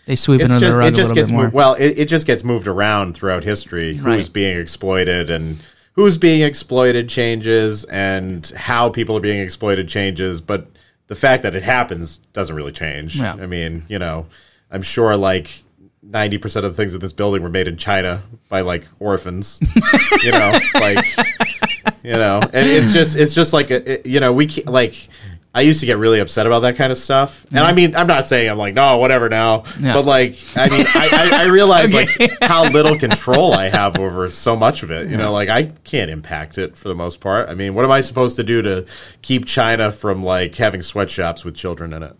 S1: they sweep it
S2: It's
S1: under
S2: just,
S1: the rug
S2: it just
S1: a little
S2: gets
S1: bit more.
S2: moved, well. It, it just gets moved around throughout history. Who's
S1: Right.
S2: being exploited and who's being exploited changes, and how people are being exploited changes. But the fact that it happens doesn't really change.
S1: Yeah.
S2: I mean, you know, I'm sure like ninety percent of the things in this building were made in China by like orphans. <laughs> you know, like you know, and it's just it's just like a, it- you know we can't, like. I used to get really upset about that kind of stuff, and I mean, I'm not saying I'm like no, whatever now,
S1: Yeah.
S2: but like, I mean, I, I, I realize like how little control I have over so much of it. You know, like I can't impact it for the most part. I mean, what am I supposed to do to keep China from like having sweatshops with children in it?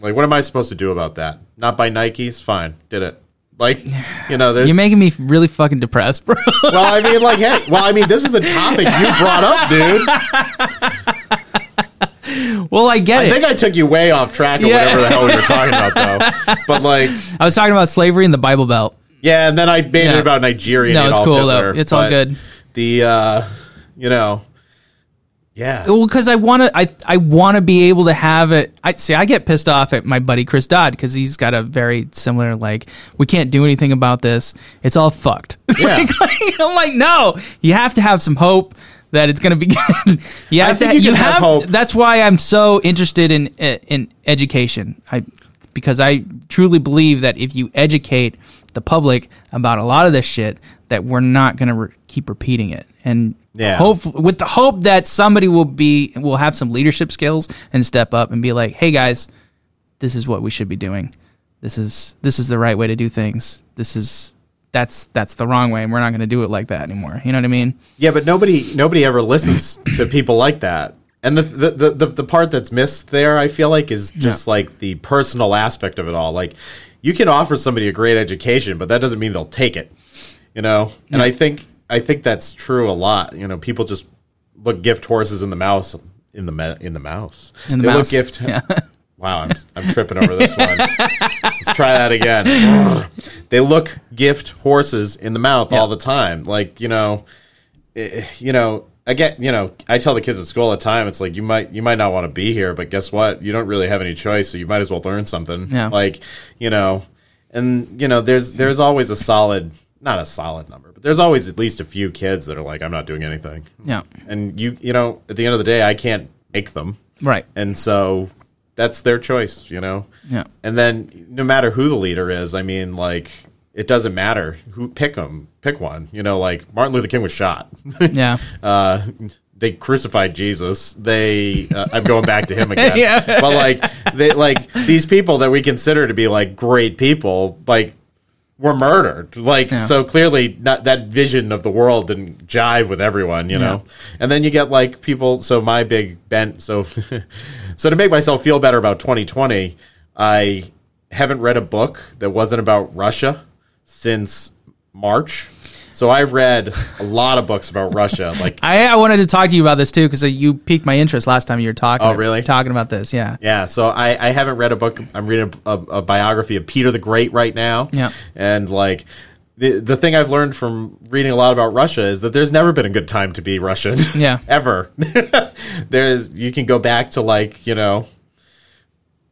S2: Like, what am I supposed to do about that? Not buy Nikes? Fine, did it. Like, you know, there's
S1: You're making me really fucking depressed, bro.
S2: <laughs>
S1: <laughs>
S2: well, I mean, like, hey, well, I mean, this is the topic you brought up, dude.
S1: well, I get
S2: I
S1: it.
S2: think I took you way off track or
S1: Yeah.
S2: whatever the hell we were talking about,
S1: <laughs>
S2: though. But like,
S1: I was talking about slavery in the Bible Belt.
S2: yeah, and then I made it
S1: Yeah.
S2: about Nigeria.
S1: No,
S2: and
S1: it's
S2: Adolf
S1: cool, though.
S2: Hitler,
S1: It's all
S2: but
S1: good.
S2: The, uh, you know,
S1: <laughs>
S2: yeah,
S1: Well, because I want to, I I want to be able to have it. I see. I get pissed off at my buddy Chris Dodd because he's got a very similar like we can't do anything about this. It's all fucked. <laughs>
S2: yeah.
S1: I'm like, no, you have to have some hope that it's going to be <laughs> good. yeah,
S2: I think you can have hope.
S1: That's why I'm so interested in uh, in education. I because I truly believe that if you educate the public about a lot of this shit, that we're not going to re- keep repeating it. And
S2: Yeah.
S1: hope with the hope that somebody will be will have some leadership skills and step up and be like, hey guys, this is what we should be doing. This is this is the right way to do things. This is that's that's the wrong way, and we're not going to do it like that anymore. You know what I mean?
S2: Yeah, but nobody nobody ever listens to people like that. And the the, the, the the part that's missed there, I feel like, is just like the personal aspect of it all. Like you can offer somebody a great education, but that doesn't mean they'll take it. You know? And I think I think that's true a lot. You know, people just look gift horses in the mouse in the ma- in the mouse.
S1: In the
S2: they
S1: mouse,
S2: look gift <laughs> Wow, I'm I'm tripping over this one. Let's try that
S1: <laughs>
S2: again. they look gift horses in the mouth all the time. Like, you know, eh, you know, I get, you know, I tell the kids at school all the time, it's like you might you might not want to be here, but guess what? You don't really have any choice, so you might as well learn something.
S1: Yeah.
S2: Like, you know, and you know, there's there's always a solid not a solid number, but there's always at least a few kids that are like, I'm not doing anything.
S1: Yeah,
S2: And you you know, at the end of the day I can't make them.
S1: right.
S2: And so that's their choice, you know?
S1: Yeah.
S2: And then no matter who the leader is, I mean, like, it doesn't matter who pick them, pick one. You know, like Martin Luther King was shot.
S1: Yeah,
S2: uh, they crucified Jesus. They, uh, I'm going back to him again.
S1: Yeah.
S2: But like, they, like these people that we consider to be like great people, like, were murdered. Like, so clearly, not that vision of the world didn't jive with everyone, you know. And then you get like people. So my big bent. So, <laughs> so to make myself feel better about 2020, I haven't read a book that wasn't about Russia since March. So I've read a lot of books about Russia. Like,
S1: I, I wanted to talk to you about this too because you piqued my interest last time you were talking.
S2: Oh, really?
S1: Talking about this? Yeah.
S2: Yeah, so I, I haven't read a book. I'm reading a, a, a biography of Peter the Great right now.
S1: Yeah.
S2: And like the the thing I've learned from reading a lot about Russia is that there's never been a good time to be Russian.
S1: <laughs> Yeah.
S2: <laughs> ever. there's you can go back to like you know.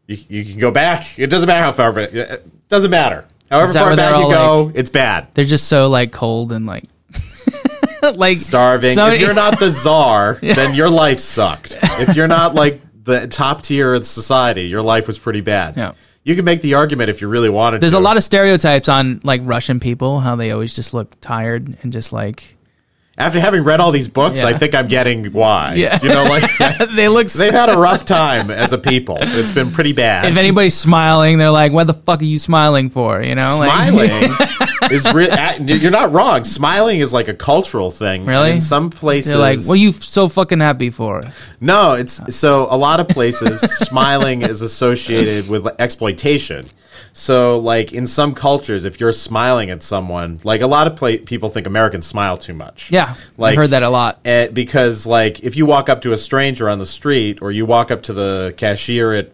S2: You, you can go back. It doesn't matter how far, but it doesn't matter. However
S1: Is that
S2: far
S1: where
S2: back
S1: they're
S2: you
S1: all
S2: go, it's bad.
S1: They're just so like cold and like <laughs> like
S2: starving.
S1: somebody-
S2: if you're not
S1: <laughs>
S2: the czar, then your life sucked. If you're not like the top tier of society, your life was pretty bad.
S1: Yeah.
S2: You could make the argument if you really wanted
S1: There's
S2: to.
S1: a lot of stereotypes on like Russian people, how they always just look tired and just like
S2: After having read all these books,
S1: Yeah.
S2: I think I'm getting why.
S1: Yeah.
S2: You
S1: <laughs>
S2: know, like <laughs>
S1: they look. s
S2: they've had a rough time as a people. It's been pretty bad.
S1: if anybody's smiling, they're like, "What the fuck are you smiling for?" You know, like
S2: Smiling is re- at- you're not wrong. Smiling is like a cultural thing.
S1: Really?
S2: In some places,
S1: <laughs> they're like, "What are you f- so fucking happy for?"
S2: No, it's so a lot of places <laughs> smiling is associated with exploitation. So like in some cultures if you're smiling at someone, like a lot of pla- people think Americans smile too much.
S1: Yeah,
S2: Like
S1: I heard that a lot.
S2: eh, because like if you walk up to a stranger on the street or you walk up to the cashier at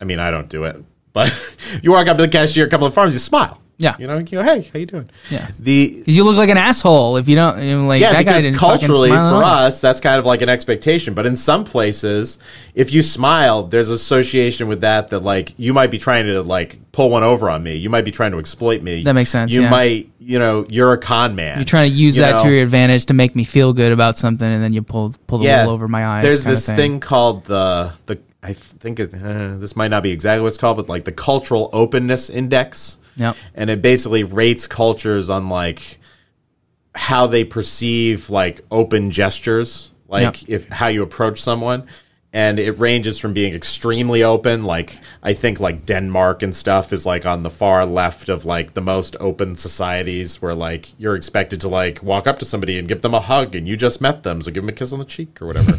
S2: I mean, I don't do it, but <laughs> you walk up to the cashier at a couple of farms, you smile.
S1: Yeah.
S2: You know, you go, "Hey, how you doing?"
S1: Yeah.
S2: The
S1: 'Cause you look like an asshole if you don't. You know, like
S2: yeah,
S1: that guy
S2: because
S1: didn't fucking
S2: culturally
S1: smile at
S2: for
S1: all.
S2: us, that's kind of like an expectation. But in some places, if you smile, there's association with that that like you might be trying to like pull one over on me. You might be trying to exploit me.
S1: That makes sense,
S2: You
S1: yeah.
S2: might, you know, you're a con man. You're
S1: trying to use that to
S2: know?
S1: your advantage to make me feel good about something, and then you pull pull the wool over my eyes.
S2: There's
S1: kinda
S2: this thing. called the the I think it, uh, this might not be exactly what it's called, but like the cultural openness index.
S1: Yep.
S2: And it basically rates cultures on like how they perceive like open gestures, like if how you approach someone. And it ranges from being extremely open, like I think like Denmark and stuff is like on the far left of like the most open societies where like you're expected to like walk up to somebody and give them a hug and you just met them, so give them a kiss on the cheek or whatever.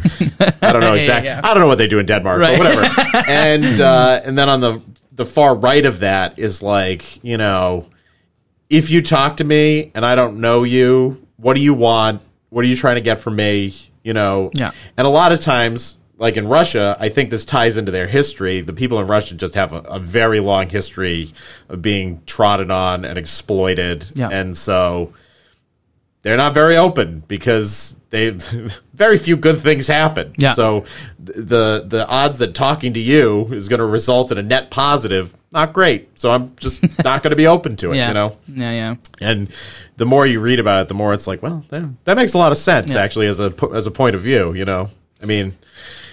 S2: I don't know
S1: <laughs>
S2: exactly.
S1: yeah.
S2: I don't know what they do in Denmark,
S1: Right. <laughs>
S2: but whatever. and uh, and then on the the far right of that is like you know if you talk to me and I don't know you, what do you want? What are you trying to get from me? You know?
S1: Yeah.
S2: And a lot of times, like in Russia, I think this ties into their history. The people in Russia just have a, a very long history of being trodden on and exploited.
S1: Yeah.
S2: And so they're not very open because they <laughs> very few good things happen.
S1: Yeah.
S2: So th- the the odds that talking to you is going to result in a net positive, not great. So
S1: <laughs>
S2: I'm just not going to be open to it,
S1: Yeah.
S2: you know.
S1: Yeah, yeah.
S2: And the more you read about it, the more it's like, well, yeah, that makes a lot of sense
S1: Yeah.
S2: actually as a po- as a point of view. You know, I mean,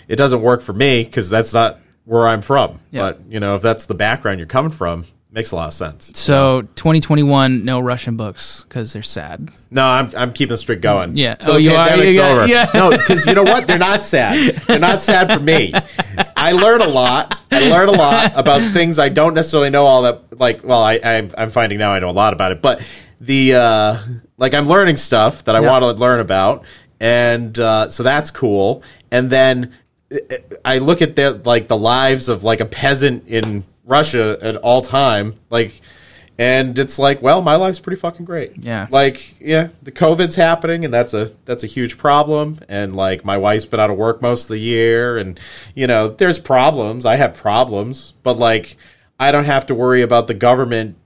S2: it doesn't work for me because that's not where I'm from.
S1: Yeah.
S2: But you know, if that's the background you're coming from, it makes a lot of sense.
S1: So 2021, no Russian books because they're sad.
S2: No, I'm I'm keeping the streak going.
S1: Yeah.
S2: Till
S1: Oh,
S2: the
S1: you are?
S2: pandemic's
S1: You got-
S2: over.
S1: yeah.
S2: No, because you know what? They're not sad. They're not sad for me. I learn a lot. I learn a lot about things I don't necessarily know all that. Like, well, I, I I'm finding now I know a lot about it, but the uh, like I'm learning stuff that I
S1: Yeah.
S2: want to learn about, and uh, so that's cool. And then uh, uh, I look at the like the lives of like a peasant in Russia at all time, like. And it's like, well, my life's pretty fucking great
S1: Yeah.
S2: like yeah the covid's happening and that's a that's a huge problem and like my wife's been out of work most of the year and you know there's problems i have problems but like i don't have to worry about the government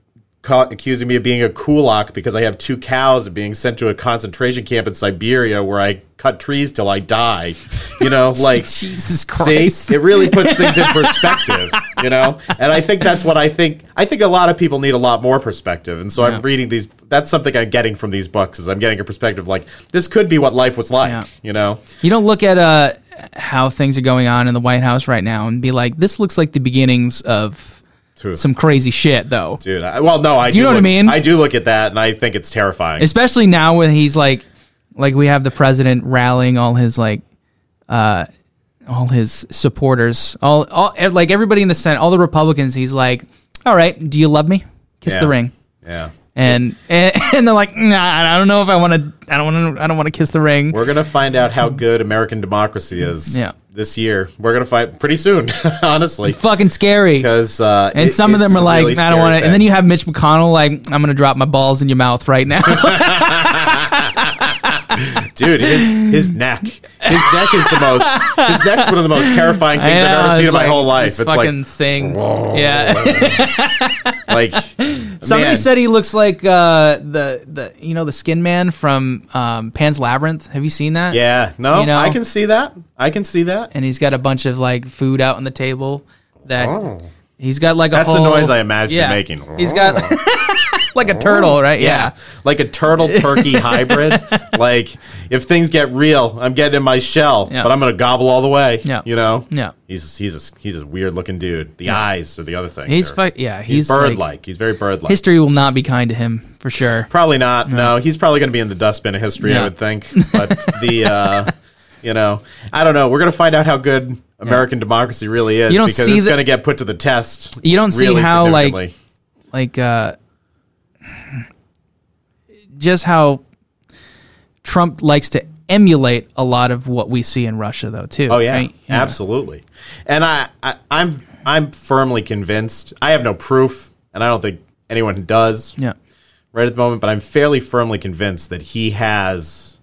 S2: ca- accusing me of being a kulak because i have two cows and being sent to a concentration camp in siberia where i cut trees till i die you know
S1: <laughs>
S2: like
S1: Jesus
S2: See,
S1: Christ.
S2: it really puts things in perspective, you know. And I think that's what I think. I think a lot of people need a lot more perspective, and so
S1: Yeah.
S2: I'm reading these. That's something I'm getting from these books is I'm getting a perspective like this could be what life was like,
S1: Yeah.
S2: you know.
S1: You don't look at uh, how things are going on in the White House right now and be like, this looks like the beginnings of
S2: True.
S1: some crazy shit, though.
S2: Dude, I, well, no, I do,
S1: you know what I
S2: look-
S1: mean?
S2: I do look at that, and I think it's terrifying.
S1: Especially now when he's like, like we have the president rallying all his like, uh, all his supporters, all, all, ev- like everybody in the Senate, all the Republicans. He's like, all right, do you love me? Kiss
S2: Yeah.
S1: the ring.
S2: yeah,
S1: And, and <laughs> and they're like, nah, I don't know if I want to. I don't want to. I don't want to kiss the ring.
S2: we're gonna find out how good American democracy is.
S1: Yeah.
S2: this year we're gonna find pretty soon, <laughs> honestly,
S1: Fucking scary.
S2: because uh,
S1: And some of them are like, I don't want to. And then
S2: you.
S1: you have Mitch
S2: <laughs>
S1: McConnell like, I'm going to drop my balls in your mouth right now.
S2: dude, his his neck, his neck is the most. His neck's one of the most
S1: <laughs>
S2: terrifying things
S1: I know,
S2: I've ever seen in
S1: it's
S2: my
S1: like
S2: whole life.
S1: this
S2: It's
S1: fucking
S2: like,
S1: thing. Yeah.
S2: like
S1: <laughs> Somebody
S2: man,
S1: said he looks like uh, the the you know the Skin Man from um, Pan's Labyrinth. Have you seen that?
S2: yeah, no,
S1: you know?
S2: I can see that. I can see that.
S1: And he's got a bunch of like food out on the table. That he's got like a
S2: That's the
S1: whole-
S2: noise I imagine
S1: yeah.
S2: making.
S1: He's got <laughs> like a turtle, right? Yeah.
S2: like a
S1: <laughs>
S2: turtle turkey hybrid. Like if things get real, I'm getting in my shell,
S1: Yeah.
S2: but I'm gonna gobble all the way.
S1: Yeah.
S2: you know.
S1: Yeah.
S2: he's he's a, he's a weird looking dude. The eyes are the other thing.
S1: He's
S2: They're-
S1: fi- yeah. He's,
S2: he's bird
S1: like
S2: like. He's very bird like.
S1: history will not be kind to him for sure.
S2: Probably not. No, he's probably going to be in the dustbin of history,
S1: Yeah.
S2: I would think. But the, uh, <laughs> you know, I don't know. We're going to find out how good American democracy really is
S1: You don't
S2: because
S1: see
S2: it's
S1: the-
S2: going to get put to the test.
S1: You don't see how, like-
S2: significantly.
S1: like uh just how Trump likes to emulate a lot of what we see in Russia though too.
S2: Oh yeah,
S1: right?
S2: absolutely. And I, I, I'm, I'm firmly convinced. I have no proof, and I don't think anyone does
S1: Yeah.
S2: right at the moment. But I'm fairly firmly convinced that he has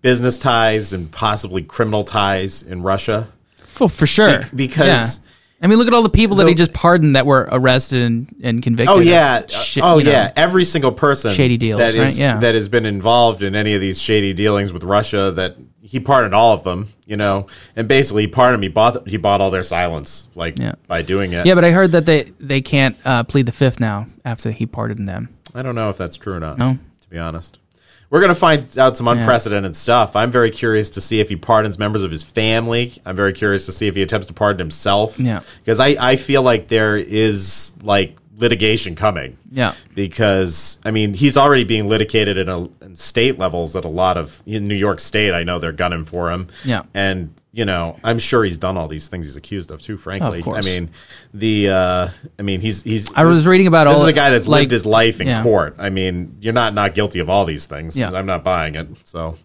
S2: business ties and possibly criminal ties in Russia.
S1: For, for sure.
S2: because-
S1: Yeah. I mean look at all the people that he
S2: The-
S1: just pardoned that were arrested and, and convicted.
S2: Oh
S1: of
S2: yeah.
S1: shit,
S2: oh
S1: you know.
S2: yeah. Every single person
S1: Shady deals,
S2: that is
S1: right? Yeah.
S2: that has been involved in any of these shady dealings with Russia that he pardoned all of them, you know. And basically he pardoned he bought he bought all their silence like
S1: Yeah.
S2: by doing it.
S1: Yeah, but I heard that they they can't uh, plead the fifth now after he pardoned them.
S2: I don't know if that's true or not. No. To be honest. We're gonna find out some unprecedented stuff. I'm very curious to see if he pardons members of his family. I'm very curious to see if he attempts to pardon himself.
S1: Yeah.
S2: Because I, I feel like there is like litigation coming.
S1: Yeah.
S2: because I mean he's already being litigated in, a, in state levels at a lot of in New York State. I know they're gunning for him.
S1: Yeah.
S2: and you know I'm sure he's done all these things he's accused of too. Frankly, I
S1: course.
S2: mean the uh, I mean he's he's
S1: I was reading about
S2: this
S1: all
S2: is a guy that's
S1: like,
S2: lived his life in
S1: yeah.
S2: court. I mean you're not not guilty of all these things.
S1: Yeah.
S2: I'm not buying it. So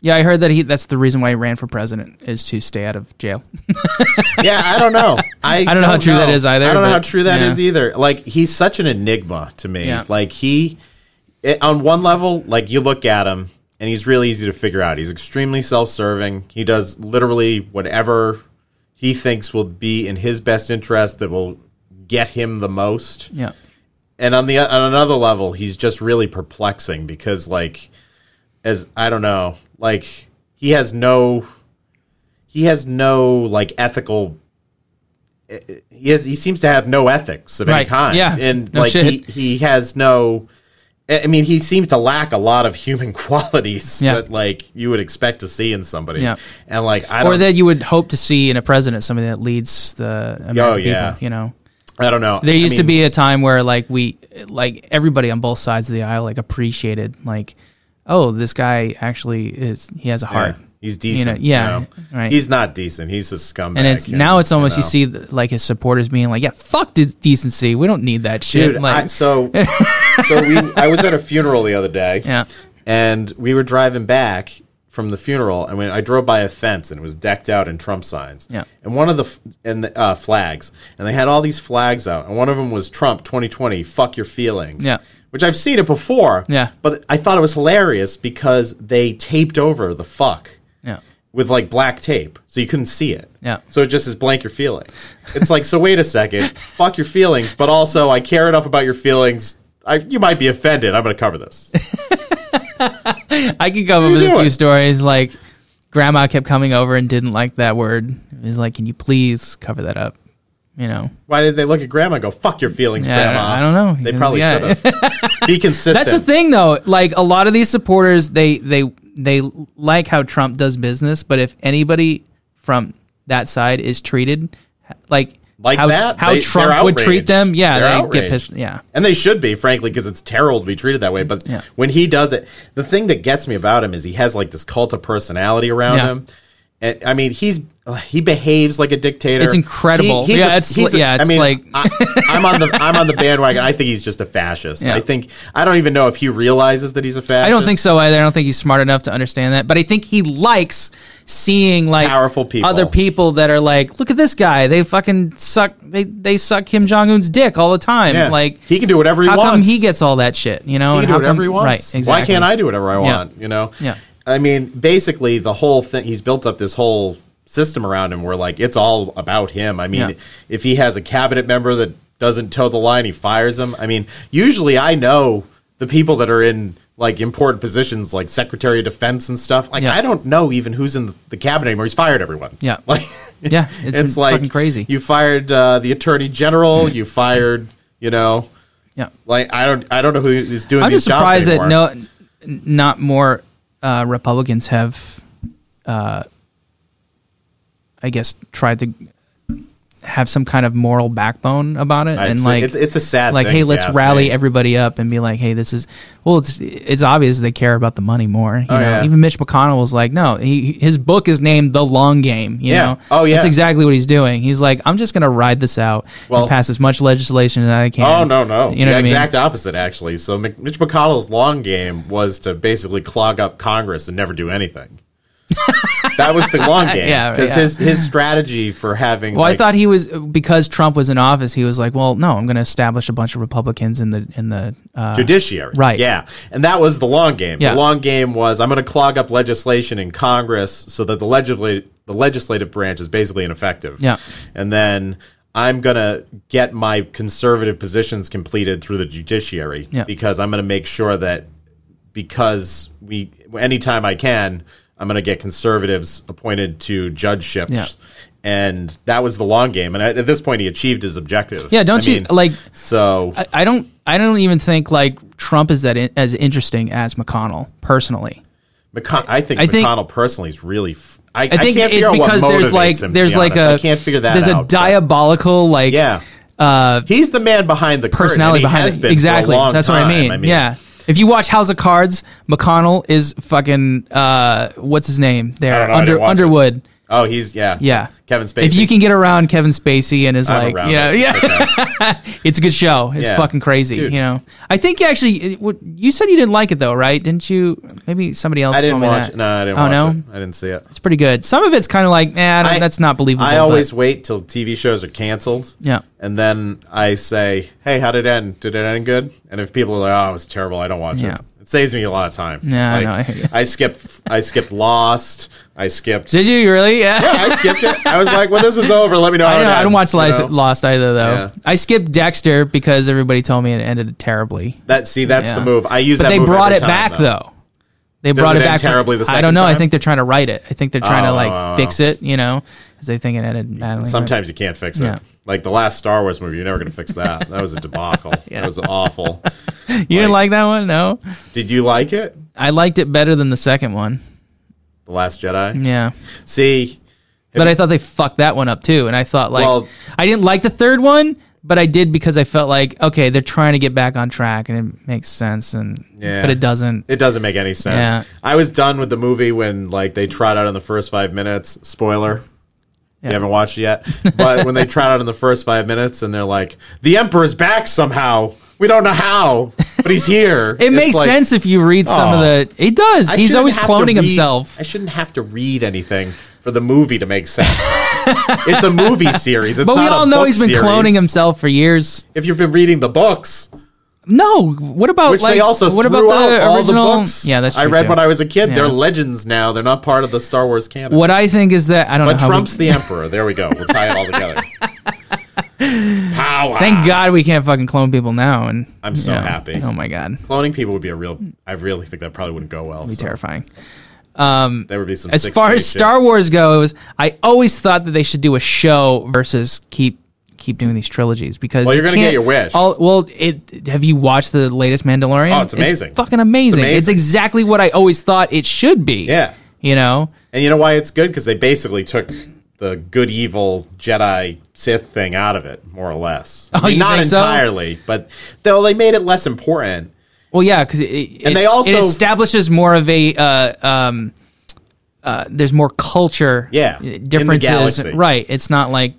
S1: Yeah, I heard that he that's the reason why he ran for president is to stay out of jail.
S2: <laughs> yeah, I don't know. I,
S1: don't know how true that is either,
S2: I don't know
S1: but-
S2: how true that is
S1: yeah.
S2: either. Like he's such an enigma to me.
S1: Yeah.
S2: Like he, it, on one level, like you look at him and he's really easy to figure out. He's extremely self-serving. He does literally whatever he thinks will be in his best interest that will get him the most
S1: yeah.
S2: and on the on another level, he's just really perplexing because like as I don't know, like he has no he has no like ethical eh, he has he seems to have no ethics of any
S1: Right.
S2: kind.
S1: Yeah.
S2: And
S1: No
S2: like
S1: shit.
S2: he he has no eh, I I mean, he seems to lack a lot of human <laughs> qualities
S1: Yeah.
S2: that like you would expect to see in somebody.
S1: Yeah.
S2: And like I
S1: Or
S2: don't
S1: that you would hope to see in a president somebody that leads the American
S2: Oh, yeah.
S1: people, you know.
S2: I don't know.
S1: There
S2: I
S1: used to
S2: mean,
S1: be a time where like we like everybody on both sides of the aisle like appreciated like oh this guy actually is he has a heart.
S2: yeah, he's decent.
S1: yeah, right.
S2: He's not decent. He's a scumbag.
S1: And it's
S2: you
S1: now
S2: know,
S1: it's almost you,
S2: know.
S1: see th- like his supporters being like yeah fuck de- decency we don't need that shit
S2: dude.
S1: like <laughs>
S2: I, so, so we. I was at a funeral the other day.
S1: Yeah.
S2: And we were driving back from the funeral, and when I drove by a fence, and it was decked out in Trump signs.
S1: Yeah.
S2: And one of the f- and the uh, flags, and they had all these flags out, and one of them was Trump 2020. Fuck your feelings.
S1: Yeah.
S2: Which I've seen it before.
S1: Yeah.
S2: But I thought it was hilarious because they taped over the fuck
S1: yeah
S2: with like black tape, so you couldn't see it.
S1: Yeah.
S2: So it just is blank your feelings. It's like, so wait a second, <laughs> fuck your feelings, but also I care enough about your feelings. I, you might be offended. I'm going to
S1: <laughs>
S2: cover this.
S1: I could come up
S2: you
S1: with a
S2: doing?
S1: few stories like grandma kept coming over and didn't like that word is like can you please cover that up you know
S2: Why did they look at grandma and go, fuck your feelings,
S1: Yeah, I don't-
S2: grandma?
S1: I don't know.
S2: They
S1: Because,
S2: probably
S1: yeah.
S2: should have. Be
S1: <laughs>
S2: consistent.
S1: That's the thing, though. Like a lot of these supporters, they they they like how Trump does business, but if anybody from that side is treated like
S2: Like
S1: how,
S2: that,
S1: how
S2: they- they're
S1: Trump would treat
S2: outraged.
S1: them, yeah,
S2: They're
S1: they get
S2: outraged.
S1: pissed. Yeah,
S2: And they should be, frankly, because it's terrible to be treated that way. But
S1: Yeah.
S2: when he does it, the thing that gets me about him is he has like this cult of personality around
S1: Yeah.
S2: him. And I mean, he's uh, he behaves like a dictator.
S1: It's incredible.
S2: he's
S1: Yeah, it's-
S2: he's
S1: yeah, it's like-
S2: I, I'm on the I'm on the bandwagon. I think he's just a fascist.
S1: Yeah.
S2: I think I don't even know if he realizes that he's a fascist.
S1: I don't think so either. I don't think he's smart enough to understand that. But I think he likes seeing like
S2: Powerful people.
S1: other people that are like, look at this guy. They fucking suck. They they suck Kim Jong Un's dick all the time.
S2: Yeah.
S1: Like
S2: he can do whatever he
S1: how
S2: wants.
S1: come he gets all that shit? You know,
S2: He
S1: And
S2: can do
S1: how
S2: whatever
S1: come-
S2: he wants.
S1: Right. Exactly.
S2: Why can't I do whatever I
S1: Yeah.
S2: want? You know.
S1: Yeah.
S2: I mean, basically, the whole thing. He's built up this whole system around him where, like, it's all about him. I mean,
S1: Yeah.
S2: if he has a cabinet member that doesn't toe the line, he fires him. I mean, usually, I know the people that are in like important positions, like Secretary of Defense and stuff. Like,
S1: Yeah.
S2: I don't know even who's in the, the cabinet anymore. He's fired everyone.
S1: Yeah.
S2: <laughs> Like,
S1: Yeah, it's
S2: it's,
S1: been
S2: like
S1: fucking crazy.
S2: You fired uh, the Attorney General. you fired, you know.
S1: Yeah.
S2: Like I don't, I don't know who is doing.
S1: I'm
S2: these
S1: just surprised
S2: jobs
S1: that
S2: anymore.
S1: no, n- not more uh, Republicans have, uh, I guess, tried to have some kind of moral backbone about it, and
S2: Uh, it's,
S1: like
S2: it's, it's a sad
S1: like
S2: thing,
S1: hey
S2: if you
S1: let's
S2: ask
S1: rally
S2: me.
S1: everybody up and be like hey this is well it's it's obvious they care about the money more you know
S2: Oh, yeah.
S1: even mitch mcconnell was like no he, his book is named the long game you
S2: Yeah.
S1: know
S2: Oh, yeah.
S1: that's exactly what he's doing he's like i'm just gonna ride this out
S2: Well-
S1: and pass as much legislation as i can
S2: Oh no no!
S1: you know
S2: the
S1: what
S2: exact
S1: I mean?
S2: opposite actually. So Mc- Mitch McConnell's long game was to basically clog up Congress and never
S1: <laughs>
S2: do anything. that was the long game.
S1: Yeah,
S2: because
S1: yeah.
S2: his his strategy for having.
S1: well,
S2: like-
S1: I thought he was because Trump was in office. He was like, "Well, no, I'm going to establish a bunch of Republicans in the in the uh,
S2: judiciary.
S1: Right.
S2: Yeah. And that was the long game.
S1: Yeah.
S2: The long game was I'm going to clog up legislation in Congress so that the legislative the legislative branch is basically ineffective.
S1: Yeah.
S2: And then I'm going to get my conservative positions completed through the judiciary
S1: Yeah.
S2: because I'm going to make sure that because we anytime I can, I'm going to get conservatives appointed to judgeships.
S1: Yeah.
S2: And that was the long game, and at at this point, he achieved his objective.
S1: yeah." Don't
S2: I
S1: you
S2: mean,
S1: like?
S2: So
S1: I, I don't. I don't even think like Trump is that in, as interesting as McConnell personally.
S2: McCon- I think
S1: I think-
S2: McConnell personally is really. F- I, I
S1: I think
S2: can't figure
S1: it's
S2: out what
S1: because there's
S2: motivates
S1: like
S2: him, to
S1: there's
S2: be
S1: like
S2: honest.
S1: a
S2: I can't figure that
S1: there's
S2: out.
S1: a
S2: but-
S1: diabolical like
S2: yeah. he's the man behind the curtain,
S1: personality
S2: and he
S1: behind
S2: has
S1: it.
S2: been for a
S1: exactly.
S2: long
S1: That's what I
S2: time.
S1: mean. Yeah. If you watch House of Cards, McConnell is fucking uh what's his name there
S2: I don't know, I
S1: under
S2: didn't watch it.
S1: Underwood.
S2: Oh, he's yeah.
S1: Yeah.
S2: Kevin Spacey.
S1: If you can get around Kevin Spacey and is
S2: I'm
S1: like,
S2: around
S1: you know,
S2: it.
S1: yeah, <laughs> it's a good show. It's
S2: Yeah.
S1: fucking crazy,
S2: Dude.
S1: you know. I think actually, it, what, you said you didn't like it though, right? Didn't you? Maybe somebody else.
S2: I didn't
S1: told
S2: watch.
S1: Me that.
S2: No, I didn't
S1: Oh
S2: watch
S1: no,
S2: it. I didn't see it.
S1: it's pretty good. Some of it's kind of like, nah, I don't-
S2: I-
S1: that's not believable.
S2: I
S1: but-
S2: always wait till TV shows are canceled.
S1: Yeah.
S2: And then I say, "Hey, how did it end? Did it end good?" And if people are like, "Oh, it's terrible. I don't watch
S1: Yeah.
S2: it." It saves me a lot of time.
S1: Yeah, I
S2: Like,
S1: know, <laughs> I hear you.
S2: I skipped. I skipped Lost. I skipped.
S1: did you really? Yeah.
S2: I skipped it. I was like, "Well, this is over. Let me
S1: <laughs>
S2: know."
S1: I
S2: how
S1: don't,
S2: it
S1: know, I don't watch
S2: ends," you
S1: Lost,
S2: know?
S1: Lost either though.
S2: Yeah.
S1: I skipped Dexter because everybody told me it ended terribly.
S2: That see, that's
S1: Yeah.
S2: the move. I use
S1: But
S2: that.
S1: they
S2: move
S1: brought
S2: every
S1: it
S2: time,
S1: back though. They brought
S2: it
S1: it
S2: end
S1: back
S2: terribly the
S1: I don't
S2: second
S1: know. I
S2: time?
S1: think they're trying to write it. I think they're trying to
S2: Oh,
S1: like
S2: oh, oh.
S1: fix it. You know, because they think it ended badly.
S2: Sometimes you can't fix it.
S1: Yeah.
S2: Like the last Star Wars movie, you're never going to
S1: <laughs>
S2: fix that. That was a debacle. That was awful.
S1: you didn't like that one. No,
S2: Did you like it?
S1: I liked it better than the second one.
S2: The Last Jedi.
S1: Yeah,
S2: See,
S1: but I thought they fucked that one up too. And I thought like
S2: Well-
S1: I didn't like the third one, but I did because I felt like okay, they're trying to get back on track, and it makes sense. And
S2: Yeah.
S1: but it doesn't.
S2: it doesn't make any sense.
S1: Yeah.
S2: I was done with the movie when like they trot out in the first five minutes. Spoiler. You haven't watched it yet, but when they trot out in the first five minutes and they're like, "The Emperor's back somehow. We don't know how, but he's here."
S1: <laughs> It makes sense if you read some of
S2: Aw.
S1: the. It does.
S2: I
S1: He's
S2: shouldn't
S1: always
S2: have to
S1: cloning
S2: read-
S1: himself.
S2: I shouldn't have to read anything for the movie to
S1: <laughs>
S2: make sense. it's a movie series. It's
S1: But we
S2: not a
S1: all know
S2: book
S1: he's been
S2: series.
S1: cloning himself for years.
S2: If you've been reading the books,
S1: No, what about
S2: which
S1: like
S2: they also
S1: what
S2: threw
S1: about the
S2: out all
S1: original?
S2: the books.
S1: Yeah, that's true
S2: I read
S1: too.
S2: when I was a kid.
S1: Yeah.
S2: They're legends now. They're not part of the Star Wars canon.
S1: What I think is that I don't
S2: but
S1: know how. we-
S2: Trump's the emperor. There we go. We'll tie it all together.
S1: <laughs>
S2: Power.
S1: thank God we can't fucking clone people now. And
S2: I'm so
S1: you know,
S2: happy.
S1: Oh my God, it'd
S2: Cloning people would be a real. I really think that probably wouldn't go well.
S1: be
S2: so
S1: terrifying.
S2: there would be some.
S1: As
S2: sixth
S1: far
S2: grade
S1: as
S2: shit.
S1: Star Wars goes, I always thought that they should do a show versus keep keep doing these trilogies because
S2: Well,
S1: you
S2: you're gonna get
S1: can't-
S2: your wish.
S1: All, well, it have you watched the latest Mandalorian?
S2: Oh, it's amazing.
S1: fucking amazing. It's,
S2: It's amazing.
S1: exactly what I always thought it should be.
S2: Yeah.
S1: you know.
S2: And you know why it's good? Because they basically took the good, evil Jedi Sith thing out of it, more or less. I
S1: Oh, you
S2: not
S1: think so?
S2: entirely, but though they made it less important.
S1: Well, yeah, because it, it-
S2: And they also-
S1: it establishes more of a uh, um, uh, there's more culture
S2: Yeah, in the
S1: differences
S2: galaxy.
S1: right it's not like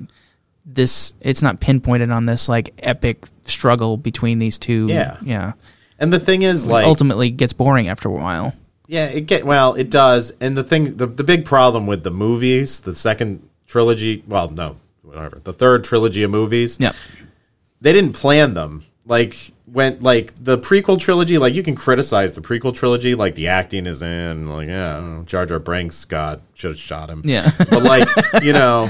S1: this it's not pinpointed on this like epic struggle between these two
S2: Yeah.
S1: yeah
S2: And the thing is, like,
S1: ultimately gets boring after a while
S2: yeah, it get well, it does. And the thing, the, the big problem with the movies, the second trilogy, well, no, whatever, the third trilogy of movies,
S1: yeah
S2: they didn't plan them. Like when like the prequel trilogy, like you can criticize the prequel trilogy, like the acting is in, like yeah, I don't know, Jar Jar Binks, God should have shot him.
S1: <laughs> Yeah.
S2: but like you know,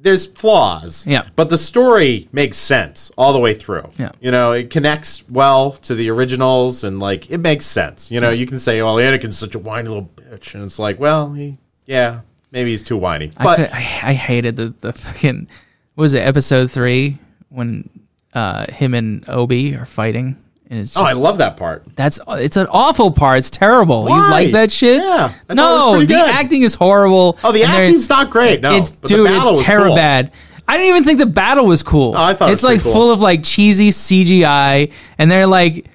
S2: there's flaws.
S1: Yeah.
S2: but the story makes sense all the way through.
S1: Yeah.
S2: you know, it connects well to the originals, and like it makes sense. You know, you can say, "Well, Anakin's such a whiny little bitch," and it's like, well, he, yeah, maybe he's too whiny,
S1: I,
S2: but
S1: could, I, I hated the, the fucking what was it episode three when uh him and obi are fighting and it's
S2: oh,
S1: just,
S2: I love that part.
S1: that's it's an awful part it's terrible you
S2: Why?
S1: like that shit
S2: Yeah, I thought it was
S1: no the
S2: pretty good.
S1: acting is horrible
S2: Oh, the
S1: And they're-
S2: acting's not great. No,
S1: it's
S2: but the
S1: dude
S2: battle
S1: it's
S2: was
S1: terrible
S2: cool. Oh,
S1: bad I didn't even think the battle was cool.
S2: I thought it
S1: it's
S2: was pretty
S1: like
S2: cool.
S1: full of like cheesy CGI, and they're like,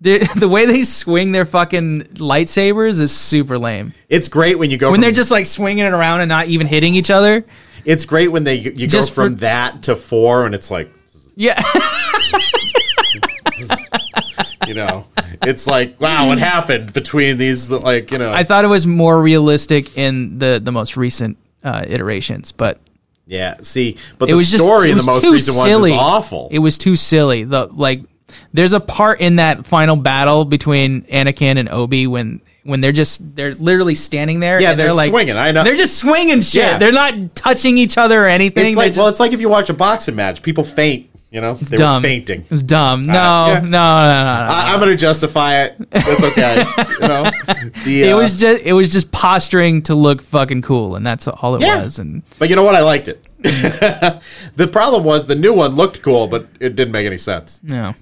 S1: they're, <laughs> the way they swing their fucking lightsabers is super lame.
S2: It's great when you go
S1: When
S2: from,
S1: they're just like swinging it around and not even hitting each other.
S2: It's great when they you go
S1: Just
S2: from
S1: for-
S2: that to four, and it's like
S1: Yeah,
S2: <laughs> you know, it's like wow, what happened between these? Like you know,
S1: I thought it was more realistic in the the most recent uh, iterations, but
S2: yeah. See, but
S1: it
S2: the
S1: was just
S2: story
S1: it
S2: in the
S1: was
S2: most
S1: too
S2: recent
S1: silly.
S2: ones is awful.
S1: It was too silly. The like, there's a part in that final battle between Anakin and Obi when when they're just they're literally standing there.
S2: Yeah,
S1: and
S2: they're
S1: like,
S2: swinging, I know.
S1: They're just swinging shit.
S2: Yeah.
S1: They're not touching each other or anything.
S2: it's
S1: They're
S2: like well,
S1: just
S2: it's like if you watch a boxing match, people faint. You know, they
S1: dumb. Uh,
S2: were fainting. Uh,
S1: It's dumb. No,
S2: yeah.
S1: no, no, no, no.
S2: I, I'm going to justify it. It's
S1: <laughs>
S2: okay. you know, the,
S1: it
S2: uh,
S1: was just it was just posturing to look fucking cool, and that's all it
S2: Yeah.
S1: was. And
S2: But you know what? I liked it.
S1: Mm.
S2: <laughs> the problem was the new one looked cool, but it didn't make any sense.
S1: no,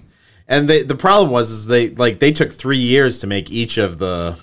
S2: And they, the problem was is they like they took three years to make each of the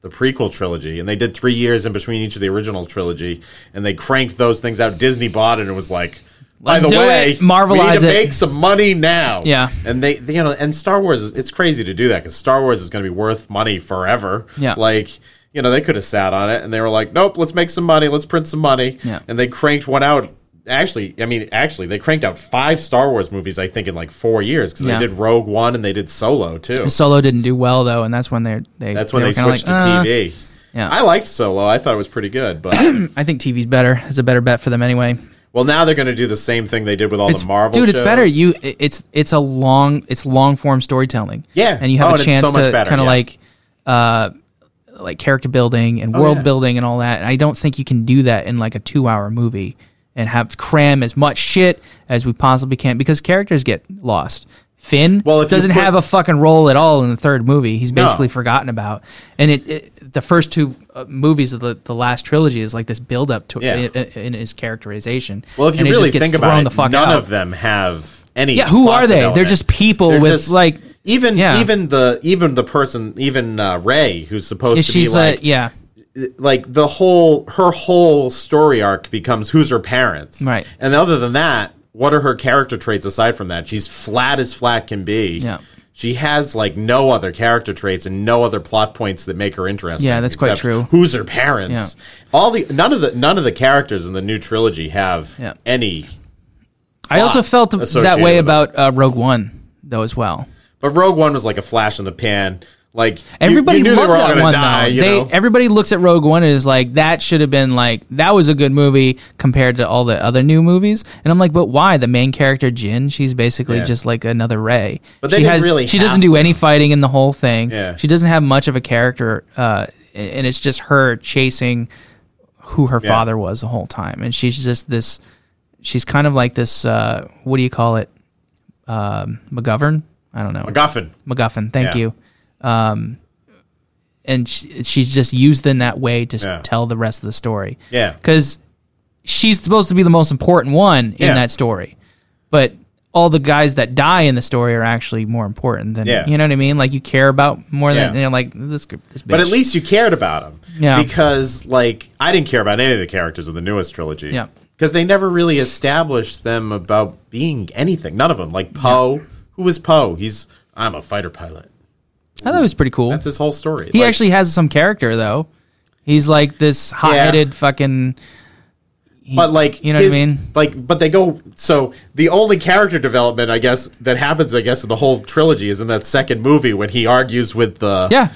S2: the prequel trilogy, and they did three years in between each of the original trilogy, and they cranked those things out. Disney bought it and was like,
S1: Let's
S2: by the
S1: do
S2: way,
S1: it. Marvelize
S2: we need to
S1: it."
S2: make some money now.
S1: Yeah.
S2: and they, they, you know, and Star Wars, is- it's crazy to do that because Star Wars is going to be worth money forever.
S1: Yeah.
S2: like. You know, they could have sat on it and they were like, nope, let's make some money. Let's print some money.
S1: Yeah.
S2: And they cranked one out. Actually, I mean, actually, they cranked out five Star Wars movies, I think, in like four years because
S1: Yeah.
S2: they did Rogue One and they did Solo too.
S1: Solo didn't do well though, and that's when they're they
S2: That's when they,
S1: were kinda
S2: switched
S1: like,
S2: to
S1: "Uh,
S2: TV.
S1: yeah.
S2: I liked Solo. I thought it was pretty
S1: <clears throat>
S2: good, but
S1: I think TV's better. It's a better bet for them anyway.
S2: well, now they're going to do the same thing they did with all
S1: It's,
S2: the Marvel.
S1: dude,
S2: shows.
S1: it's better. You, it- it's it's a long, it's long form storytelling.
S2: Yeah.
S1: and you
S2: Oh,
S1: have
S2: and
S1: a
S2: it's
S1: chance
S2: so much
S1: to
S2: better,
S1: kind of
S2: yeah.
S1: like, uh, like character building and world
S2: Oh, yeah.
S1: building and all that. And I don't think you can do that in like a two hour movie and have cram as much shit as we possibly can because characters get lost. Finn
S2: Well, if you
S1: doesn't
S2: put-
S1: have a fucking role at all in the third movie. He's basically forgotten about. And it, it the first two uh, movies of the, the last trilogy is like this build up to
S2: Yeah.
S1: in, in his characterization.
S2: Well, if you
S1: And it just
S2: really
S1: gets
S2: think about
S1: thrown
S2: it,
S1: the fuck
S2: none
S1: out.
S2: of them have any.
S1: Yeah, who
S2: plot
S1: are they? They're
S2: development.
S1: just people
S2: They're
S1: with
S2: just-
S1: like
S2: even
S1: yeah.
S2: even the even the person even uh, Ray who's supposed to be
S1: she's
S2: like
S1: a yeah
S2: like the whole her whole story arc becomes who's her parents
S1: Right.
S2: and other than that what are her character traits aside from that she's flat as flat can be
S1: Yeah.
S2: she has like no other character traits and no other plot points that make her interesting
S1: Yeah, that's quite
S2: except
S1: true.
S2: who's her parents all the none of the none of the characters in the new trilogy have
S1: Yeah.
S2: any
S1: I also felt that
S2: associated
S1: way
S2: with
S1: about uh, Rogue One though as well.
S2: but rogue one was like a flash in the pan like you-
S1: Everybody
S2: you, knew
S1: loves
S2: they were all
S1: that
S2: gonna
S1: one
S2: die
S1: though.
S2: you
S1: They,
S2: know
S1: everybody looks at Rogue One and is like that should have been like that was a good movie compared to all the other new movies. And I'm like, but why the main character Jin? She's basically
S2: Yeah.
S1: just like another Ray.
S2: But they
S1: she
S2: didn't
S1: has
S2: really
S1: she doesn't
S2: have
S1: do any fighting in the whole thing.
S2: Yeah.
S1: She doesn't have much of a character, uh, and and it's just her chasing who her father was the whole time, and she's just this. She's kind of like this. Uh, what do you call it? Um, McGovern. I don't know.
S2: MacGuffin.
S1: MacGuffin. Thank
S2: Yeah.
S1: you. Um, and she, she's just used in that way to s-
S2: Yeah.
S1: tell the rest of the story.
S2: yeah
S1: Because she's supposed to be the most important one in
S2: Yeah.
S1: that story, but all the guys that die in the story are actually more important than
S2: Yeah.
S1: you know what I mean. Like you care about more than
S2: Yeah.
S1: you know, like this. gr- this bitch.
S2: But at least you cared about them.
S1: Yeah.
S2: Because, like, I didn't care about any of the characters of the newest trilogy.
S1: Yeah.
S2: Because they never really established them about being anything. None of them. Like, Poe. Who is Poe? He's, I'm a fighter pilot.
S1: I thought it was pretty cool.
S2: That's his whole story.
S1: he
S2: Like,
S1: actually has some character though. He's like this hot-headed fucking. he-
S2: but like
S1: you know what I
S2: his-
S1: mean?
S2: Like, but they go so the only character development I guess that happens I guess in the whole trilogy is in that second movie when he argues with the
S1: Yeah.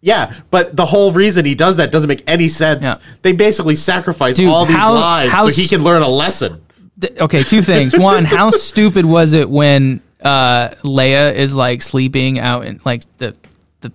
S2: yeah. But the whole reason he does that doesn't make any sense.
S1: Yeah.
S2: They basically sacrifice
S1: Dude,
S2: all these
S1: how-
S2: lives
S1: how
S2: so he
S1: s-
S2: can learn a lesson.
S1: Th- okay, two
S2: <laughs>
S1: things. One, how stupid was it when uh, Leia is like sleeping out in like the the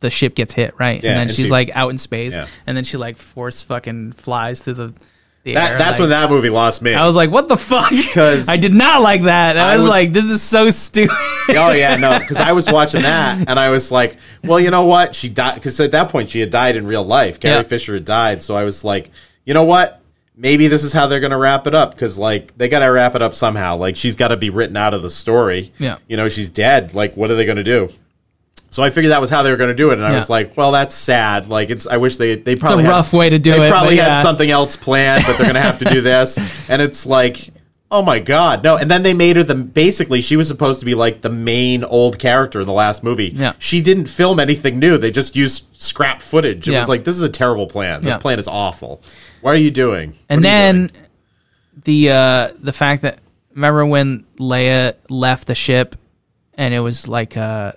S1: the ship gets hit, right?
S2: Yeah,
S1: and then
S2: and
S1: she's
S2: she-
S1: like out in space,
S2: yeah.
S1: and then she like force fucking flies through the the
S2: That,
S1: air.
S2: that's
S1: like- Oh.
S2: when that movie lost me.
S1: I was like, what the fuck? <laughs>
S2: 'Cause
S1: I did not like that. I,
S2: I
S1: was,
S2: was-
S1: like, this is so stupid.
S2: oh yeah, no, because I was watching that and I was like, well, you know what? She died because at that point she had died in real life. Carrie
S1: Yeah.
S2: Fisher had died, so I was like, you know what? Maybe this is how they're going to wrap it up because like they got to wrap it up somehow. Like she's got to be written out of the story.
S1: Yeah.
S2: you know she's dead. Like what are they going to do? So I figured that was how they were going to do it, and I
S1: Yeah.
S2: was like, "Well, that's sad. Like, it's I wish they they probably
S1: rough way to do
S2: they
S1: it,
S2: probably
S1: but
S2: had
S1: yeah.
S2: something else planned, but they're going to have to do
S1: <laughs>
S2: this." And it's like, "Oh my god, no!" And then they made her the basically she was supposed to be like the main old character in the last movie.
S1: Yeah.
S2: she didn't film anything new. They just used scrap footage. It
S1: Yeah.
S2: was like this is a terrible plan. This
S1: Yeah.
S2: plan is awful. What are you doing?
S1: and
S2: What are you doing?
S1: then the uh, the fact that remember when Leia left the ship, and it was like uh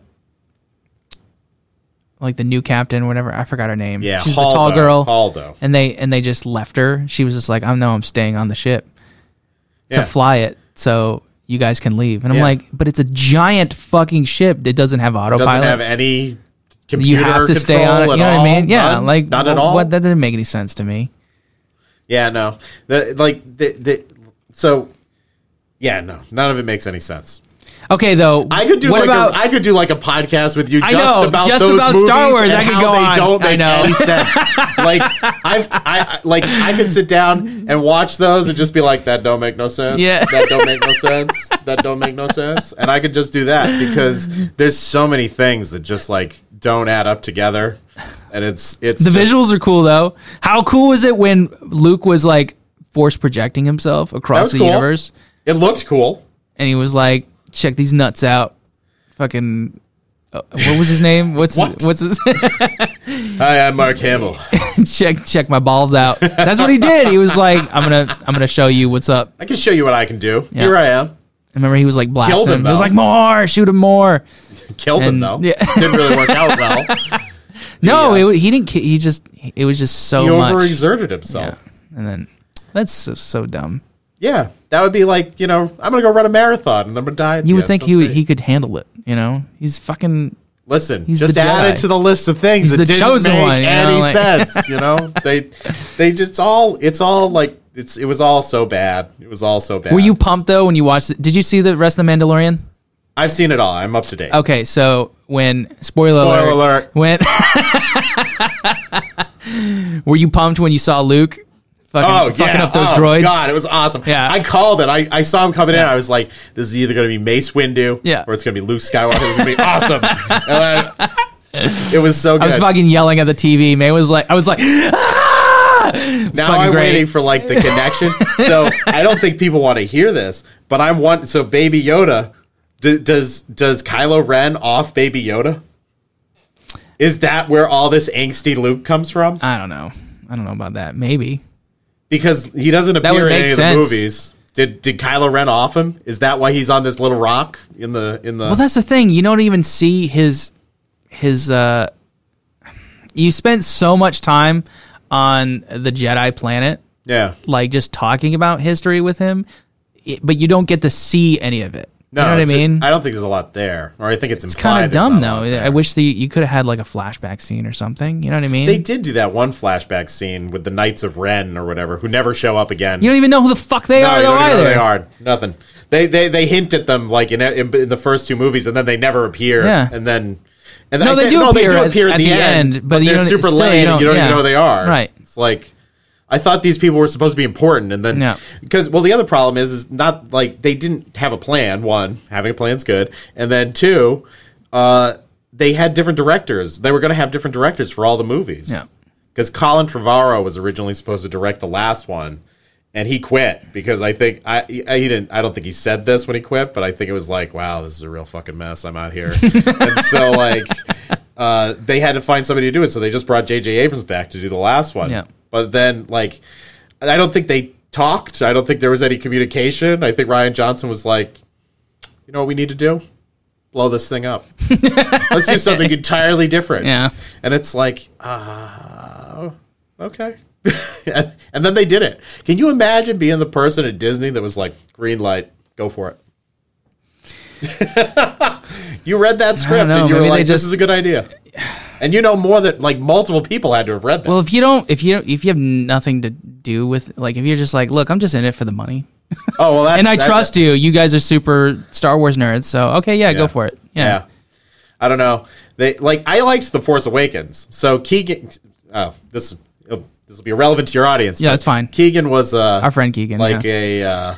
S1: like the new captain, whatever I forgot her name.
S2: yeah, uh,
S1: she's
S2: Haldo,
S1: the tall girl,
S2: Haldo.
S1: and they and they just left her. She was just like, I know I'm staying on the ship
S2: Yeah.
S1: to fly it, so you guys can leave. And I'm
S2: Yeah.
S1: like, but it's a giant fucking ship. It doesn't have autopilot.
S2: doesn't have any. Computer
S1: you have to stay on it.
S2: control
S1: You
S2: at
S1: know what I
S2: all?
S1: mean? Yeah,
S2: None?
S1: like
S2: not at
S1: wh-
S2: all.
S1: What, that didn't make any sense to me.
S2: Yeah, no. The, like the, the so yeah, no. None of it makes any sense.
S1: Okay, though.
S2: I could do
S1: what
S2: like
S1: about
S2: a, I could do like a podcast with you
S1: I
S2: just
S1: know,
S2: about
S1: just
S2: those
S1: about
S2: movies
S1: Star Wars.
S2: and
S1: I could
S2: how
S1: go
S2: they
S1: on.
S2: don't
S1: I
S2: make
S1: know. <laughs>
S2: any sense. like I've I, I like I could sit down and watch those and just be like that don't make no sense.
S1: Yeah.
S2: That don't make no sense. That don't make no sense. And I could just do that because there's so many things that just like don't add up together. And it's it's
S1: the
S2: just-
S1: visuals are cool though? How cool was it when Luke was like force projecting himself
S2: That
S1: across
S2: was
S1: the
S2: cool.
S1: universe,
S2: It looked cool.
S1: and he was like, "Check these nuts out." Fucking, uh, what was his name? What's
S2: What?
S1: what's his? <laughs>
S2: Hi, I'm Mark Hamill.
S1: check check my balls out. That's what he did. He was like, "I'm gonna I'm gonna show you what's up."
S2: I can show you what I can do. Here I am.
S1: I remember he was like blasting
S2: Killed him,
S1: him. He was
S2: though.
S1: like, "More, shoot him more."
S2: Killed him
S1: And-
S2: though.
S1: yeah.
S2: Didn't really
S1: <laughs>
S2: work out well.
S1: No,
S2: Yeah.
S1: it, he didn't. ki- He just. It was just so
S2: He
S1: much.
S2: overexerted
S1: Yeah.
S2: himself.
S1: And then that's so, so dumb.
S2: Yeah. That would be like, you know, I'm gonna go run a marathon and I'm gonna die. at
S1: You
S2: the
S1: would
S2: end.
S1: think
S2: Sounds
S1: he would,
S2: great.
S1: he could handle it. You know, he's fucking.
S2: listen,
S1: he's
S2: just
S1: the
S2: add
S1: Jedi.
S2: it to the list of things
S1: He's
S2: that
S1: the
S2: didn't
S1: chosen
S2: make
S1: one, you know,
S2: any
S1: like-
S2: sense,
S1: <laughs>
S2: you know? They they just all it's all like it's it was all so bad. It was all so bad.
S1: Were you pumped though when you watched? It? Did you see the rest of the Mandalorian?
S2: I've seen it all. I'm up to date.
S1: Okay, so when spoiler,
S2: Spoiler
S1: alert,
S2: alert.
S1: when <laughs> were you pumped when you saw Luke fucking fucking up those
S2: oh,
S1: droids?
S2: God, it was awesome.
S1: Yeah.
S2: I called it. I, I saw him coming in. I was like, this is either going to be Mace Windu
S1: Yeah.
S2: or it's going to be Luke Skywalker. This is going to
S1: <laughs>
S2: be awesome. And I- it was so good.
S1: I was fucking yelling at the TV. May was like, I was like, "Ah!" It's
S2: now
S1: fucking
S2: I'm
S1: great.
S2: waiting for like the connection. so I don't think people want to hear this, but I'm one. So Baby Yoda, d- does does Kylo Ren off Baby Yoda? Is that where all this angsty Luke comes from?
S1: I don't know. I don't know about that. Maybe.
S2: because he doesn't
S1: would
S2: appear in
S1: make
S2: any
S1: sense.
S2: of the movies. Did did Kylo Ren off him? Is that why he's on this little rock in the in the?
S1: Well, that's the thing. You don't even see his his. uh You spent so much time on the Jedi planet,
S2: yeah,
S1: like just talking about history with him, i- but you don't get to see any of it.
S2: no,
S1: you know what I
S2: it's-
S1: mean?
S2: I don't think there's a lot there, or I think it's,
S1: It's kind of dumb though. I
S2: There.
S1: wish the you could have had like a flashback scene or something. You know what I mean?
S2: They did do that one flashback scene with the Knights of Ren or whatever, who never show up again.
S1: you don't even know who the fuck they
S2: No,
S1: are
S2: you
S1: though
S2: don't even know
S1: either.
S2: who They are nothing. They they they hint at them like in, in, in the first two movies, and then they never appear.
S1: Yeah.
S2: and then and
S1: No,
S2: I
S1: they
S2: think-
S1: do
S2: no,
S1: appear
S2: they do
S1: at-
S2: appear at,
S1: at
S2: the,
S1: the end,
S2: end,
S1: but
S2: but
S1: you
S2: they're
S1: don't-
S2: super
S1: still, you
S2: lame.
S1: don't-
S2: and You don't
S1: yeah.
S2: even know who they are.
S1: Right.
S2: It's like I thought these people were supposed to be important, and then
S1: Yeah.
S2: because well, the other problem is is not like they didn't have a plan. One, having a plan's good, and then two, uh, they had different directors. They were going to have different directors for all the movies.
S1: Yeah.
S2: because Colin Trevorrow was originally supposed to direct the last one, and he quit because I think I, I he didn't. I don't think he said
S1: <laughs>
S2: this when he quit, but I think it was like, wow, this is a real fucking mess. I'm out here, and so like. uh, they had to find somebody to do it, so they just brought J.J. Abrams back to do the last one.
S1: Yeah.
S2: But then, like, I don't think they talked. I don't think there was any communication. I think Ryan Johnson was like, "You know what we need to do? Blow this thing
S1: <laughs>
S2: up. Let's do something entirely different."
S1: Yeah.
S2: And it's like, ah, okay. <laughs> and and then they did it. Can you imagine being the person at Disney that was like, "Green light, go for it." <laughs> you read that script
S1: know,
S2: and you were
S1: maybe they
S2: like, "This
S1: just-
S2: is a good idea," and you know more that like multiple people had to have read that.
S1: Well, if you don't, if you don't, if you have nothing to do with, like, if you're just like, look, I'm just in it for the money,
S2: oh well, that's,
S1: and I
S2: that-
S1: trust you. You guys are super Star Wars nerds, so okay, yeah, go
S2: Yeah.
S1: for it.
S2: Yeah.
S1: Yeah,
S2: I don't know. They like I liked The Force Awakens. So Keegan, oh, this it'll- this will be irrelevant to your audience.
S1: Yeah,
S2: but
S1: it's fine.
S2: Keegan was uh,
S1: our friend Keegan,
S2: like
S1: yeah.
S2: a uh,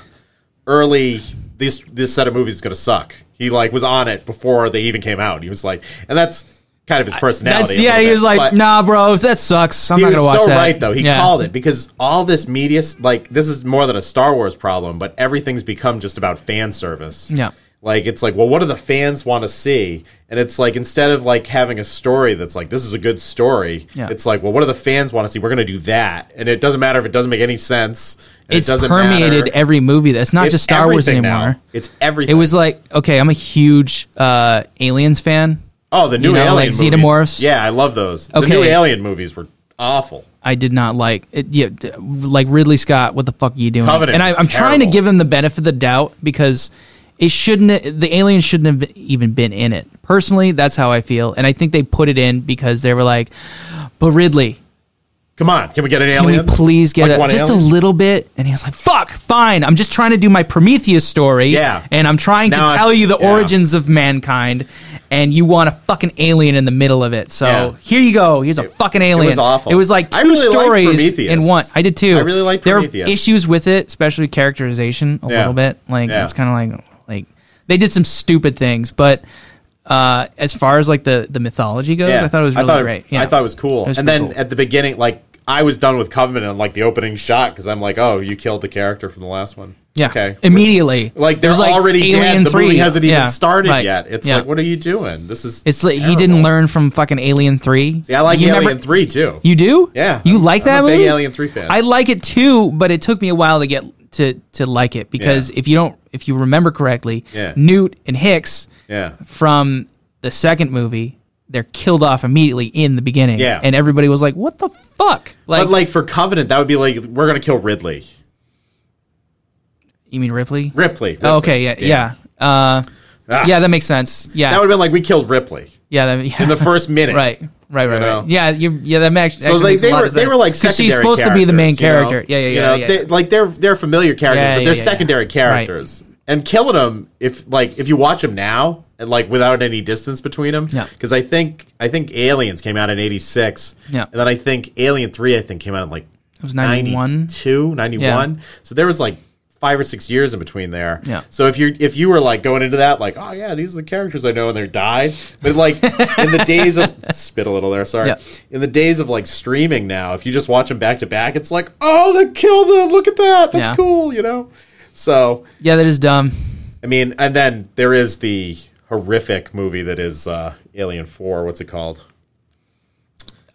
S2: early this this set of movies is gonna suck. He like was on it before they even came out. He was like, and that's kind of his personality.
S1: that's
S2: a
S1: yeah.
S2: little
S1: He
S2: bit,
S1: was like,
S2: but
S1: nah, bro, that sucks. I'm
S2: He
S1: not
S2: was
S1: gonna watch
S2: so
S1: that.
S2: right though. He
S1: Yeah.
S2: called it because all this media, s- like this is more than a Star Wars problem, but everything's become just about fan service.
S1: Yeah.
S2: Like it's like, well, what do the fans want to see? And it's like instead of like having a story that's like this is a good story,
S1: Yeah.
S2: it's like, well, what do the fans want to see? We're gonna do that, and it doesn't matter if it doesn't make any sense. and
S1: It's
S2: it doesn't
S1: permeated
S2: matter.
S1: every movie. That's not
S2: It's
S1: just Star Wars
S2: everything
S1: anymore.
S2: now. It's everything.
S1: It was like, okay, I'm a huge uh, Aliens fan.
S2: oh the new
S1: know,
S2: alien
S1: like
S2: movies.
S1: Xenomorphs.
S2: Yeah, I love those. The new
S1: Okay.
S2: alien movies were awful.
S1: I did not like it. Yeah, d- like Ridley Scott, what the fuck are you doing?
S2: Covenant
S1: and I,
S2: was
S1: I'm trying to
S2: terrible.
S1: give him the benefit of the doubt because it shouldn't. The alien shouldn't have even been in it. Personally, that's how I feel, and I think they put it in because they were like, "But Ridley,
S2: Come on, can we get an
S1: can
S2: alien?
S1: we please get
S2: Like
S1: a,
S2: one
S1: just
S2: alien?
S1: a little bit?" And he was like, "Fuck, fine. I'm just trying to do my Prometheus story,
S2: Yeah.
S1: and I'm trying
S2: Now
S1: to
S2: I-
S1: tell you the
S2: yeah.
S1: origins of mankind." And you want a fucking alien in the middle of it, so
S2: Yeah.
S1: here you go. Here's a fucking alien.
S2: was awful.
S1: It was like two
S2: I really liked
S1: stories
S2: Prometheus.
S1: in one. I did too.
S2: I really liked
S1: there
S2: Prometheus.
S1: were issues with it, especially characterization a
S2: Yeah.
S1: little bit. Like
S2: Yeah.
S1: it's kind of like like they did some stupid things, but uh, as far as like the the mythology goes, I thought it was really
S2: I thought
S1: great. Yeah.
S2: I thought it was cool.
S1: It was
S2: and
S1: pretty
S2: then
S1: cool.
S2: at the beginning, like I was done with Covenant and like the opening shot because I'm like, oh, you killed the character from the last one.
S1: yeah.
S2: Okay.
S1: Immediately,
S2: Like they're
S1: There's,
S2: already
S1: Alien
S2: dead. The movie hasn't even
S1: Yeah.
S2: started
S1: Right.
S2: yet. It's
S1: Yeah.
S2: like, what are you doing? This is.
S1: it's like he
S2: terrible.
S1: didn't learn from fucking Alien Three.
S2: See, I like
S1: you
S2: Alien
S1: remember-
S2: Three too.
S1: You do?
S2: Yeah.
S1: You like
S2: I'm
S1: that
S2: a big
S1: movie?
S2: Alien 3 fan.
S1: I like it too, but it took me a while to get to to like it because
S2: Yeah.
S1: if you don't if you remember correctly,
S2: Yeah.
S1: Newt and Hicks
S2: yeah.
S1: from the second movie, they're killed off immediately in the beginning.
S2: Yeah.
S1: And everybody was like, What the fuck? Like,
S2: But like for Covenant, that would be like we're gonna kill Ridley,
S1: you mean Ripley?
S2: Ripley. Ripley.
S1: Oh, okay, yeah,
S2: Damn.
S1: yeah. Uh
S2: Ah.
S1: yeah, that makes sense. Yeah.
S2: That would have been like we killed Ripley
S1: yeah, that, yeah. <laughs>
S2: in the first <laughs> minute.
S1: Right. Right, right,
S2: know?
S1: right. Yeah, you, yeah, that makes
S2: So
S1: actually
S2: like
S1: makes a
S2: they
S1: lot
S2: were
S1: of
S2: they
S1: sense.
S2: were like
S1: 'Cause
S2: secondary
S1: she's supposed to be the main
S2: characters,
S1: character. Yeah, yeah, yeah.
S2: you know?
S1: yeah,
S2: They-
S1: yeah.
S2: like they're they're familiar characters,
S1: Yeah,
S2: but
S1: yeah,
S2: they're
S1: yeah, yeah.
S2: secondary
S1: Right.
S2: characters. And killing them if like if you watch them now and like without any distance between them,
S1: Yeah.
S2: Because I think I think Aliens came out in '86,
S1: Yeah.
S2: And then I think Alien Three I think came out in like it
S1: was 91.
S2: 92, 91. So there was like five or six years in between there.
S1: Yeah.
S2: So if you if you were like going into that, like, oh yeah, these are the characters I know and they died. But like in the days
S1: <laughs>
S2: of spit a little there, sorry.
S1: Yeah.
S2: In the days of like streaming now, if you just watch them back to back, it's like, oh, they killed him. Look at that. That's
S1: Yeah.
S2: cool, you know? So
S1: yeah, that is dumb. <laughs>
S2: I mean, and then there is the horrific movie that is uh Alien Four, what's it called?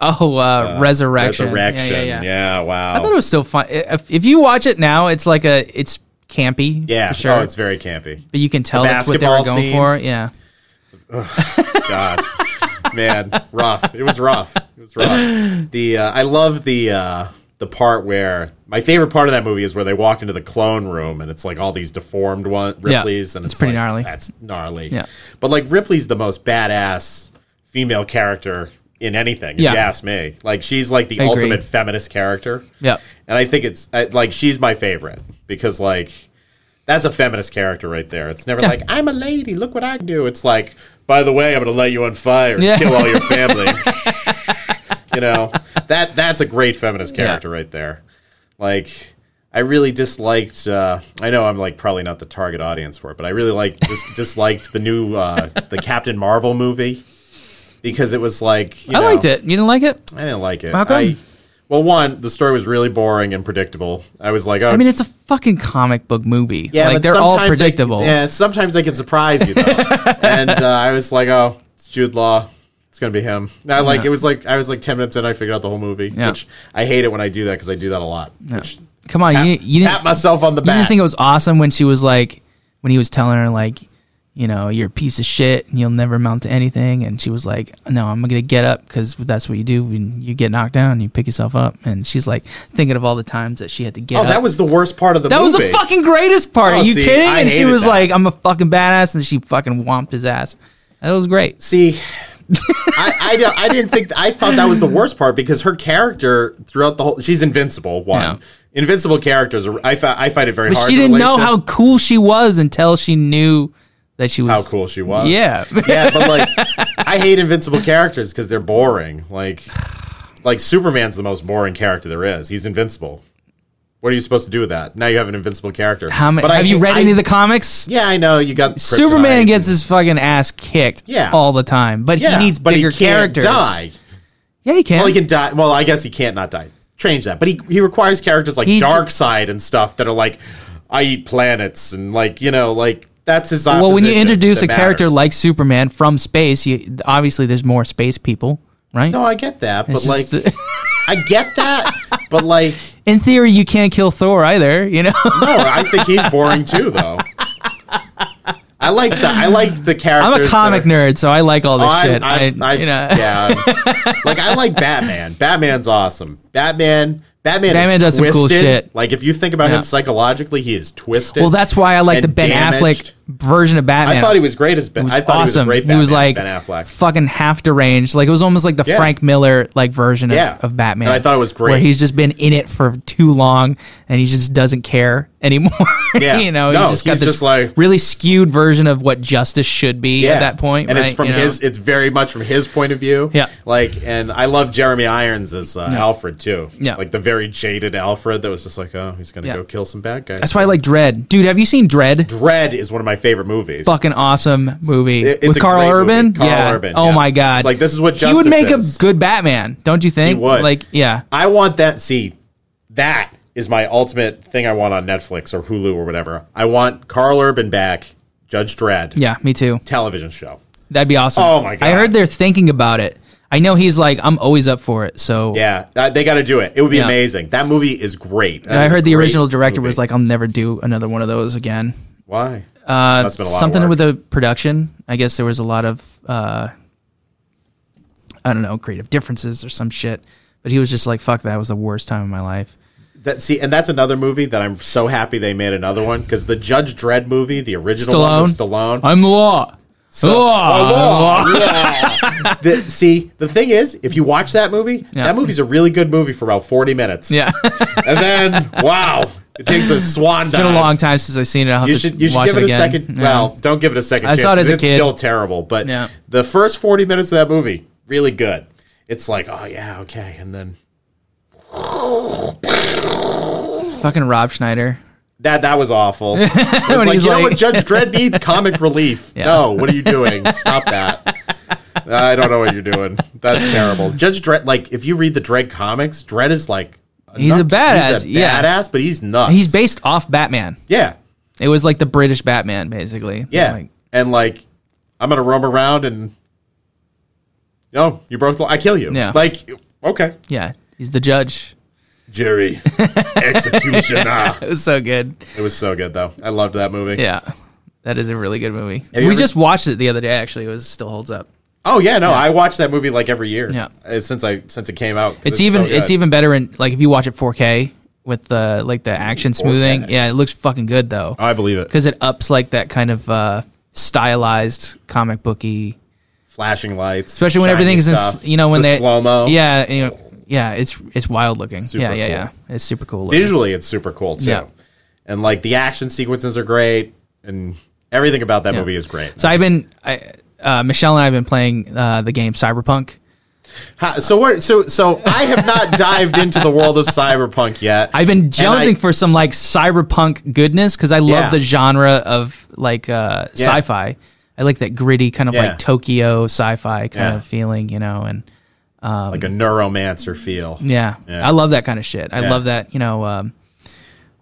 S1: Oh, uh, resurrection.
S2: Resurrection.
S1: Yeah, yeah,
S2: Yeah,
S1: yeah.
S2: wow.
S1: I thought it was still fun. If, if you watch it now, it's like a it's campy.
S2: yeah,
S1: for sure.
S2: oh, it's very campy.
S1: but you can tell that's what they were
S2: basketball
S1: going
S2: scene.
S1: for. Yeah,
S2: God, man, rough. It was rough. It was rough. The uh, I love the uh, the part where my favorite part of that movie is where they walk into the clone room and it's like all these deformed one
S1: Yeah,
S2: Ripley's and
S1: it's
S2: it's,
S1: pretty
S2: like,
S1: gnarly.
S2: That's gnarly.
S1: Yeah.
S2: but like Ripley's the most badass female character in anything. If
S1: Yeah.
S2: you ask me, like she's like the
S1: I agree.
S2: ultimate feminist character.
S1: Yeah.
S2: and I think it's I, like she's my favorite because like that's a feminist character right there. It's never
S1: Yeah.
S2: like, I'm a lady, look what I do. It's like, by the way, I'm gonna light you on fire and
S1: Yeah.
S2: kill all your family.
S1: <laughs>
S2: you know? That that's a great feminist character right there. Like I really disliked uh, I know I'm like probably not the target audience for it, but I really like
S1: <laughs>
S2: dis- disliked the new uh, the Captain Marvel movie because it was like you
S1: I
S2: know,
S1: liked it. You didn't like it?
S2: I didn't like it.
S1: How come?
S2: I- well, one, the story was really boring and predictable. I was like, oh,
S1: I mean, it's a fucking comic book movie.
S2: yeah,
S1: like
S2: but
S1: they're all
S2: sometimes they-
S1: predictable.
S2: <laughs> yeah, sometimes they can surprise you though. and uh, I was like, oh, it's Jude Law. It's it's gonna be him. And I like it was like I was like ten minutes in, I figured out the whole movie.
S1: Yeah.
S2: Which I hate it when I do that because I do that a lot. Which
S1: Come on, you, you didn't
S2: pat myself on the
S1: You
S2: back.
S1: didn't think it was awesome when she was like, when he was telling her like, you know, you're a piece of shit and you'll never amount to anything, and she was like, no, I'm gonna get up because that's what you do when you get knocked down, you pick yourself up, and she's like thinking of all the times that she had to get
S2: oh,
S1: up.
S2: that was the worst part of the
S1: That was
S2: movie.
S1: the fucking greatest part.
S2: Oh,
S1: Are you
S2: see,
S1: kidding?
S2: I
S1: and she
S2: hated
S1: was
S2: that.
S1: like, I'm a fucking badass, and she fucking whomped his ass. That was great.
S2: See, I, I, don't- I didn't think I thought that was the worst part because her character throughout the whole she's invincible. One
S1: Yeah.
S2: invincible characters. are- I, fi- I find it very
S1: But
S2: hard.
S1: she
S2: to
S1: didn't
S2: relate
S1: know
S2: to
S1: how cool she was until she knew that she was
S2: how cool she was.
S1: Yeah. <laughs>
S2: yeah, but like I hate invincible characters because they're boring. Like, like Superman's the most boring character there is. He's invincible. What are you supposed to do with that? Now you have an invincible character.
S1: How many?
S2: But I
S1: Have you
S2: hate-
S1: read
S2: I-
S1: any of the comics?
S2: Yeah, I know you got
S1: Superman
S2: kryptonite.
S1: gets his fucking ass kicked
S2: Yeah.
S1: all the time, but
S2: Yeah,
S1: he needs
S2: but
S1: bigger
S2: he can't
S1: characters.
S2: Die.
S1: Yeah, he can.
S2: Well, he can die. Well, I guess he can't not die. Change that. But he, he requires characters like
S1: He's-
S2: Dark Side and stuff that are like, I eat planets and like, you know, like that's his
S1: well, when you
S2: opposition
S1: introduce
S2: that
S1: a character
S2: matters.
S1: like Superman from space, you, obviously there's more space people, right?
S2: No, I get that. But
S1: It's
S2: like,
S1: just-
S2: I get that. But like,
S1: <laughs> in theory, you can't kill Thor either, you know? <laughs>
S2: no, I think he's boring too, though. I like the I like the characters.
S1: I'm a
S2: that
S1: comic
S2: are-
S1: nerd, so I like all this
S2: Oh,
S1: shit. I,
S2: I, I, I,
S1: you know,
S2: yeah, like I like Batman. Batman's awesome. Batman. Batman.
S1: Batman
S2: is
S1: does some cool
S2: twisted.
S1: shit.
S2: Like if you think about
S1: Yeah.
S2: him psychologically, he is twisted.
S1: well, that's why I like the
S2: and
S1: Ben
S2: damaged.
S1: Affleck version of Batman.
S2: I thought he was great as Ben. I thought
S1: awesome.
S2: he was a great. Batman,
S1: like
S2: Ben Affleck.
S1: fucking half deranged. Like it was almost like the
S2: Yeah.
S1: Frank Miller like version of,
S2: Yeah.
S1: of Batman.
S2: And I thought it was great.
S1: Where he's just been in it for too long and he just doesn't care anymore. <laughs>
S2: Yeah.
S1: you know,
S2: No,
S1: he's just got
S2: he's
S1: this
S2: just like-
S1: really skewed version of what justice should be at that point.
S2: and
S1: right?
S2: it's from
S1: You know?
S2: his. It's very much from his point of view.
S1: Yeah.
S2: like and I love Jeremy Irons as uh, Alfred too.
S1: Yeah.
S2: like the very jaded Alfred that was just like, oh, he's gonna
S1: Yeah.
S2: go kill some bad guys.
S1: That's why I like Dread. Dude, have you seen Dread?
S2: Dread is one of my favorite movies.
S1: Fucking awesome movie
S2: It- it's
S1: with
S2: a
S1: Carl
S2: great movie.
S1: Urban.
S2: Carl
S1: yeah.
S2: Urban,
S1: Oh
S2: yeah.
S1: my god.
S2: It's like, this is what
S1: he would
S2: justice
S1: make
S2: is.
S1: a good Batman, don't you think?
S2: would.
S1: Like yeah.
S2: I want that. See, that is my ultimate thing I want on Netflix or Hulu or whatever. I want Carl Urban back, Judge Dredd,
S1: Yeah, me too.
S2: television show.
S1: That'd be awesome.
S2: Oh, my God.
S1: I heard they're thinking about it. I know he's like, I'm always up for it. So
S2: Yeah, uh, they got to do it. It would be
S1: Yeah.
S2: amazing. That movie is great. That
S1: I
S2: is a
S1: heard the
S2: great
S1: original director was
S2: movie.
S1: like, I'll never do another one of those again.
S2: "Why?"
S1: Uh,
S2: Must've been a lot of
S1: something
S2: work.
S1: with the production. I guess there was a lot of, uh, I don't know, creative differences or some shit. But he was just like, fuck, that was the worst time of my life.
S2: That, see, and that's another movie that I'm so happy they made another one because the Judge Dredd movie, the original one was Stallone.
S1: I'm the law.
S2: So- <laughs>
S1: Oh, <laughs>
S2: Oh, yeah. The- see, the thing is, if you watch that movie,
S1: Yeah.
S2: that movie's a really good movie for about 40 minutes.
S1: Yeah.
S2: and then wow, it takes a swan
S1: it's
S2: dive.
S1: been a long time since I've seen it. I'll have
S2: You
S1: to
S2: should you should
S1: watch
S2: give it,
S1: it,
S2: a
S1: again.
S2: second.
S1: Yeah.
S2: Well, don't give it a second.
S1: I
S2: chance,
S1: saw it as
S2: 'cause
S1: a
S2: it's
S1: kid.
S2: Still terrible, but
S1: Yeah.
S2: the first forty minutes of that movie really good. It's like oh yeah okay, and then
S1: fucking Rob Schneider.
S2: that that
S1: <laughs>
S2: was awful. It's like
S1: he's
S2: you know
S1: like-
S2: what Judge
S1: <laughs>
S2: Dredd needs comic relief. No, what are you doing? Stop that. I don't know what you're doing. That's terrible. Judge Dredd, like if you read the Dredd comics, Dredd is like
S1: He's a
S2: nut-
S1: badass, yeah.
S2: badass, but he's nuts.
S1: He's based off Batman.
S2: yeah.
S1: It was like the British Batman, basically.
S2: Yeah.
S1: Like,
S2: and like, I'm gonna roam around and no, you broke the. I kill you.
S1: Yeah.
S2: Like, okay,
S1: yeah. He's the judge. <laughs>
S2: Jerry, executioner.
S1: It was so good.
S2: it was so good though. I loved that movie.
S1: Yeah. That is a really good movie.
S2: Have
S1: we
S2: you ever-
S1: just watched it the other day actually. It was still holds up.
S2: Oh yeah, no, I watch that movie like every year.
S1: Yeah.
S2: Uh, since I since it came out. 'cause
S1: It's, even
S2: so
S1: it's
S2: good.
S1: even better in like if you watch it 4K with the like the action smoothing. Yeah, it looks fucking good though.
S2: Oh, I believe it.
S1: Cuz it ups like that kind of uh stylized comic booky
S2: Flashing lights,
S1: especially when
S2: shiny
S1: everything's in s-
S2: stuff,
S1: you know when
S2: the
S1: they
S2: slow mo.
S1: Yeah, you know, yeah, it's it's wild looking. yeah, yeah, yeah.
S2: cool.
S1: It's super cool. looking.
S2: visually it's super cool too.
S1: Yeah.
S2: And like the action sequences are great, and everything about that movie is great.
S1: So I've been I, uh, Michelle and I've been playing uh, the game Cyberpunk.
S2: How, so where, so so I
S1: <laughs>
S2: have not dived into the world of cyberpunk yet.
S1: I've been
S2: And I-
S1: jonesing for some like cyberpunk goodness because I love
S2: Yeah.
S1: the genre of like uh,
S2: Yeah.
S1: sci-fi. I like that gritty kind of
S2: Yeah.
S1: like Tokyo sci-fi kind
S2: Yeah.
S1: of feeling, you know, and
S2: like a neuromancer feel.
S1: yeah,
S2: Yeah.
S1: I love that kind of shit. I
S2: Yeah.
S1: love that, you know. Um,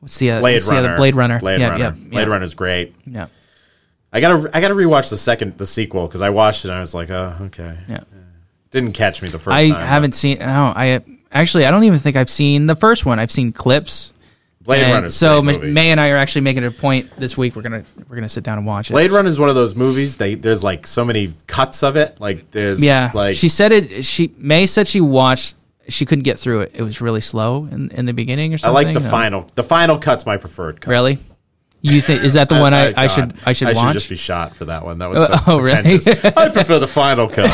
S1: what's the uh,
S2: Blade
S1: what's the
S2: Runner.
S1: other Blade Runner?
S2: Blade
S1: yeah,
S2: Runner.
S1: yeah, yeah,
S2: Blade Runner's great.
S1: Yeah,
S2: I gotta I gotta rewatch the second the sequel because I watched it and I was like, oh okay.
S1: yeah.
S2: Didn't catch me the first
S1: I
S2: time. but
S1: haven't seen. No, I actually I don't even think I've seen the first one. I've seen clips.
S2: Blade
S1: And
S2: Runner.
S1: so
S2: great
S1: Ma-
S2: movie.
S1: May and I are actually making it a point this week. We're gonna we're gonna sit down and watch it.
S2: Blade Runner is one of those movies. They there's like so many cuts of it. Like there's
S1: yeah,
S2: like
S1: she said it. She May said she watched. She couldn't get through it. It was really slow in, in the beginning or
S2: I
S1: something.
S2: like the
S1: Uh,
S2: final. The final cut's my preferred cut.
S1: Really, you think is
S2: <laughs>
S1: that the one I,
S2: Oh, My
S1: I
S2: God.
S1: should I should
S2: I
S1: watch?
S2: should just be shot for that one. That was so
S1: <laughs> Oh, really?
S2: pretentious.
S1: <laughs>
S2: I prefer the final cut.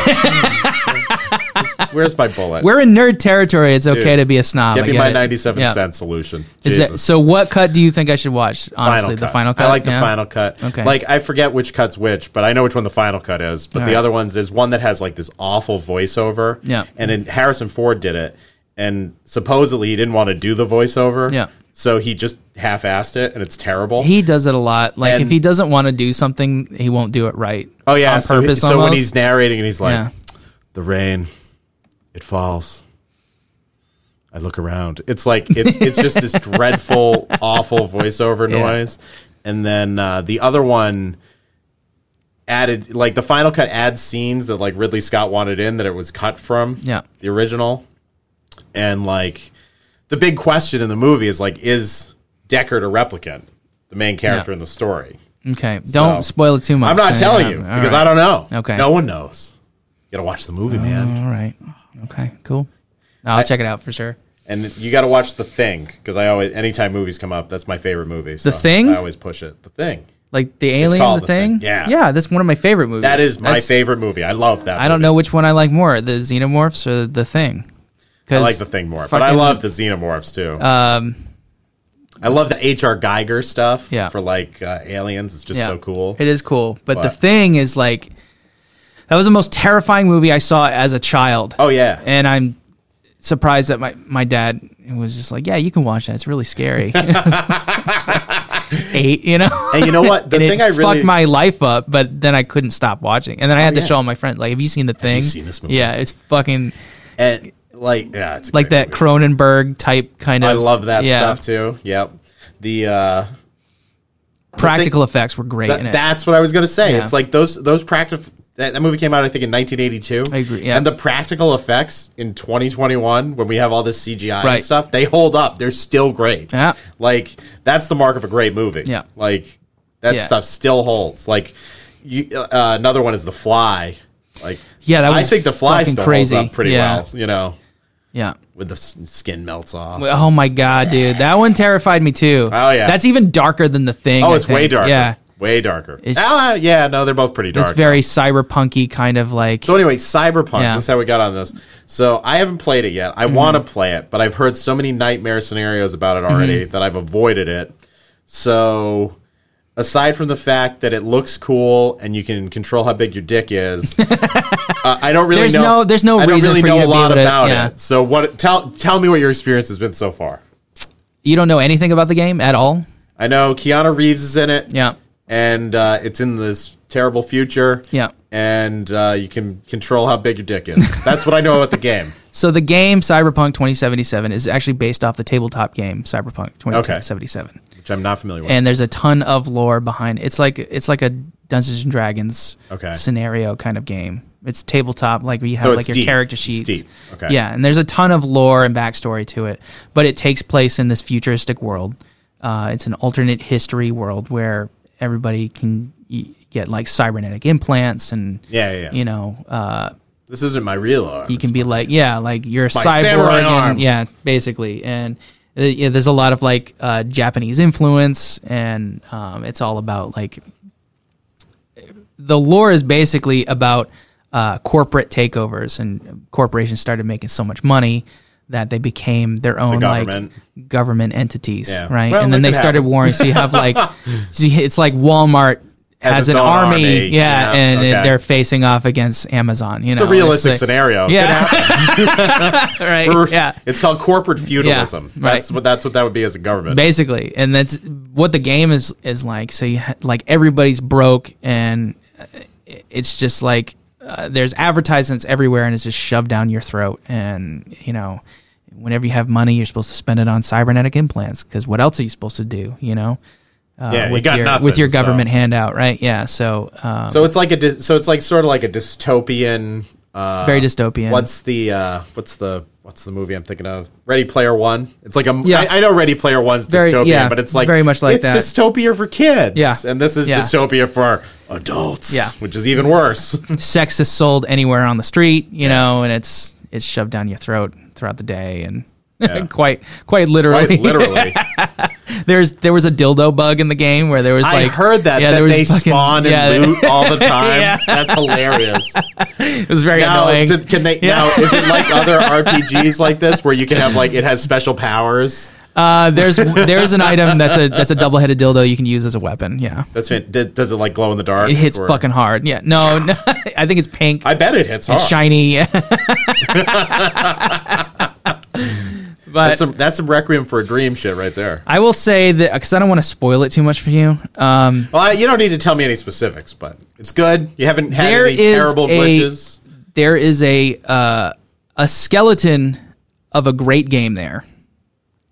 S2: Where's my bullet?
S1: We're in nerd territory. It's okay to be a snob.
S2: Get
S1: I
S2: me
S1: get
S2: my
S1: it.
S2: 97 cent
S1: Oh Yeah.
S2: solution.
S1: Is that,
S2: Jesus.
S1: so? What cut do you think I should watch?
S2: Final
S1: Honestly, the
S2: cut.
S1: final cut.
S2: I like the
S1: Yeah?
S2: final cut.
S1: Okay.
S2: Like I forget which cut's which, but I know which one the final cut is. But the
S1: Alright.
S2: other ones there's one that has like this awful voiceover.
S1: Yeah.
S2: And then Harrison Ford did it, and supposedly he didn't want to do the voiceover.
S1: Yeah.
S2: So he just half-assed it, and it's terrible.
S1: He does it a lot. Like if
S2: And-
S1: he doesn't want to do something, he won't do it right.
S2: oh yeah.
S1: on
S2: so he-
S1: purpose.
S2: so when
S1: almost.
S2: he's narrating, and he's like.
S1: yeah,
S2: the rain it falls i look around it's like it's it's
S1: <laughs>
S2: just this dreadful awful voiceover
S1: Yeah.
S2: noise and then uh, the other one added like the final cut adds scenes that like ridley scott wanted in that it was cut from
S1: Yeah.
S2: the original and like the big question in the movie is like is deckard a replicant the main character
S1: Yeah.
S2: in the story
S1: okay. Don't
S2: So-
S1: spoil it too much.
S2: i'm not
S1: Yeah,
S2: telling you
S1: all
S2: because
S1: right.
S2: i don't know
S1: Okay. Um,
S2: no one knows you gotta watch the movie man
S1: All right. Okay. Cool. I'll check it out for sure.
S2: And you got to watch The Thing because I always, anytime movies come up, that's my favorite movie. so
S1: The Thing?
S2: I always push it. The Thing.
S1: Like the alien,
S2: called
S1: the,
S2: The
S1: thing.
S2: Thing. Yeah.
S1: Yeah. That's one of my favorite movies.
S2: That is my
S1: That's-
S2: favorite movie. I love that.
S1: I don't know which one I like more, the xenomorphs or the thing.
S2: I like The Thing more, but I
S1: fucking-
S2: love the Xenomorphs too. Um, I love the H.R. Geiger stuff
S1: Yeah.
S2: for like uh, aliens. It's just
S1: Yeah.
S2: so cool.
S1: It is cool, but, the
S2: But-
S1: thing is like that was the most terrifying movie I saw as a child.
S2: oh yeah,
S1: and I'm surprised that my my dad was just like, "Yeah, you can watch that. It's really scary." <laughs> Eight, you know. <laughs>
S2: and you know what? The
S1: and
S2: thing
S1: it
S2: I really Oh,
S1: fucked my life up, but then I couldn't stop watching, and then I had to show all my friends, like, "Have you seen the thing?
S2: seen this movie?"
S1: Yeah, it's fucking
S2: and like yeah, it's a
S1: like that
S2: great movie.
S1: Cronenberg type kind of.
S2: I love that
S1: yeah,
S2: stuff too. Yep. The uh,
S1: Practical effects were great
S2: Th-
S1: in it.
S2: that's what I was gonna say.
S1: Yeah.
S2: It's like those those practical. That, that movie came out, I think, in 1982.
S1: I agree, yeah.
S2: And the practical effects in 2021, when we have all this CGI
S1: Right.
S2: and stuff, they hold up. They're still great.
S1: Yeah.
S2: Like that's the mark of a great movie.
S1: Yeah.
S2: Like that
S1: Yeah.
S2: stuff still holds. Like you, uh, another one is The Fly. Like
S1: Yeah, that
S2: I
S1: was
S2: think The Fly
S1: fucking
S2: still
S1: crazy.
S2: holds up pretty
S1: Yeah.
S2: well. You know,
S1: yeah.
S2: with the s- skin melts off.
S1: Oh my god, dude, that one terrified me too.
S2: Oh, yeah.
S1: that's even darker than the thing.
S2: oh,
S1: I
S2: it's way
S1: think.
S2: darker.
S1: Yeah,
S2: Way darker.
S1: It's-
S2: ah, yeah, no, they're both pretty dark.
S1: it's very cyberpunky kind of like.
S2: So anyway,
S1: Yeah.
S2: Cyberpunk.
S1: Mm-hmm.
S2: This is how we got on this. So I haven't played it yet. I want to play it, but I've heard so many nightmare scenarios about it already
S1: Mm-hmm.
S2: that I've avoided it. So aside from the fact that it looks cool and you can control how big your
S1: <laughs>
S2: dick is, uh, I don't really
S1: There's
S2: know.
S1: no- there's no
S2: I don't
S1: reason
S2: really
S1: for
S2: know
S1: you
S2: a
S1: to be
S2: lot
S1: able to-
S2: about
S1: yeah.
S2: it. So what? Tell tell me what your experience has been so far.
S1: You don't know anything about the game at all.
S2: I know Keanu Reeves is in it.
S1: Yeah.
S2: and uh, it's in this terrible future.
S1: Yeah.
S2: and uh, you can control how big your dick is. That's what I know about
S1: <laughs>
S2: the game.
S1: So the game Cyberpunk 2077 is actually based off the tabletop game Cyberpunk 2077,
S2: which I'm not familiar with.
S1: and there's a ton of lore behind. It's like it's like a Dungeons and Dragons
S2: Okay.
S1: scenario kind of game. It's tabletop, like you have
S2: So
S1: like
S2: it's
S1: your
S2: deep.
S1: character
S2: It's
S1: sheets.
S2: deep. Okay.
S1: Yeah, and there's a ton of lore and backstory to it, but it takes place in this futuristic world. Uh, it's an alternate history world where everybody can y- get like cybernetic implants and
S2: yeah, yeah, yeah.
S1: you know uh,
S2: this isn't my real arm.
S1: you can be like, yeah, like you're a
S2: my
S1: cyborg,
S2: samurai
S1: and-
S2: arm.
S1: yeah, basically. And uh, yeah, there's a lot of like uh, Japanese influence, and um, it's all about like the lore is basically about uh, corporate takeovers, and corporations started making so much money that they became their own
S2: government.
S1: like government entities,
S2: Yeah.
S1: right?
S2: Well,
S1: and then
S2: that
S1: they
S2: could
S1: started
S2: happen.
S1: warring. So you have
S2: <laughs>
S1: like, so you- it's like Walmart.
S2: Has
S1: Has
S2: its
S1: an
S2: own
S1: army,
S2: army,
S1: yeah,
S2: yeah,
S1: and it-
S2: okay.
S1: they're facing off against Amazon. You know,
S2: it's a realistic
S1: like-
S2: scenario. It could
S1: yeah.
S2: happen.
S1: <laughs> right.
S2: We're-
S1: yeah.
S2: It's called corporate feudalism.
S1: Yeah,
S2: that's
S1: right.
S2: what that's what that would be as a government.
S1: Basically, and that's what the game is is like. So you ha- like everybody's broke, and uh, it's just like uh, there's advertisements everywhere, and it's just shoved down your throat. And you know, whenever you have money, you're supposed to spend it on cybernetic implants because what else are you supposed to do? You know, uh,
S2: Yeah, you
S1: with
S2: got
S1: your
S2: nothing,
S1: with your
S2: so-
S1: government handout, right? Yeah. So um,
S2: so it's like a dy- so it's like sort of like a dystopian Uh,
S1: Very dystopian.
S2: What's the uh, what's the what's the movie I'm thinking of? Ready Player One. It's like a
S1: Yeah.
S2: I- I know Ready Player One's dystopian,
S1: Very- yeah,
S2: but it's like
S1: very much like
S2: it's
S1: that.
S2: dystopia for kids.
S1: Yeah.
S2: and this is
S1: Yeah.
S2: dystopia for adults.
S1: Yeah.
S2: which is even
S1: <laughs>
S2: worse.
S1: sex is sold anywhere on the street, you know, and it's it's shoved down your throat throughout the day and <laughs>
S2: Yeah.
S1: quite quite literally.
S2: Quite literally.
S1: <laughs> There's there was a dildo bug in the game where there was
S2: I
S1: like
S2: heard that that
S1: there was
S2: they
S1: fucking-
S2: spawn and
S1: yeah, <laughs>
S2: loot all the time.
S1: Yeah.
S2: That's
S1: <laughs>
S2: hilarious.
S1: It was very
S2: Now,
S1: annoying.
S2: did- can they? Now, is it
S1: <laughs>
S2: like other RPGs like this where you can have like it has special powers?
S1: Uh, there's there's an item that's a that's a double headed dildo you can use as a weapon. Yeah,
S2: That's fan- d- does it like glow in the dark?
S1: it hits
S2: or-
S1: fucking hard. Yeah, no, no <laughs> I think it's pink,
S2: I bet it hits hard.
S1: shiny. <laughs> but
S2: That's some that's some requiem for a dream shit right there.
S1: I will say that because I don't want to spoil it too much for you. Um,
S2: Well, I, you don't need to tell me any specifics, but it's good. You haven't had
S1: There
S2: any
S1: is
S2: terrible
S1: a-
S2: glitches.
S1: there is a uh, a skeleton of a great game there,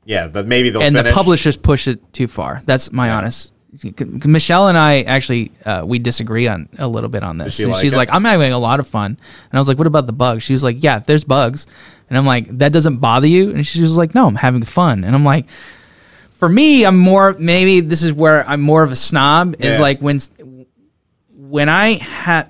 S2: Yeah, but maybe they'll
S1: and
S2: finish.
S1: the publishers push it too far. That's my honest. c- c- Michelle and I actually uh, we disagree on a little bit on this.
S2: she
S1: And
S2: like
S1: she's
S2: it?
S1: like, I'm having a lot of fun, and I was like, What about the bugs? She was like, Yeah, there's bugs, and I'm like, That doesn't bother you? And she was like, No, I'm having fun, and I'm like. For me, I'm more maybe this is where I'm more of a snob is
S2: Yeah.
S1: like when s- when I ha-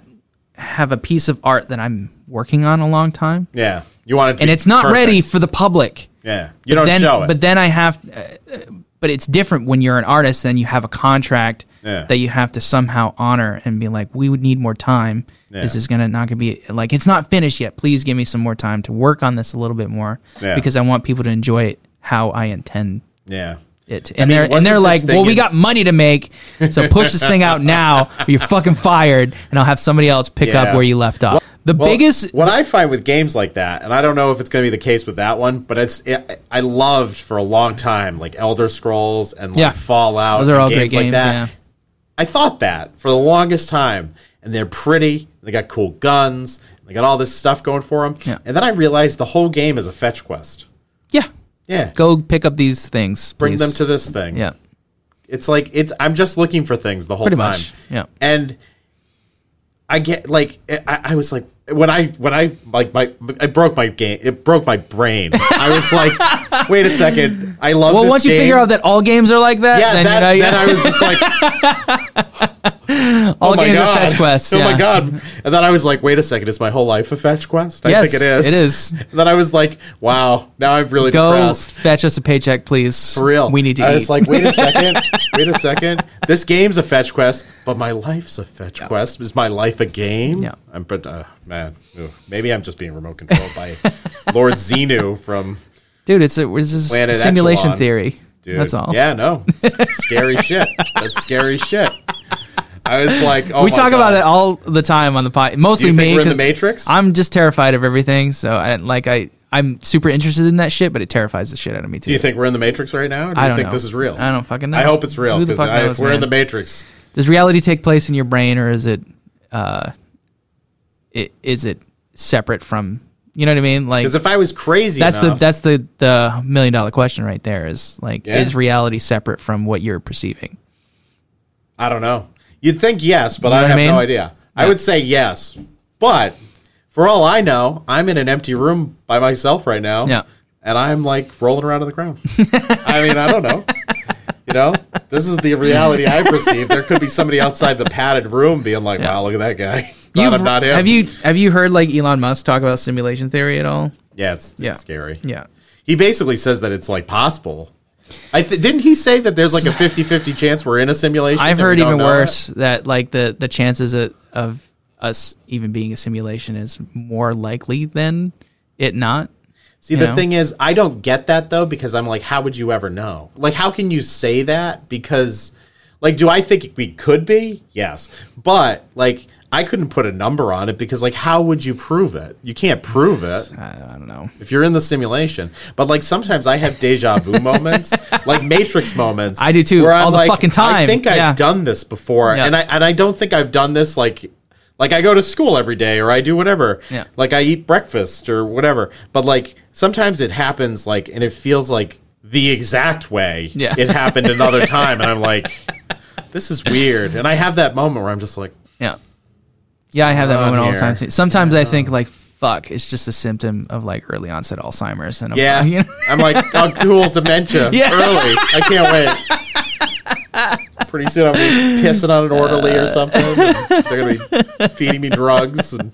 S1: have a piece of art that I'm working on a long time
S2: yeah, you want it, to
S1: and
S2: be
S1: it's not
S2: perfect.
S1: ready for the public.
S2: Yeah, you don't
S1: then,
S2: show it.
S1: but then I have, uh, but it's different when you're an artist. Then you have a contract
S2: Yeah.
S1: that you have to somehow honor and be like, we would need more time. This
S2: Yeah.
S1: is gonna not gonna be like it's not finished yet. Please give me some more time to work on this a little bit more
S2: Yeah.
S1: because I want people to enjoy it how I intend
S2: yeah,
S1: it. And they're and
S2: wasn't
S1: they're
S2: this
S1: like,
S2: thing
S1: well, we
S2: in-
S1: got money to make, so push this thing
S2: <laughs>
S1: out now. Or you're fucking fired, and I'll have somebody else pick up
S2: Yeah.
S1: where you left off. the
S2: Well,
S1: biggest
S2: what I find with games like that, and I don't know if it's going to be the case with that one, but it's it, I loved for a long time like Elder Scrolls and like
S1: Yeah.
S2: Fallout.
S1: those are
S2: and
S1: all great games.
S2: like that.
S1: yeah.
S2: I thought that for the longest time. And they're pretty. and They got cool guns. and They got all this stuff going for them.
S1: Yeah.
S2: And then I realized the whole game is a fetch quest.
S1: Yeah.
S2: Yeah.
S1: go pick up these things.
S2: bring
S1: please.
S2: them to this thing.
S1: yeah.
S2: It's like it's I'm just looking for things the whole
S1: Pretty
S2: time.
S1: much, yeah.
S2: And I get like I, I was like when I when I like my I broke my game it broke my brain.
S1: <laughs>
S2: I was like, wait a second, I love.
S1: Well,
S2: this
S1: once you
S2: game.
S1: figure out that all games are like that,
S2: yeah,
S1: then, uh,
S2: that,
S1: you know,
S2: then I was just
S1: <laughs>
S2: like,
S1: all
S2: oh my
S1: games
S2: god,
S1: are fetch quests.
S2: <laughs> oh
S1: yeah.
S2: my god, and then I was like, wait a second, is my whole life a fetch quest? I
S1: Yes,
S2: think it is.
S1: it is.
S2: <laughs> And then I was like, wow, now I'm really
S1: Go
S2: depressed.
S1: fetch us a paycheck, please.
S2: For real.
S1: We need to
S2: I
S1: eat.
S2: was like, wait a second, wait a second. This game's a fetch quest, but my life's a fetch quest. Is my life a game?
S1: Yeah.
S2: I'm, but uh, man, ugh, maybe I'm just being remote controlled
S1: <laughs>
S2: by Lord Xenu from
S1: <laughs> dude, it's a, it's a
S2: Planet
S1: s- simulation
S2: Echelon.
S1: theory.
S2: dude.
S1: That's all.
S2: Yeah, no, scary shit. That's scary shit. I was like, oh
S1: we
S2: my
S1: talk about
S2: God.
S1: it all the time on the pod. Mostly
S2: think
S1: me.
S2: we're in the
S1: 'cause
S2: Matrix?
S1: I'm just terrified of everything. So I like I I'm super interested in that shit, but it terrifies the shit out of me too.
S2: Do you think we're in the Matrix right now? Or do
S1: I
S2: you
S1: don't
S2: think
S1: know.
S2: this is real?
S1: I don't fucking know.
S2: I hope it's real
S1: Who the
S2: because
S1: fuck
S2: if
S1: knows,
S2: we're in the
S1: man?
S2: Matrix,
S1: Does reality take place in your brain, or is it, uh, it is it separate from? You know what I mean? Like
S2: because if I was crazy,
S1: that's the
S2: enough,
S1: that's the the million dollar question right there. Is like
S2: Yeah.
S1: is reality separate from what you're perceiving?
S2: I don't know. You'd think yes, but
S1: know
S2: I
S1: what I
S2: have
S1: mean?
S2: no idea. I would say yes, but for all I know, I'm in an empty room by myself right now.
S1: Yeah.
S2: And I'm like rolling around on the ground. <laughs> I mean, I don't know. You know, this is the reality I perceive. There could be somebody outside the padded room being like, wow, look at that guy. <laughs> Glad I'm not him.
S1: Have you have you heard like Elon Musk talk about simulation theory at all?
S2: Yeah, it's, it's
S1: Yeah.
S2: scary.
S1: Yeah.
S2: He basically says that it's like possible. I th- didn't he say that there's
S1: <laughs>
S2: like a 50 50 chance we're in a simulation?
S1: I've
S2: and we
S1: heard
S2: don't
S1: even
S2: know it?
S1: worse that like the the chances of, of us even being a simulation is more likely than it not.
S2: See,
S1: you
S2: the
S1: know?
S2: thing is, I don't get that though because I'm like, how would you ever know? Like, how can you say that? Because, like, do I think we could be? Yes, but like, I couldn't put a number on it because, like, how would you prove it? You can't prove it
S1: I, I don't know.
S2: if you're in the simulation. But like, sometimes I have deja
S1: <laughs>
S2: vu moments, like Matrix moments.
S1: I do, too, all the fucking
S2: I
S1: time.
S2: think
S1: Yeah.
S2: I've done this before,
S1: Yeah.
S2: and I and I don't think I've done this like. Like I go to school every day, or I do whatever.
S1: Yeah.
S2: Like I eat breakfast or whatever. But like sometimes it happens, like, and it feels like the exact way
S1: Yeah.
S2: it
S1: <laughs>
S2: happened another time, and I'm like, this is weird. And I have that moment where I'm just like,
S1: Yeah. Yeah, I have that
S2: on
S1: moment all the
S2: here?
S1: time. too. Sometimes I think like, fuck, it's just a symptom of like early onset Alzheimer's. And I'm
S2: Yeah.
S1: like, Uh, <laughs> you know?
S2: I'm like, oh, cool,
S1: <laughs>
S2: dementia
S1: Yeah.
S2: early. I can't wait. Pretty soon I'll be pissing on an orderly
S1: Uh.
S2: or something. and They're going to be feeding me drugs. And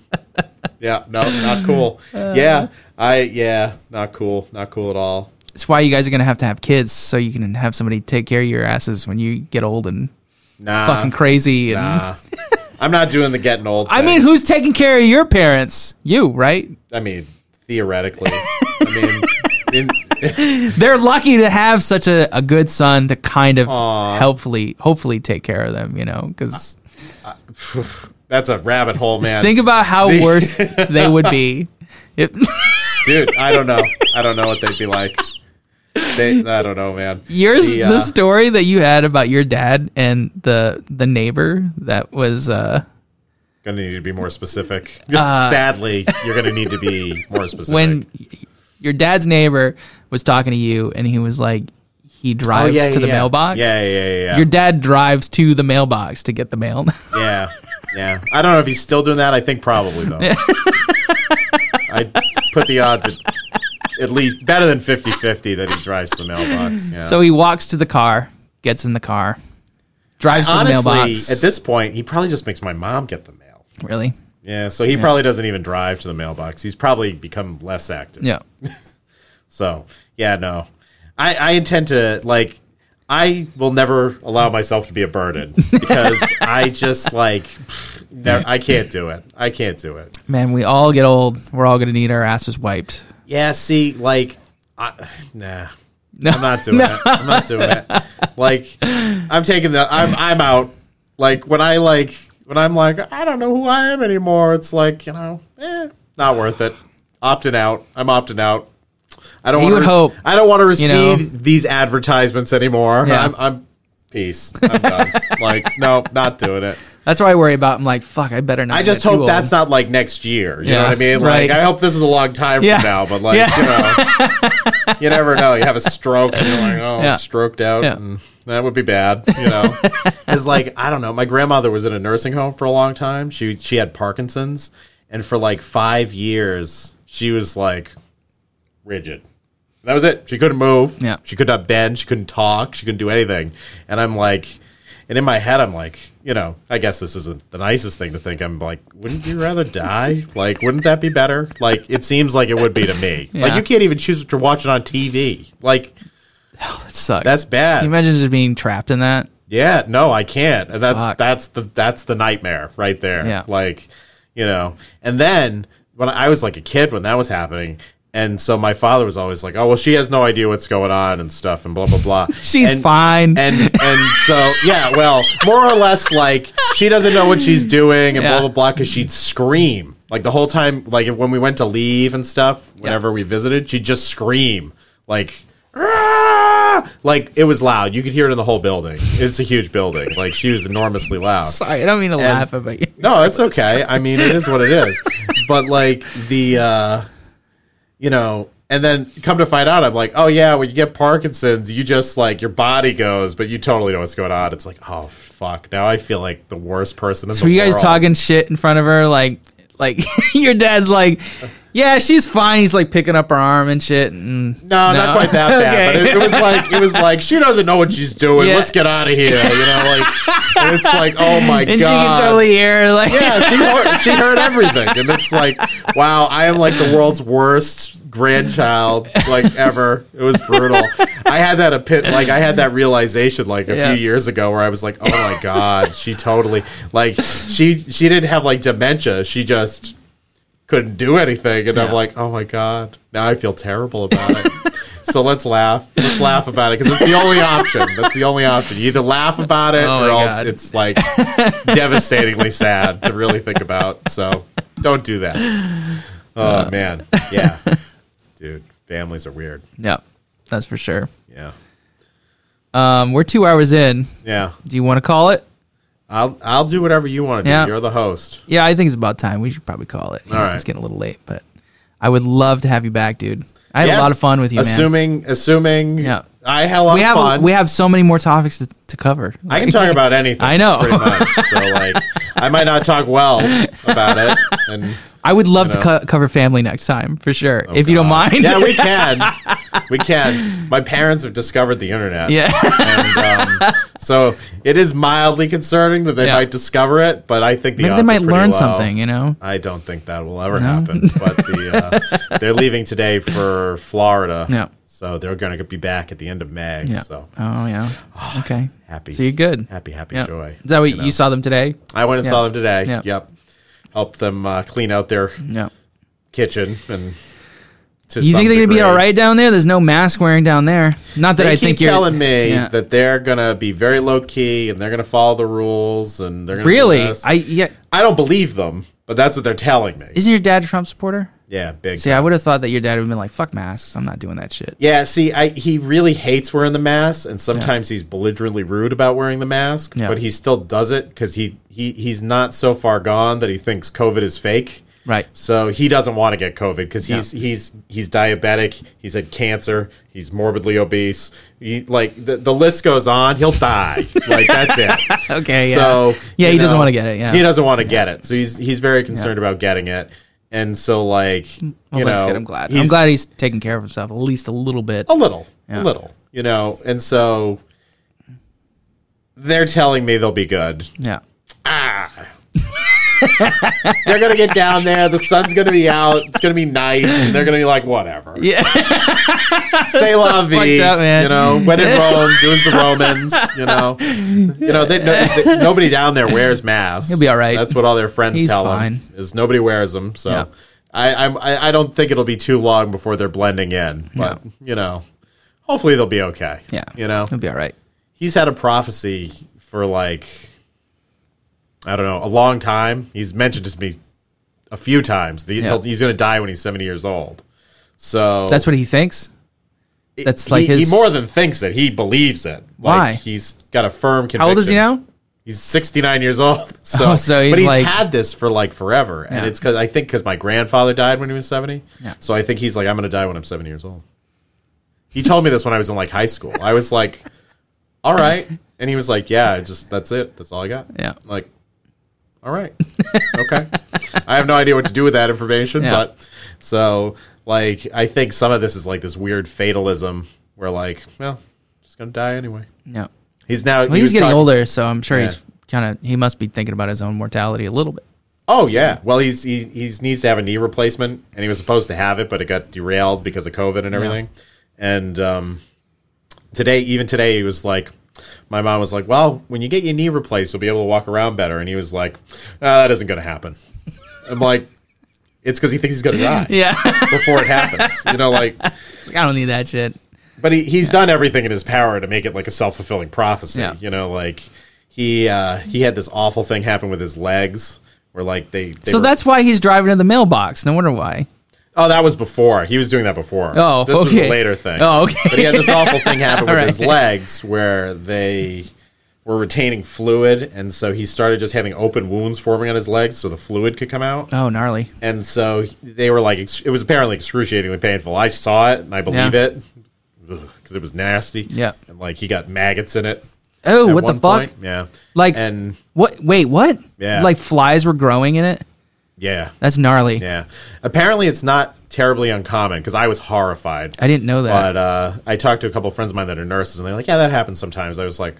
S2: yeah, no, not cool.
S1: Uh.
S2: yeah, I, yeah, not cool. Not cool at all.
S1: it's why you guys are gonna have to have kids so you can have somebody take care of your asses when you get old and
S2: Nah.
S1: fucking crazy. And
S2: Nah. I'm not doing the getting old.
S1: I
S2: thing.
S1: mean, who's taking care of your parents? You, right?
S2: I mean, theoretically. I mean, in,
S1: They're lucky to have such a, a good son to kind of
S2: Aw. Ah.
S1: helpfully, hopefully take care of them. You know, because
S2: that's a rabbit hole, man.
S1: think about
S2: <laughs>
S1: how worse they would be. If, <laughs>
S2: Dude, I don't know. I don't know what they'd be like. They, I don't know, man.
S1: Yours,
S2: The,
S1: the,
S2: uh,
S1: story that you had about your dad and the the neighbor that was uh,
S2: Gonna need to be more specific. Sadly, you're gonna need to be more specific.
S1: when y- your dad's neighbor was talking to you, and he was like, he drives to the mailbox.
S2: Oh, Yeah, yeah, yeah, yeah.
S1: Your dad drives to the mailbox to get the mail. <laughs>
S2: yeah, yeah. I don't know if he's still doing that. I think probably though. I put the odds at, at least better than 50-50 that he drives to the mailbox. Yeah.
S1: so he walks to the car, gets in the car, drives to the
S2: honestly,
S1: mailbox.
S2: at this point, he probably just makes my mom get the mail.
S1: really,
S2: Yeah, so he probably doesn't even drive to the mailbox. He's probably become less active.
S1: yeah,
S2: So yeah, no, I, I intend to like I will never allow myself to be a burden because I just like pfft, never, I can't do it. I can't do it.
S1: man, we all get old. We're all gonna need our asses wiped.
S2: Yeah, see, like I, <sighs> nah.
S1: <laughs> No.
S2: I'm not doing it. I'm not doing it. Like I'm taking the I'm I'm out. Like when I like when I'm like I don't know who I am anymore. It's like you know, eh, not worth it. Opting out. I'm opting out. I don't
S1: You
S2: want to.
S1: would hope,
S2: I don't want to
S1: you
S2: receive
S1: know.
S2: these advertisements anymore.
S1: Yeah.
S2: I'm, I'm peace. I'm done. like no, not doing it.
S1: That's what I worry about. I'm like, fuck, I better not.
S2: I just
S1: get too
S2: hope that's
S1: old.
S2: not like next year. You
S1: Yeah,
S2: know what I mean? Like
S1: right.
S2: I hope this is a long time
S1: Yeah.
S2: from now, but like
S1: Yeah.
S2: you know, you never know. You have a stroke and you're like, oh,
S1: Yeah.
S2: I'm stroked out.
S1: Yeah.
S2: And that would be bad.
S1: <laughs>
S2: You know, it's like I don't know. My grandmother was in a nursing home for a long time. She she had Parkinson's, and for like five years, she was like rigid. That was it. She couldn't move.
S1: Yeah.
S2: She could not bend. She couldn't talk. She couldn't do anything. And I'm like, and in my head, I'm like, you know, I guess this isn't the nicest thing to think. I'm like, wouldn't you
S1: <laughs>
S2: rather die? Like, wouldn't that be better? Like, it seems like it would be to me.
S1: <laughs>
S2: Like,
S1: Yeah.
S2: you can't even choose what you're watching on TV. Like,
S1: that sucks.
S2: that's bad.
S1: Can you imagine just being trapped in that.
S2: Yeah, no, I can't. And that's
S1: Fuck.
S2: that's the that's the nightmare right there.
S1: Yeah.
S2: Like, you know. And then when I was like a kid when that was happening, and so my father was always like, "Oh, well, she has no idea what's going on and stuff and blah blah blah."
S1: <laughs> She's
S2: And-
S1: fine.
S2: And and so yeah, well, more or less like she doesn't know what she's doing and
S1: Yeah.
S2: blah blah blah because she'd scream like the whole time. Like when we went to leave and stuff, whenever we visited, she'd just scream like. "Ah!" Like it was loud. You could hear it in the whole building. It's a huge building. Like she was enormously loud.
S1: Sorry, I don't mean to laugh about you.
S2: No, it's okay. I mean, it is what it is. But like the, uh, you know, and then come to find out, I'm like, oh yeah, when you get Parkinson's, you just like your body goes, but you totally know what's going on. It's like, oh fuck, now I feel like the worst person in
S1: So
S2: the
S1: were you guys
S2: world.
S1: talking shit in front of her, like, like <laughs> your dad's like, yeah, she's fine. He's like picking up her arm and shit. And
S2: No, not quite
S1: <laughs>
S2: that bad.
S1: Okay.
S2: But it, it was like it was like she doesn't know what she's doing.
S1: Yeah.
S2: Let's get out of here. You know, like and it's like, oh my
S1: and she
S2: god.
S1: can totally hear, like,
S2: <laughs> yeah, she heard, she heard everything, and it's like, wow, I am like the world's worst grandchild like ever. It was brutal. I had that a pit, like I had that realization like a
S1: Yeah.
S2: few years ago where I was like, oh my god, she totally like she she didn't have like dementia. She just couldn't do anything, and I'm
S1: Yeah.
S2: like, oh my god, now I feel terrible about it. <laughs> So let's laugh. Let's laugh about it because it's the only option. That's the only option. You either laugh about it
S1: Oh
S2: or
S1: my
S2: else
S1: God.
S2: it's it's like devastatingly sad to really think about. So don't do that. Oh
S1: <laughs>
S2: man, yeah, dude, families are weird.
S1: <laughs> yeah, that's for sure.
S2: Yeah,
S1: Um, we're two hours in.
S2: yeah.
S1: Do you want to call it?
S2: I'll I'll do whatever you want to do.
S1: Yeah.
S2: You're the host.
S1: Yeah, I think it's about time. We should probably call it. You
S2: All
S1: know,
S2: right.
S1: it's getting a little late, but I would love to have you back, dude. I had a
S2: Yes.
S1: lot of fun with you, man.
S2: Assuming, assuming,
S1: Yeah.
S2: I had a lot
S1: We
S2: of
S1: have
S2: fun.
S1: we have so many more topics to, to cover.
S2: I can
S1: <laughs>
S2: talk about anything.
S1: I know.
S2: pretty much. So like, I might not talk well about it, and
S1: I would love to
S2: know? Oh,
S1: co- cover family next time for sure, <laughs> if you don't mind.
S2: uh, Yeah, we can. we can. My parents have discovered the
S1: <laughs>
S2: internet.
S1: yeah.
S2: And, um, so it is mildly concerning that they
S1: Yeah.
S2: might discover it, but I think the
S1: Maybe
S2: odds
S1: they
S2: are
S1: might
S2: pretty
S1: learn
S2: low.
S1: something, you know.
S2: I don't think that will ever happen. But the,
S1: <laughs>
S2: uh, they're leaving today for Florida.
S1: Yeah.
S2: So they're going to be back at the end of May. So Ah,
S1: Oh yeah. Okay.
S2: happy.
S1: So you're good.
S2: Happy, happy
S1: Yeah.
S2: joy.
S1: Is that what you,
S2: know?
S1: saw them today?
S2: I went and
S1: Yeah.
S2: saw them today.
S1: Yeah.
S2: Yep. Helped them uh, clean out their
S1: Yeah.
S2: kitchen and. To
S1: You
S2: some
S1: think they're gonna be
S2: degree.
S1: all right down there? There's no mask wearing down there. Not that
S2: They
S1: I
S2: keep
S1: think you're
S2: telling me
S1: Yeah.
S2: that they're gonna be very low key and they're gonna follow the rules and they're gonna do
S1: Really?
S2: this.
S1: I yeah.
S2: I don't believe them, but that's what they're telling me.
S1: Isn't your dad a Trump supporter?
S2: Yeah, big.
S1: See, I would have thought that your dad would have been like, "Fuck masks, I'm not doing that shit."
S2: yeah, see, I he really hates wearing the mask, and sometimes he's belligerently rude about wearing the mask,
S1: Yeah.
S2: but he still does it because he, he he's not so far gone that he thinks COVID is fake. <laughs>
S1: Right.
S2: So he doesn't want to get COVID because he's he's he's diabetic. He's had cancer. He's morbidly obese. He, like the, the list goes on. He'll die.
S1: <laughs>
S2: like that's it.
S1: Okay.
S2: So
S1: yeah,
S2: you
S1: he doesn't
S2: know,
S1: want to get it. Yeah.
S2: he doesn't want to get it. So he's he's very concerned about getting it. And so like you
S1: well,
S2: know,
S1: that's good. I'm glad. I'm
S2: he's- Oh.
S1: glad he's taking care of himself at least a little bit.
S2: a little,
S1: Yeah.
S2: a little, you know. And so they're telling me they'll be good.
S1: Yeah.
S2: They're gonna get down there. The sun's gonna be out. It's gonna be nice. And they're gonna be like, whatever.
S1: Yeah.
S2: <laughs> Say la vie.
S1: fucked up, man.
S2: You know, when in Rome, do as the Romans. You know, you know, they, no, they- nobody down there wears masks. He'll
S1: be all right.
S2: That's what all their friends
S1: He's
S2: tell
S1: fine.
S2: them. Is nobody wears them. So
S1: Yeah.
S2: I, I'm, I I don't think it'll be too long before they're blending in. But you know, hopefully they'll be okay.
S1: Yeah.
S2: You know,
S1: He'll be all right.
S2: he's had a prophecy for like I don't know a long time. He's mentioned it to me a few times. The, he'll- he's going to die when he's seventy years old. So
S1: That's what he thinks. That's like
S2: he,
S1: his.
S2: he more than thinks it. He believes it. Like,
S1: Why?
S2: He's got a firm conviction.
S1: How old is he now?
S2: He's sixty nine years old. <laughs> So,
S1: Oh, so he's
S2: but he's
S1: like-
S2: had this for like forever, and
S1: Yeah.
S2: it's because I think because my grandfather died when he was seventy.
S1: Yeah.
S2: So I think he's like, I'm going to die when I'm seventy years old. He told me this when I was in like high school. I was like, all right. And he was like, yeah, I just that's it. That's all I got.
S1: Yeah.
S2: Like, all right. Okay. I have no idea what to do with that information,
S1: Yeah.
S2: but so like I think some of this is like this weird fatalism where like, well, just going to die anyway.
S1: Yeah.
S2: He's now
S1: Well,
S2: he
S1: he's
S2: was
S1: getting
S2: talking-
S1: older, so I'm sure he's
S2: Yeah.
S1: kind of. He must be thinking about his own mortality a little bit.
S2: Oh yeah. Well, he's he he's needs to have a knee replacement, and he was supposed to have it, but it got derailed because of COVID and everything. And um, today, even today, he was like, my mom was like, "Well, when you get your knee replaced, you'll be able to walk around better." And he was like, "Ah, "That isn't going to happen." I'm like, "It's because he thinks he's going to die
S1: <laughs> Yeah.
S2: before it happens." You know, like,
S1: I don't need that shit.
S2: but he, he's done everything in his power to make it like a self fulfilling prophecy.
S1: Yeah.
S2: You know, like he uh, he had this awful thing happen with his legs. Where like they, they
S1: So
S2: were-
S1: that's why he's driving to the mailbox. No wonder why.
S2: Oh, that was before. He was doing that before.
S1: Oh,
S2: this was
S1: okay.
S2: a later thing.
S1: Oh, okay.
S2: But he had this awful thing
S1: <laughs>
S2: happen with his
S1: Alright.
S2: legs where they were retaining fluid, and so he started just having open wounds forming on his legs, so the fluid could come out.
S1: Oh, gnarly.
S2: And so he- they were like, ex- it was apparently excruciatingly painful. I saw it, and I believe
S1: Yeah.
S2: it because it was nasty.
S1: Yeah.
S2: and like he got maggots in it.
S1: Oh,
S2: at
S1: what the
S2: one
S1: fuck?
S2: point. Yeah,
S1: Like
S2: and
S1: what? Wait, what?
S2: Yeah.
S1: Like flies were growing in it.
S2: yeah,
S1: That's gnarly.
S2: yeah. Apparently, it's not terribly uncommon because I was horrified.
S1: I didn't know that.
S2: But uh, I talked to a couple of friends of mine that are nurses, and they're like, "Yeah, that happens sometimes." I was like,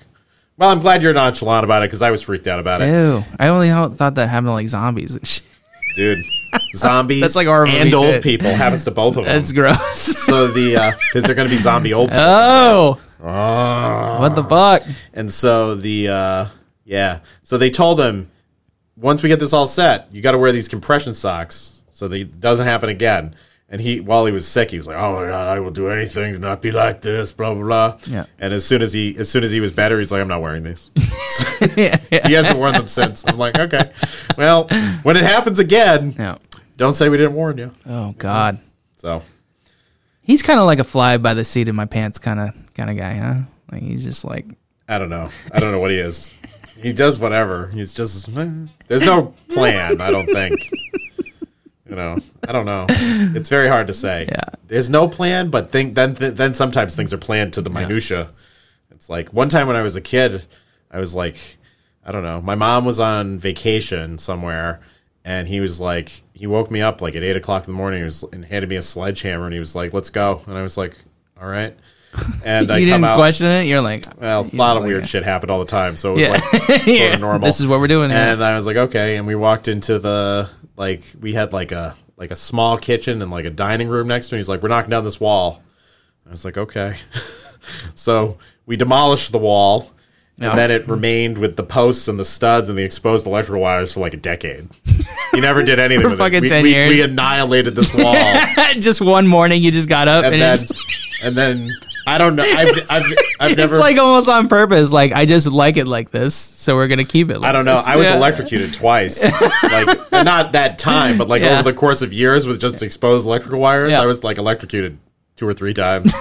S2: "Well, I'm glad you're nonchalant about it because I was freaked out about it,
S1: Ew. I only ho- thought that happened to like zombies and <laughs> shit.
S2: dude." Zombies,
S1: That's like our
S2: and
S1: movie
S2: old
S1: shit.
S2: people happens to both of them.
S1: That's gross. <laughs>
S2: so the because they're going to be zombie old, people.
S1: oh.
S2: Ah.
S1: What the fuck?
S2: and so the uh, yeah, so they told him once we get this all set, you got to wear these compression socks so that it doesn't happen again. And he, while he was sick, he was like, "Oh my god, I will do anything to not be like this." Blah blah blah.
S1: Yeah.
S2: And as soon as he, as soon as he was better, he's like, "I'm not wearing these."
S1: <laughs> yeah, yeah.
S2: <laughs> he hasn't worn them since. I'm like, okay, well, when it happens again,
S1: Yeah.
S2: don't say we didn't warn you.
S1: Oh God.
S2: So
S1: He's kind of like a fly by the seat of my pants kind of kind of guy, huh? Like he's just like
S2: I don't know. I don't know what he is. He does whatever. He's just eh. there's no plan. I don't think. You know, I don't know. It's very hard to say.
S1: Yeah.
S2: There's no plan, but think then then sometimes things are planned to the minutia. It's like one time when I was a kid, I was like, I don't know. My mom was on vacation somewhere, and he was like, he woke me up like at eight o'clock in the morning. He was and handed me a sledgehammer, and he was like, "Let's go." And I was like, "All right."
S1: <laughs>
S2: And
S1: You
S2: I come
S1: didn't
S2: out.
S1: question it. You're like, <laughs>
S2: well, a
S1: you
S2: lot
S1: just
S2: of
S1: like,
S2: weird shit happened all the time, so it was
S1: Yeah. <laughs>
S2: like sort
S1: Yeah.
S2: of normal.
S1: This is what we're doing here.
S2: And I was like, okay. And we walked into the like we had like a like a small kitchen and like a dining room next to it. He's like, we're knocking down this wall. I was like, okay. <laughs> so we demolished the wall,
S1: Yeah.
S2: and then it remained with the posts and the studs and the exposed electrical wires for like a decade. You never did
S1: <laughs>
S2: anything
S1: For
S2: with
S1: fucking
S2: it. We,
S1: 10
S2: we,
S1: years.
S2: we annihilated this
S1: <laughs>
S2: wall.
S1: just one morning, you just got up and,
S2: and then
S1: it's,
S2: and then I don't know. I've I've, I've
S1: <laughs>
S2: never
S1: it's like almost on purpose. Like I just like it like this, so we're gonna keep it. Like
S2: I don't know.
S1: this.
S2: I was
S1: Yeah. <laughs>
S2: electrocuted twice, like not that time, but like
S1: Yeah.
S2: over the course of years with just exposed electrical wires.
S1: Yeah.
S2: I was like electrocuted two or three times.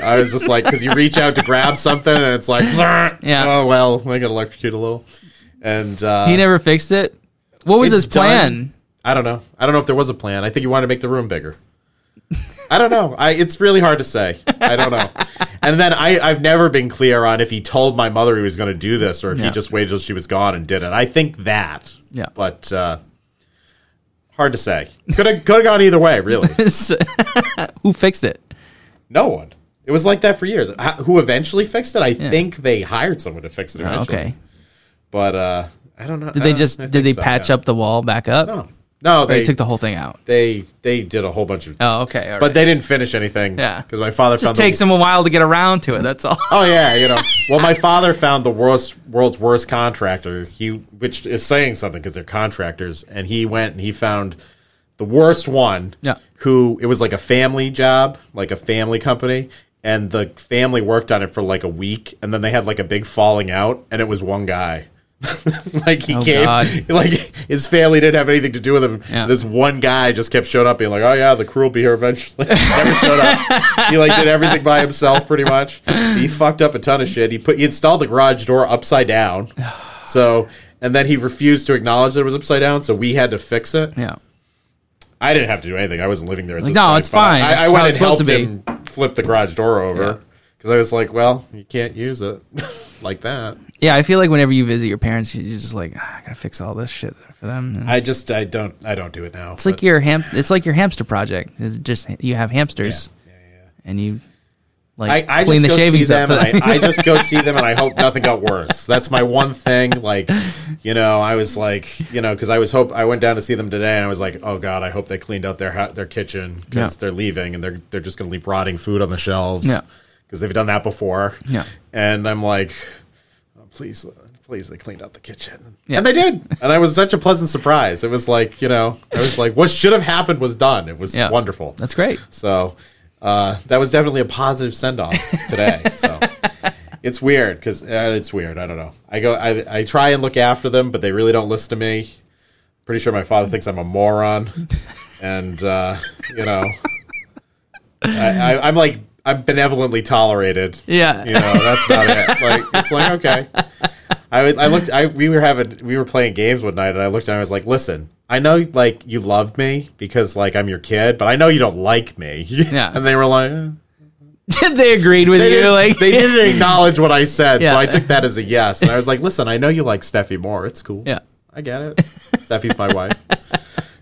S2: I was just like, because you reach out to grab something and it's like,
S1: Yeah.
S2: oh well, I got electrocuted a little, and uh,
S1: He never fixed it. What was
S2: it's
S1: his plan?
S2: done. I don't know. I don't know if there was a plan. I think you wanted to make the room bigger. I don't know. I it's really hard to say. I don't know. And then I I've never been clear on if he told my mother he was going to do this or if
S1: Yeah.
S2: he just waited till she was gone and did it. I think that.
S1: Yeah.
S2: But uh hard to say. Could have could have gone either way, really.
S1: <laughs> Who fixed it?
S2: No one. It was like that for years. H- Who eventually fixed it? I think they hired someone to fix it
S1: Oh,
S2: eventually.
S1: okay.
S2: But uh I don't know.
S1: Did they just did they patch up the wall back up?
S2: No. No,
S1: They
S2: they
S1: took the whole thing out.
S2: they they did a whole bunch of
S1: Oh, okay. all
S2: but
S1: right.
S2: they didn't finish anything.
S1: Yeah.
S2: because my father
S1: just
S2: found
S1: takes
S2: the,
S1: them a while to get around to it. That's all. <laughs>
S2: Oh yeah, you know. Well, my father found the worst world's worst contractor. He, which is saying something because they're contractors, and he went and he found the worst one.
S1: Yeah.
S2: Who it was like a family job, like a family company. And the family worked on it for like a week, and then they had like a big falling out, and it was one guy. <laughs> like he came,
S1: Oh, God.
S2: <laughs> like his family didn't have anything to do with him.
S1: Yeah.
S2: This one guy just kept showing up, being like, "Oh yeah, the crew will be here eventually." <laughs> Never showed up. He like did everything by himself, pretty much. He fucked up a ton of shit. He put he installed the garage door upside
S1: <sighs>
S2: down, so and then he refused to acknowledge that it was upside down. So we had to fix it.
S1: yeah.
S2: I didn't have to do anything. I wasn't living there. At this
S1: no,
S2: point,
S1: it's
S2: but
S1: fine.
S2: I,
S1: That's
S2: I
S1: how
S2: went and
S1: it's supposed
S2: helped
S1: to
S2: him flip the garage door
S1: Yeah.
S2: over because I was like, "Well, you can't use it <laughs> like that."
S1: Yeah, I feel like whenever you visit your parents, you- you're just like, "Ah, I gotta fix all this shit for them. And
S2: I just I don't I don't do it now.
S1: it's like your ham. It's like your hamster project. It's just you have hamsters, and you
S2: I,
S1: like
S2: I
S1: clean the
S2: just go see
S1: shavings up.
S2: them
S1: for them. <laughs>
S2: and I, I just go see them and I hope nothing got worse. That's my one thing. Like, you know, I was like, you know, because I was hope I went down to see them today and I was like, oh god, I hope they cleaned out their hou- their kitchen because
S1: Yeah.
S2: they're leaving and they're they're just gonna leave rotting food on the shelves.
S1: Yeah.
S2: because they've done that before.
S1: Yeah.
S2: and I'm like, oh, please, uh, please, they cleaned out the kitchen.
S1: Yeah.
S2: And they did, and I was such a pleasant surprise. It was like, you know, I was like, what should have happened was done. It was
S1: Yeah.
S2: wonderful.
S1: That's <laughs> great.
S2: So uh, that was definitely a positive send off today. so it's weird because uh, it's weird. I don't know. I go. I, I try and look after them, but they really don't listen to me. Pretty sure my father thinks I'm a moron, and uh, you know, I, I, I'm like I'm benevolently tolerated.
S1: Yeah.
S2: you know that's about it. Like it's like okay. I, would- I looked. I we were having we were playing games one night, and I looked and I was like, "Listen, I know like you love me because like I'm your kid, but I know you don't like me." <laughs>
S1: Yeah.
S2: and they were
S1: <laughs>
S2: like, eh.
S1: they agreed with
S2: they,
S1: you.
S2: didn't,
S1: Like
S2: they didn't acknowledge what I said,
S1: Yeah.
S2: so I took that as a yes. And I was like, "Listen, I know you like Steffi more. It's cool.
S1: Yeah.
S2: I get it. Steffi's
S1: <laughs>
S2: my wife.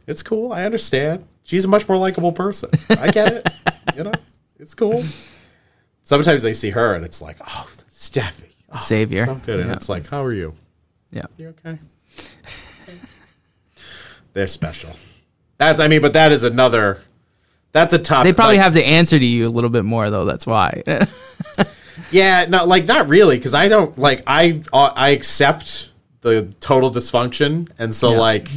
S2: It's cool. I understand. She's a much more likable person. I get it. You know, it's cool." Sometimes they see her, and it's like, "Oh, Steffi." Oh,
S1: <laughs> Savior.
S2: so good. And
S1: Yeah.
S2: it's like, how are you?
S1: yeah.
S2: You okay? They're special. That's I mean, but that is another. That's a topic.
S1: They probably
S2: like-
S1: have to answer to you a little bit more though. That's why. <laughs>
S2: Yeah, no, like not really, because I don't like I uh, I accept the total dysfunction, and so
S1: Yeah.
S2: like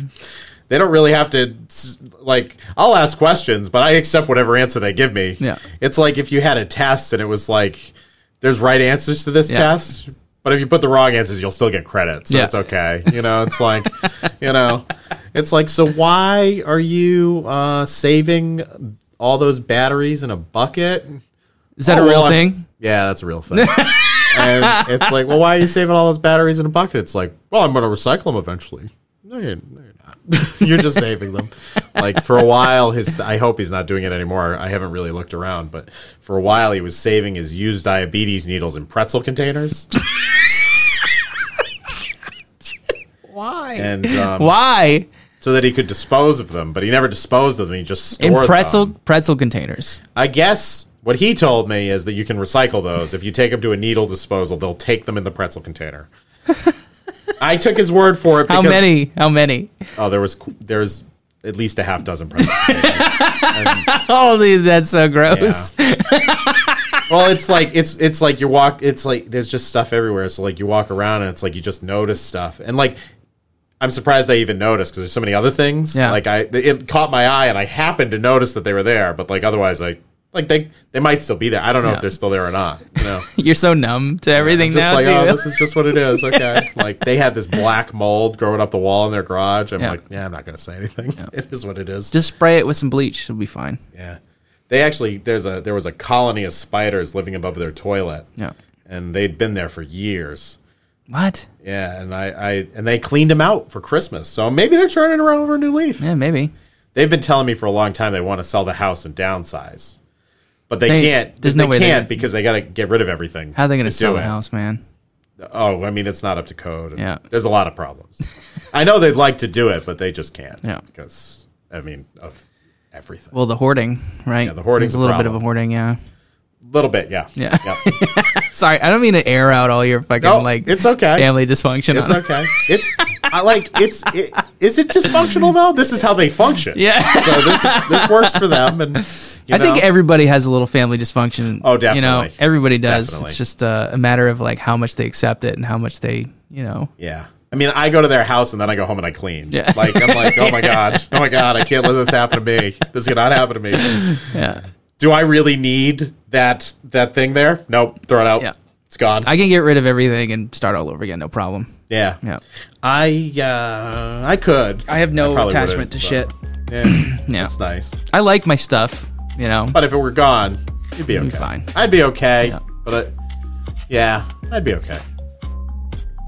S2: they don't really have to s- like I'll ask questions, but I accept whatever answer they give me.
S1: Yeah.
S2: it's like if you had a test and it was like there's right answers to this
S1: Yeah.
S2: test, but if you put the wrong answers, you'll still get credit, so
S1: Yeah.
S2: it's okay. You know, it's like <laughs> you know, it's like so why are you uh, saving all those batteries in a bucket?
S1: Is that a
S2: Oh,
S1: real
S2: well, I'm-
S1: thing?
S2: Yeah, that's a
S1: <laughs>
S2: real thing. and it's like, well, why are you saving all those batteries in a bucket? It's like, well, I'm going to recycle them eventually. No, you're, no, you're not. <laughs> you're just saving them. Like for a while, his I hope he's not doing it anymore. I haven't really looked around, but for a while, he was saving his used diabetes needles in pretzel containers.
S1: Why?
S2: And um,
S1: Why?
S2: so that he could dispose of them, but he never disposed of them. He just
S1: in
S2: stored
S1: pretzel
S2: them.
S1: pretzel containers.
S2: I guess what he told me is that you can recycle those. If you take them to a needle disposal, they'll take them in the pretzel container.
S1: <laughs>
S2: I took his word for it.
S1: How
S2: Because,
S1: many? How many? <laughs>
S2: Oh, there was there was at least a half dozen pretzel containers. <laughs>
S1: Oh, dude, that's so gross.
S2: well, it's like it's it's like you walk. It's like there's just stuff everywhere. So like you walk around and it's like you just notice stuff. And like I'm surprised I even noticed because there's so many other things.
S1: Yeah.
S2: Like I it caught my eye and I happened to notice that they were there. But like otherwise, I like they they might still be there. I don't know
S1: Yeah.
S2: if they're still there or not. You know.
S1: <laughs> You're so numb to everything
S2: I'm just
S1: now,
S2: like,
S1: <laughs>
S2: oh,
S1: too.
S2: this is just what it
S1: <laughs>
S2: is. Okay. like they had this black mold growing up the wall in their garage. I'm
S1: Yeah.
S2: like, yeah, I'm not gonna say anything. <laughs> It is what it is.
S1: Just spray it with some bleach. It'll be fine.
S2: yeah. They actually there's a there was a colony of spiders living above their toilet.
S1: Yeah.
S2: And they'd been there for years.
S1: What?
S2: Yeah, and I, I and they cleaned them out for Christmas. So maybe they're turning around over a new leaf.
S1: Yeah, maybe.
S2: They've been telling me for a long time they want to sell the house and downsize. But they,
S1: They-
S2: can't.
S1: there's
S2: they
S1: no way they
S2: can't
S1: can-
S2: because they got to get rid of everything.
S1: How are they going to
S2: do
S1: sell the
S2: it.
S1: house, man?
S2: Oh, I mean, it's not up to code. and
S1: Yeah.
S2: There's a lot of problems. <laughs> I know they'd like to do it, but they just can't.
S1: Yeah.
S2: Because, I mean, of everything.
S1: Well, the hoarding, right?
S2: Yeah, the hoarding's
S1: There's a
S2: a
S1: little bit of a
S2: problem.
S1: hoarding, yeah.
S2: A little bit, yeah.
S1: Yeah. <laughs>
S2: Yep.
S1: Sorry, I don't mean to air out all your fucking
S2: No,
S1: like
S2: it's okay.
S1: family dysfunction.
S2: It's
S1: on-
S2: okay. It's, I like, it's, it, is it dysfunctional though? This is how they function.
S1: Yeah.
S2: So this is, this works for them. And, you
S1: <laughs> I think
S2: know.
S1: everybody has a little family dysfunction.
S2: Oh,
S1: You know,
S2: definitely.
S1: everybody does.
S2: Definitely.
S1: It's just uh, a matter of like how much they accept it and how much they, you know.
S2: Yeah. I mean, I go to their house and then I go home and I clean.
S1: Yeah.
S2: Like, I'm like,
S1: <laughs>
S2: oh my God. Oh my God. I can't let this happen to me. This cannot happen to me.
S1: Yeah.
S2: Do I really need that that thing there? Nope. Throw it out.
S1: Yeah.
S2: It's gone.
S1: I can get rid of everything and start all over again, no problem.
S2: yeah.
S1: Yeah.
S2: I uh, I could.
S1: I have no
S2: probably
S1: attachment
S2: would've,
S1: to shit.
S2: but- Yeah. <clears throat>
S1: Yeah.
S2: That's nice.
S1: I like my stuff, you know.
S2: But if it were gone, you'd be okay.
S1: be fine.
S2: I'd be okay.
S1: Yeah.
S2: But I, yeah, I'd be okay.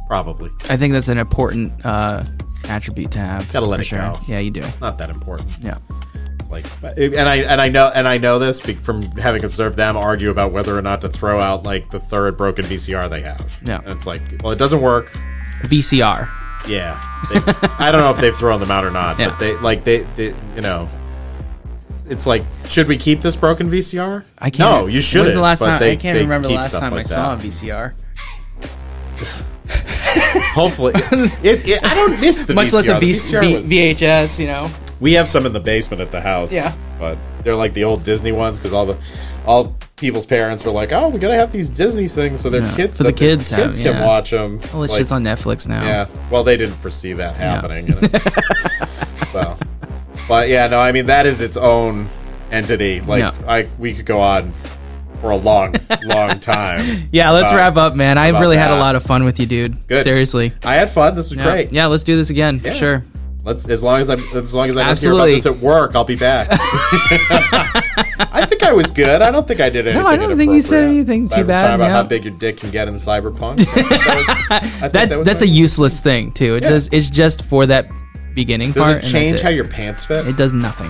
S2: Probably.
S1: I think that's an important uh, attribute to have.
S2: Gotta let
S1: for
S2: it go.
S1: Yeah, you do.
S2: It's not that important.
S1: Yeah.
S2: It's like, but- and I and I know and I know this be- from having observed them argue about whether or not to throw out like the third broken VCR they have.
S1: Yeah.
S2: And it's like, well, it doesn't work.
S1: VCR.
S2: Yeah, they, I don't know if they've thrown them out or not,
S1: Yeah.
S2: but they like they, they you know. It's like, should we keep this broken VCR?
S1: I can't.
S2: No, you shouldn't.
S1: When's the last
S2: but
S1: time?
S2: they-
S1: I can't
S2: they
S1: remember the
S2: keep
S1: last
S2: stuff
S1: time
S2: like
S1: I saw a
S2: that.
S1: VCR.
S2: Hopefully,
S1: <laughs>
S2: it, it, I don't miss the
S1: Much
S2: VCR.
S1: less a
S2: The
S1: v-
S2: VCR was-
S1: v- VHS, you know.
S2: We have some in the basement at the house.
S1: Yeah.
S2: But they're like the old Disney ones because all the all people's parents were like, "Oh, we gotta have these Disney things so their
S1: Yeah,
S2: kids
S1: for the
S2: that their
S1: kids have,
S2: kids can
S1: yeah.
S2: watch them."
S1: Well, it's shit's on Netflix now.
S2: Yeah. Well, they didn't foresee that
S1: <laughs>
S2: happening. and- so, but yeah, no, I mean that is its own entity. Like,
S1: Yeah.
S2: I we could go on for a long, long
S1: <laughs>
S2: time.
S1: Yeah, let's
S2: about-
S1: wrap up, man. I
S2: Uh, about
S1: really had
S2: that.
S1: a lot of fun with you, dude.
S2: Good.
S1: Seriously.
S2: I had fun. This was
S1: Yeah.
S2: great.
S1: Yeah, let's do this again.
S2: Yeah.
S1: Sure.
S2: Let's, as long as I as long as I don't
S1: Absolutely.
S2: hear about this at work, I'll
S1: <laughs>
S2: be back. <laughs> I think I was good. I don't think I did anything.
S1: I don't think you said
S2: inappropriate.
S1: anything too
S2: Cyber-
S1: bad,
S2: Talking about
S1: yeah.
S2: how big your dick can get in
S1: <laughs>
S2: Cyberpunk. I think that was- I think
S1: That's
S2: that was
S1: that's a
S2: nice.
S1: useless thing too. It
S2: Yeah.
S1: does it's just for that beginning part.
S2: Does it
S1: and that's
S2: change
S1: it.
S2: how your pants fit?
S1: It does nothing.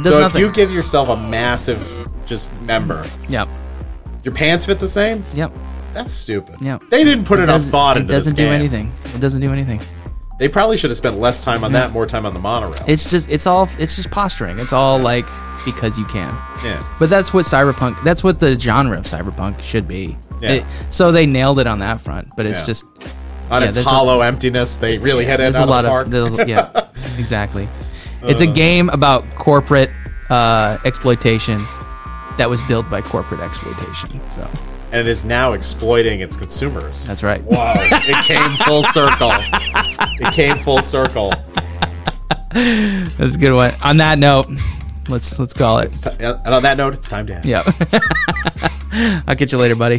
S1: It does
S2: so
S1: nothing.
S2: if you give yourself a massive just member,
S1: yep.
S2: your pants fit the same.
S1: Yep.
S2: That's stupid.
S1: Yeah.
S2: They didn't put enough
S1: doesn't-
S2: thought
S1: it
S2: into
S1: doesn't
S2: this
S1: do
S2: game.
S1: anything. It doesn't do anything.
S2: They probably should have spent less time on that, more time on the monorail.
S1: It's just it's all it's just posturing. It's all like because you can.
S2: yeah.
S1: But that's what cyberpunk. That's what the genre of cyberpunk should be.
S2: Yeah.
S1: It- so they nailed it on that front. But it's
S2: Yeah.
S1: just
S2: On
S1: yeah,
S2: its
S1: there's a-
S2: hollow emptiness, they really hit it
S1: there's
S2: out
S1: a lot
S2: of the park.
S1: of there's- yeah, exactly. It's a game about corporate uh, exploitation that was built by corporate exploitation. So
S2: and it is now exploiting its consumers.
S1: that's right.
S2: Wow, it came
S1: <laughs>
S2: full circle. It came full circle.
S1: That's a good one. On that note, let's let's call it.
S2: uh, And on that note, it's time to end.
S1: Yeah. <laughs> I'll catch you later, buddy.